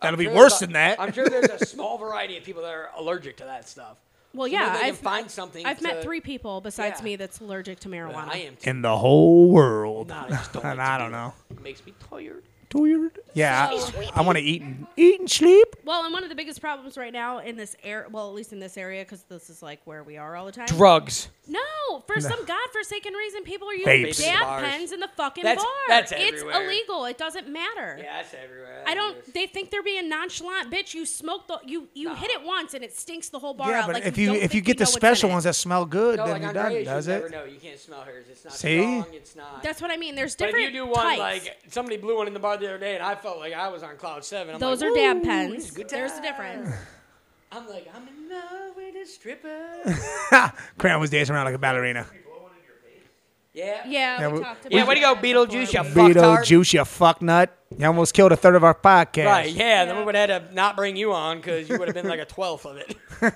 S2: that'll be
S4: sure
S2: worse
S4: there's a-
S2: than that.
S4: I'm sure there's a small variety of people that are allergic to that stuff.
S5: Well,
S4: So
S5: yeah,
S4: maybe they
S5: I've
S4: can find something.
S5: I've met
S4: to-
S5: three people besides
S4: Yeah.
S5: me that's allergic to
S4: Uh,
S5: marijuana.
S4: I am too.
S2: (laughs) in the whole world.
S4: Nah, I just don't.
S2: (laughs) and
S4: like to
S2: I
S4: do
S2: don't know.
S4: It. It makes me tired.
S2: Weird. Yeah,
S5: So-
S2: I, want to eat and eat and sleep.
S5: Well, and one of the biggest problems right now in this area, well, at least in this area, because this is like where we are all the time.
S4: Drugs.
S5: no, for some godforsaken reason, people are using
S2: Vapes.
S5: dab
S4: Bars.
S5: pens in the fucking
S4: That's-
S5: bar.
S4: that's
S5: it's
S4: everywhere.
S5: illegal. It doesn't matter.
S4: Yeah, that's everywhere.
S5: I
S4: That's-
S5: don't. They think they're being nonchalant, bitch. You smoke the you you hit it once and it stinks the whole bar
S2: Yeah,
S5: out.
S2: but
S5: like,
S2: if you
S5: don't
S2: if you
S5: think
S2: get
S5: know
S2: the
S5: what's in
S2: special
S5: it.
S2: ones that smell good,
S4: No,
S2: then
S4: like
S2: you're
S4: on
S2: done,
S4: Grace,
S2: does
S4: you never
S2: it?
S4: know. You can't smell hers. It's not
S2: See?
S4: strong. It's not.
S5: That's what I mean. There's
S4: but if
S5: different
S4: you do one
S5: types.
S4: like somebody blew one in the bar the other day, and I felt like I was on cloud seven. I'm
S5: Those
S4: like,
S5: are dab
S4: "Woo,
S5: pens.
S4: it's a good
S5: There's a
S4: time."
S5: difference.
S4: I'm like, I'm in
S5: (laughs)
S4: love with a stripper.
S2: (laughs) Crown was dancing around like a ballerina.
S4: Yeah.
S5: Yeah,
S2: Yeah,
S5: we,
S2: we-
S5: talked about
S4: Yeah, way to go,
S5: that
S4: Beetlejuice,
S5: before.
S4: you fucktard.
S2: Beetlejuice, you fucknut. You almost killed a third of our podcast.
S4: Right, yeah, then we
S5: Yeah.
S4: would have had to not bring you on because you would have been
S5: (laughs)
S4: like a twelfth of it.
S5: So, I
S4: (laughs)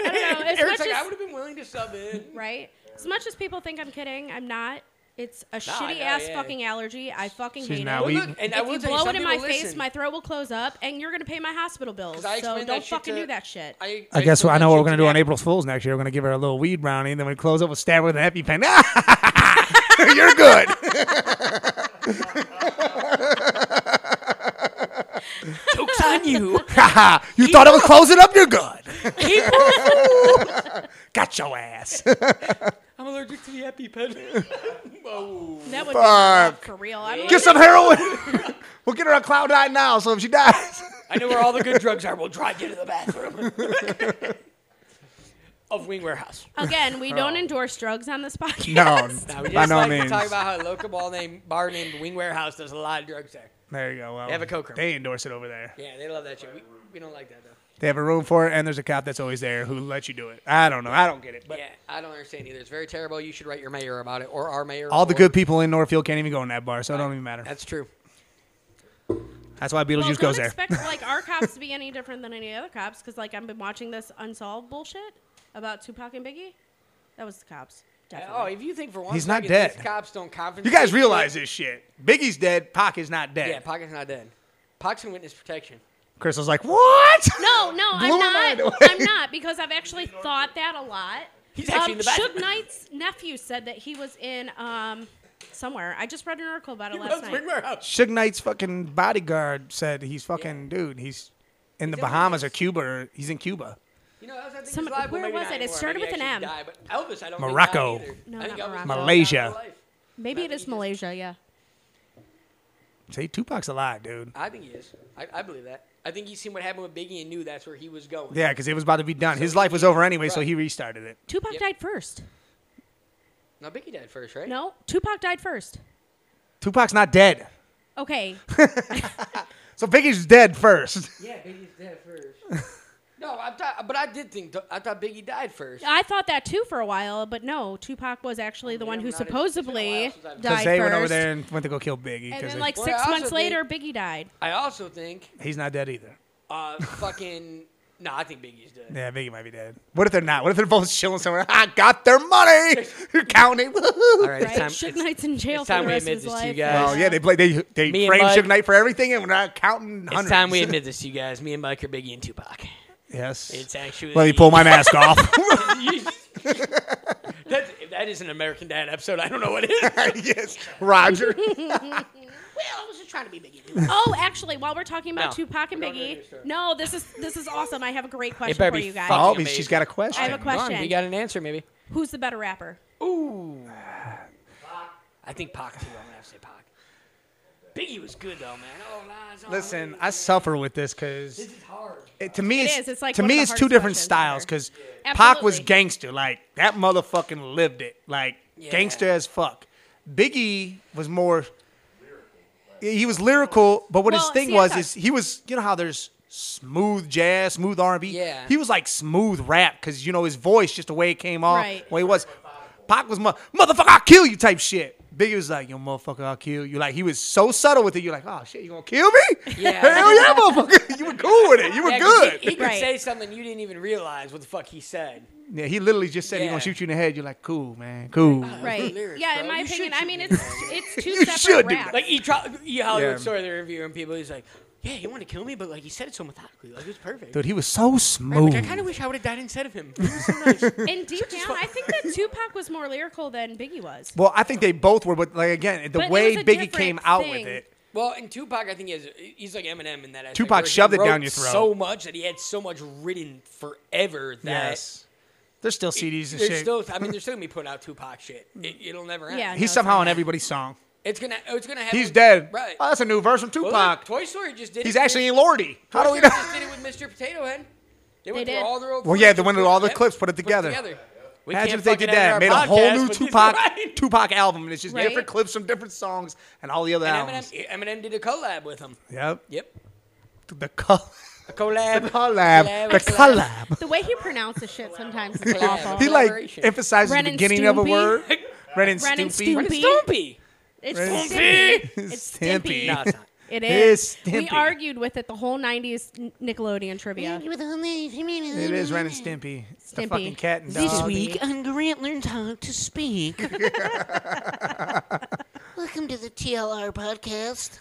S5: don't know. As
S4: Eric's
S5: much
S4: like, I
S5: as,
S4: would have been willing to sub in.
S5: right? As much as people think I'm kidding, I'm not. It's a
S4: I
S5: shitty
S4: know,
S5: ass
S4: yeah.
S5: fucking allergy. I fucking
S2: She's
S5: hate
S2: not
S5: it.
S2: We-
S4: Well, look, and I
S5: if
S4: will
S5: you
S4: tell
S5: blow
S4: some
S5: it in my
S4: people
S5: face,
S4: listen.
S5: my throat will close up, and you're gonna pay my hospital bills.
S4: 'Cause I
S5: So
S4: explained
S5: don't
S4: that shit
S5: fucking
S4: to-
S5: do that shit.
S4: I,
S2: I guess I know what we're gonna do on
S4: April.
S2: April Fool's next year. We're gonna give her a little weed brownie, and then we close up with stab her with an EpiPen. (laughs) You're good.
S4: (laughs) Jokes on you.
S2: (laughs) you thought I was closing up. You're good. (laughs) Got your ass.
S4: I'm allergic to the EpiPen. Whoa.
S5: that would be my luck, for real. I'm
S2: Get some heroin. (laughs) we'll get her on cloud nine now. So if she dies,
S4: (laughs) I know where all the good drugs are. We'll drive you to the bathroom. (laughs) of Wing Warehouse.
S5: Again, we don't endorse drugs on this (laughs) podcast.
S4: Now, we just like to talk about how a local ball named, bar named Wing Warehouse does a lot of drugs there.
S2: There you go. Well,
S4: They have a coke room.
S2: They endorse it over there.
S4: Yeah, they love that shit. We, we don't like that, though.
S2: They have a room for it, and there's a cop that's always there who lets you do it. I don't know. I don't get it. But
S4: yeah, I don't understand either. It's very terrible. You should write your mayor about it or our mayor.
S2: all the
S4: or-
S2: good people in Northfield can't even go in that bar, so it don't even matter.
S4: That's true.
S2: That's why
S5: Well,
S2: Beetlejuice
S5: don't
S2: goes there.
S5: expect like our cops to be any different than any other cops because like I've been watching this unsolved bullshit about Tupac and Biggie. That was the cops. Definitely.
S4: Oh, if you think for one
S2: He's not
S4: second these
S2: dead.
S4: cops don't confidence.
S2: You guys realize this shit? Biggie's dead. Pac is not dead.
S4: Yeah, Pocket's not dead. Pock's in witness protection.
S2: Crystal's like, what?
S5: No, no,
S2: Blew
S5: I'm
S2: my mind
S5: not.
S2: away.
S5: I'm not because I've actually thought that a lot. Um,
S4: He's actually in the bathroom.
S5: Suge Knight's nephew said that he was in um somewhere. I just read an article about it last
S4: That's
S5: night.
S4: Wing Warehouse.
S2: (laughs) Suge Knight's fucking bodyguard said he's fucking dude. He's in the
S4: He's
S2: Bahamas
S4: in-
S2: or Cuba. Or he's in Cuba.
S4: You know, I was, I think
S5: Some-
S4: it's live, but
S5: where
S4: maybe
S5: was
S4: not
S5: it? It
S4: anymore.
S5: started
S4: Maybe
S5: with
S4: I
S5: an
S4: should die, but Elvis, I don't
S2: Morocco.
S4: Think died either.
S5: No,
S4: I think
S5: not
S4: Elvis died
S5: Morocco.
S2: Malaysia.
S4: in real life.
S5: Maybe
S4: I
S5: it
S4: think
S5: is
S4: he just-
S5: Malaysia. Yeah.
S2: See, Tupac's alive, dude.
S4: I think he is. I, I believe that. I think he seen what happened with Biggie and knew that's where he was going.
S2: Yeah, because it was about to be done. His
S4: So-
S2: life was over anyway, so
S4: Right.
S2: he restarted it.
S5: Tupac
S4: Yep.
S5: died first.
S4: No, Biggie died first, right?
S5: No, Tupac died first.
S2: Tupac's not dead,
S5: Okay.
S2: so Biggie's dead (laughs) first.
S4: Yeah, Biggie's dead first. (laughs) no, I thought, but I did think I thought Biggie died first.
S5: I thought that too for a while, but no, Tupac was actually the
S4: Yeah,
S5: one
S4: I'm
S5: who
S4: not- it's been a
S5: supposedly
S4: while since I've- 'Cause
S2: Because
S5: died
S2: they
S5: first.
S2: went over there and went to go kill Biggie.
S5: and
S2: 'cause
S5: then
S2: they-
S5: like
S4: Well,
S5: six
S4: I
S5: months
S4: also
S5: later, Biggie died.
S4: I also think
S2: he's not dead either.
S4: uh, fucking. (laughs) No, I think Biggie's dead.
S2: Yeah, Biggie might be dead. What if they're not? What if they're both chilling somewhere? I got their (laughs) money. You're counting. Woohoo.
S4: right,
S5: Right? Suge Knight's in jail
S4: it's
S5: for
S4: time
S5: the
S4: we
S5: rest of
S4: admit
S5: his
S4: this to
S5: life.
S4: you guys.
S2: Oh yeah, they play. They they
S4: Me and
S2: frame
S4: Mike-
S2: Suge Knight for everything, and we're not counting hundreds.
S4: It's time we (laughs) admit this to you guys. Me and Mike are Biggie and Tupac.
S2: Yes.
S4: It's actually.
S2: Let me pull my mask (laughs) off.
S4: That's, if that is an American Dad episode, I don't know what it
S2: (laughs)
S4: is.
S2: yes, Roger.
S4: I was just trying to be Biggie. and Tupac.
S5: Oh, actually, while we're talking
S4: No.
S5: about Tupac and
S4: We're not doing
S5: Biggie,
S4: this, sir.
S5: no, this is this is awesome. I have a great question
S4: better
S5: for
S4: be
S5: you guys.
S4: fucking-
S2: Oh,
S4: Amazing.
S2: she's got a question.
S5: I have a
S4: Come on,
S5: question.
S4: we got an answer, maybe.
S5: Who's the better rapper?
S4: Ooh. I think Pac too. I'm gonna have to say Pac. Biggie was good though, man. Oh, lies, oh,
S2: Listen,
S4: man.
S2: I suffer with this because
S4: This is hard.
S2: to me,
S5: It
S2: it's,
S5: is. It's like
S2: to
S5: one of
S2: me,
S5: the
S2: it's two
S5: hardest
S2: different
S5: questions
S2: styles
S5: ever.
S2: because
S5: Yeah.
S2: Pac was
S5: Absolutely.
S2: gangster, like that motherfucking lived it, like gangster as fuck. Biggie was more. He was lyrical, but what his
S5: Well,
S2: thing
S5: see, I
S2: was
S5: thought-
S2: is he was you know how there's smooth jazz, smooth R and B.
S4: Yeah.
S2: he was like smooth rap because you know his voice just the way it came off,
S5: Right.
S2: way it Uh, was. Pac was mo- motherfucker, I'll kill you type shit. Biggie was like, yo, motherfucker, I'll kill you. Like he was so subtle with it. You're like, oh shit, you gonna kill me?
S4: Yeah.
S2: (laughs) Hell yeah, motherfucker. (laughs) You were cool with it. You were
S4: Yeah, 'cause
S2: good.
S4: He, he could
S5: Right.
S4: say something you didn't even realize what the fuck he said.
S2: Yeah, he literally just said he
S4: Yeah. Uh-huh.
S2: gonna shoot you in the head. You're like, cool, man, cool.
S5: Right.
S4: lyrics,
S5: yeah, in
S4: bro.
S5: my
S4: You should
S5: opinion, I
S4: shoot
S5: mean
S4: me.
S5: it's it's two
S2: You should
S5: separate
S2: do
S5: raps.
S4: Like he tried. E Hollywood
S2: Yeah.
S4: story. They're interviewing people. He's like, "Yeah, he wanted to kill me, but like he said it so methodically. Like it was perfect.
S2: Dude, he was so smooth.
S4: Like, I kind of wish I would have died instead of
S2: (laughs)
S4: him. He was so nice.
S5: and deep down, I think that Tupac was more lyrical than Biggie was.
S2: well, I think they both were, but like again, the
S5: But it
S2: way
S5: was a
S2: Biggie came
S5: different
S2: out
S5: thing.
S2: with it,
S4: well, and Tupac, I think he has, he's like Eminem in that. aspect,
S2: Tupac
S4: where he
S2: shoved it
S4: wrote
S2: down your throat.
S4: so much that he had so much written forever that
S2: yes, there's still CDs and
S4: There's
S2: shit.
S4: still, I mean, they're still gonna be putting out Tupac shit. It, it'll never end.
S5: Yeah.
S2: He's
S5: No,
S2: somehow
S5: it's
S2: on
S5: not.
S2: everybody's song.
S4: It's gonna, it's gonna happen.
S2: He's dead.
S4: Right.
S2: Oh, that's a new verse from
S4: Well, look,
S2: Tupac.
S4: Toy Story just did.
S2: He's
S4: it with-
S2: actually in Lordy. How
S4: Toy
S2: do we
S4: Story
S2: know?
S4: Just did it with Mr. Potato Head. They went
S5: They
S4: through
S5: did.
S4: all their old.
S2: Well, yeah,
S4: footage
S2: they
S4: and
S2: went
S4: put
S2: through all the
S4: it-
S2: clips, put it together.
S4: We
S2: Imagine
S4: can't
S2: if they
S4: fucking
S2: did
S4: end our
S2: that, made a
S4: podcast
S2: whole new
S4: with these- (laughs)
S2: Tupac
S4: Right.
S2: Tupac album, and it's just
S5: Right.
S2: different clips from different songs and all the other
S4: And
S2: albums.
S4: Eminem, Eminem did a collab with him.
S2: Yep.
S4: Yep.
S2: The color.
S4: A collab.
S2: Collab. The collab.
S5: The way he pronounces shit sometimes is
S4: Collab.
S5: awful.
S2: (laughs) He like
S4: Collaboration.
S2: emphasizes
S5: Ren
S2: the
S5: and
S2: beginning of a
S4: (laughs)
S5: Stimpy.
S2: word. Ren and
S5: Ren and
S2: Stimpy.
S5: Stimpy.
S4: It's Stumpy.
S5: It's
S2: Ren and
S5: Stimpy.
S2: Stimpy.
S5: It's
S2: Stimpy.
S5: Stimpy.
S4: No, (laughs) it's not.
S5: It
S2: It's
S5: is.
S2: Stimpy.
S5: We argued with it the whole 90s N- Nickelodeon trivia.
S2: It
S7: It
S2: is Ren and Stimpy. It's the
S5: Stimpy.
S2: fucking cat and dog.
S7: This
S5: Doggy.
S7: week on Grant Learns How to Speak. (laughs) Welcome to the TLR podcast.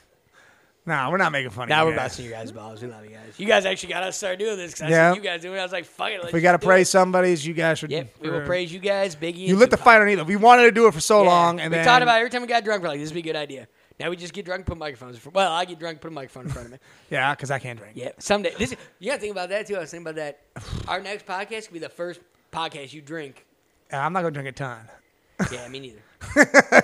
S2: Nah, we're not making fun
S4: Now
S2: of
S4: we're
S2: you
S4: about
S2: guys.
S4: to see you guys' balls. We love you guys. You guys actually got us to start doing this because I
S2: Yeah.
S4: saw you guys doing it. I was like, fuck it. let's
S2: If we gotta
S4: just do
S2: praise
S4: it.
S2: somebody's, you guys should.
S4: Yep, we will
S2: for-
S4: praise you guys, Biggie.
S2: You
S4: and
S2: lit the
S4: Tupac.
S2: fire on either. We wanted to do it for so
S4: Yeah.
S2: long, and
S4: we
S2: then
S4: talked about it every time we got drunk. We're like, this would be a good idea. Now we just get drunk, and put microphones. In front. Well, I get drunk, put a microphone in front
S2: (laughs)
S4: of me.
S2: yeah, because I can't drink.
S4: Yeah, someday. This you gotta think about that too. I was thinking about that. Our next podcast could be the first podcast you drink.
S2: Yeah, I'm not gonna drink a ton. (laughs)
S4: Yeah, me
S5: (laughs)
S4: neither.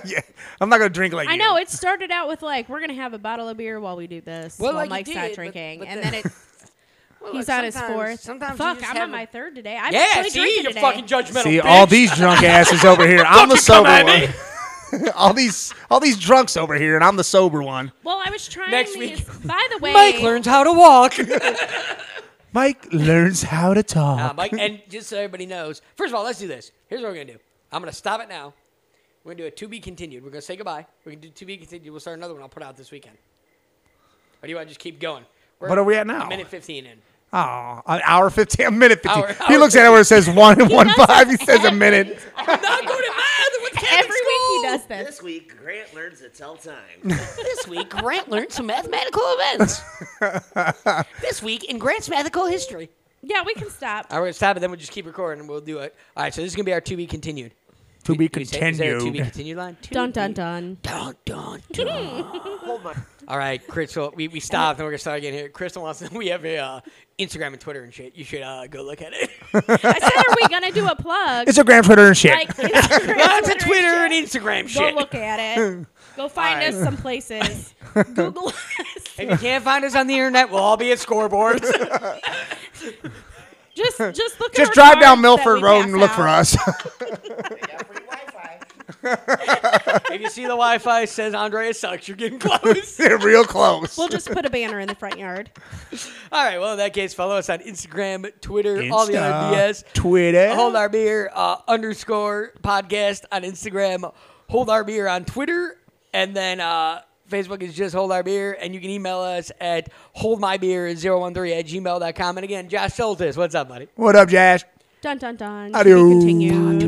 S2: yeah, I'm not gonna drink like
S5: I
S2: you.
S5: know it started out with like we're gonna have a bottle of beer while we do this
S4: Well,
S5: while
S4: like you
S5: Mike's
S4: did,
S5: not
S4: but-
S5: drinking,
S4: but
S5: and
S4: then-
S5: then it
S4: (laughs) Well,
S5: he's
S4: like,
S5: on his
S4: sometimes-
S5: fourth.
S4: Sometimes you
S5: Fuck,
S4: just
S5: I'm
S4: have
S5: on
S4: a-
S5: my third today. I'm
S4: Yeah,
S5: actually
S4: see,
S5: drinking
S4: you're
S5: today.
S4: fucking judgmental.
S2: See
S4: bitch.
S2: all these drunk asses
S4: (laughs)
S2: over here. I'm the sober
S4: at
S2: one. (laughs) all these all these drunks over here, and I'm the sober one.
S5: Well, I was trying
S4: Next
S5: these.
S4: week.
S5: By
S4: (laughs)
S5: the way,
S4: Mike learns how to walk. (laughs)
S2: Mike learns how to talk.
S4: Uh, Mike, and just so everybody knows, first of all, let's do this. Here's what we're gonna do. I'm gonna stop it now. We're gonna do a to be continued. We're gonna say goodbye. We're gonna do to be continued. We'll start another one. I'll put out this weekend. Or do you want to just keep going? We're
S2: What are we at now?
S4: A minute fifteen in.
S2: Oh, an hour fifteen, a minute fifteen.
S4: Hour-
S2: he
S4: hour
S2: looks at it where it says
S4: (laughs)
S2: one and one five. He says a minute.
S4: I'm not going to math with Catholic
S5: every week he
S4: school.
S5: does this.
S8: This week, Grant learns to tell time.
S7: This week, Grant learned some mathematical events.
S4: This week in Grant's Mathematical History.
S5: Yeah, we can
S4: (laughs)
S5: stop.
S4: All right, we're gonna stop it. Then we'll just keep recording, and we'll do it. All right, so this is gonna be our to be continued.
S2: To be
S4: Do we say- Is there a to be
S2: continued.
S4: continued line? To
S5: Dun dun
S4: be-
S5: dun.
S4: Dun dun dun. (laughs) All right, Crystal, we, we stopped, and we're gonna start again here. Crystal wants to know (laughs) we have a uh, Instagram and Twitter and shit. You should uh, go look at (laughs) it.
S5: I said, are we gonna do a plug?
S2: It's a grand Twitter and
S4: (laughs)
S2: shit.
S5: (laughs) like Instagram,
S4: Lots of Twitter and
S5: shit.
S4: Instagram
S5: Go
S4: shit.
S5: look at it.
S4: (laughs)
S5: Go find
S4: right.
S5: us
S4: (laughs)
S5: some places. Google us.
S4: If you can't find us on the internet, we'll all be at scoreboards. (laughs)
S5: Just just look.
S2: Just
S5: at our
S2: drive down
S5: cards that we
S2: Milford Road
S5: pass
S2: and look for
S5: out.
S2: us. (laughs)
S4: if you see the Wi-Fi says Andrea sucks, you're getting (laughs) close.
S2: They're real close.
S5: We'll just put a banner in the front yard.
S4: all right, well in that case, follow us on Instagram, Twitter, all the
S2: Insta,
S4: other BS.
S2: Twitter.
S4: Hold Our Beer uh, underscore podcast on Instagram. Hold Our Beer on Twitter. And then uh, Facebook is just Hold Our Beer. And you can email us at holdmybeer013 at gmail.com. And again, Josh Soltis, what's up, buddy?
S2: What up, Josh?
S5: Dun dun dun.
S2: Adios.
S5: Continue.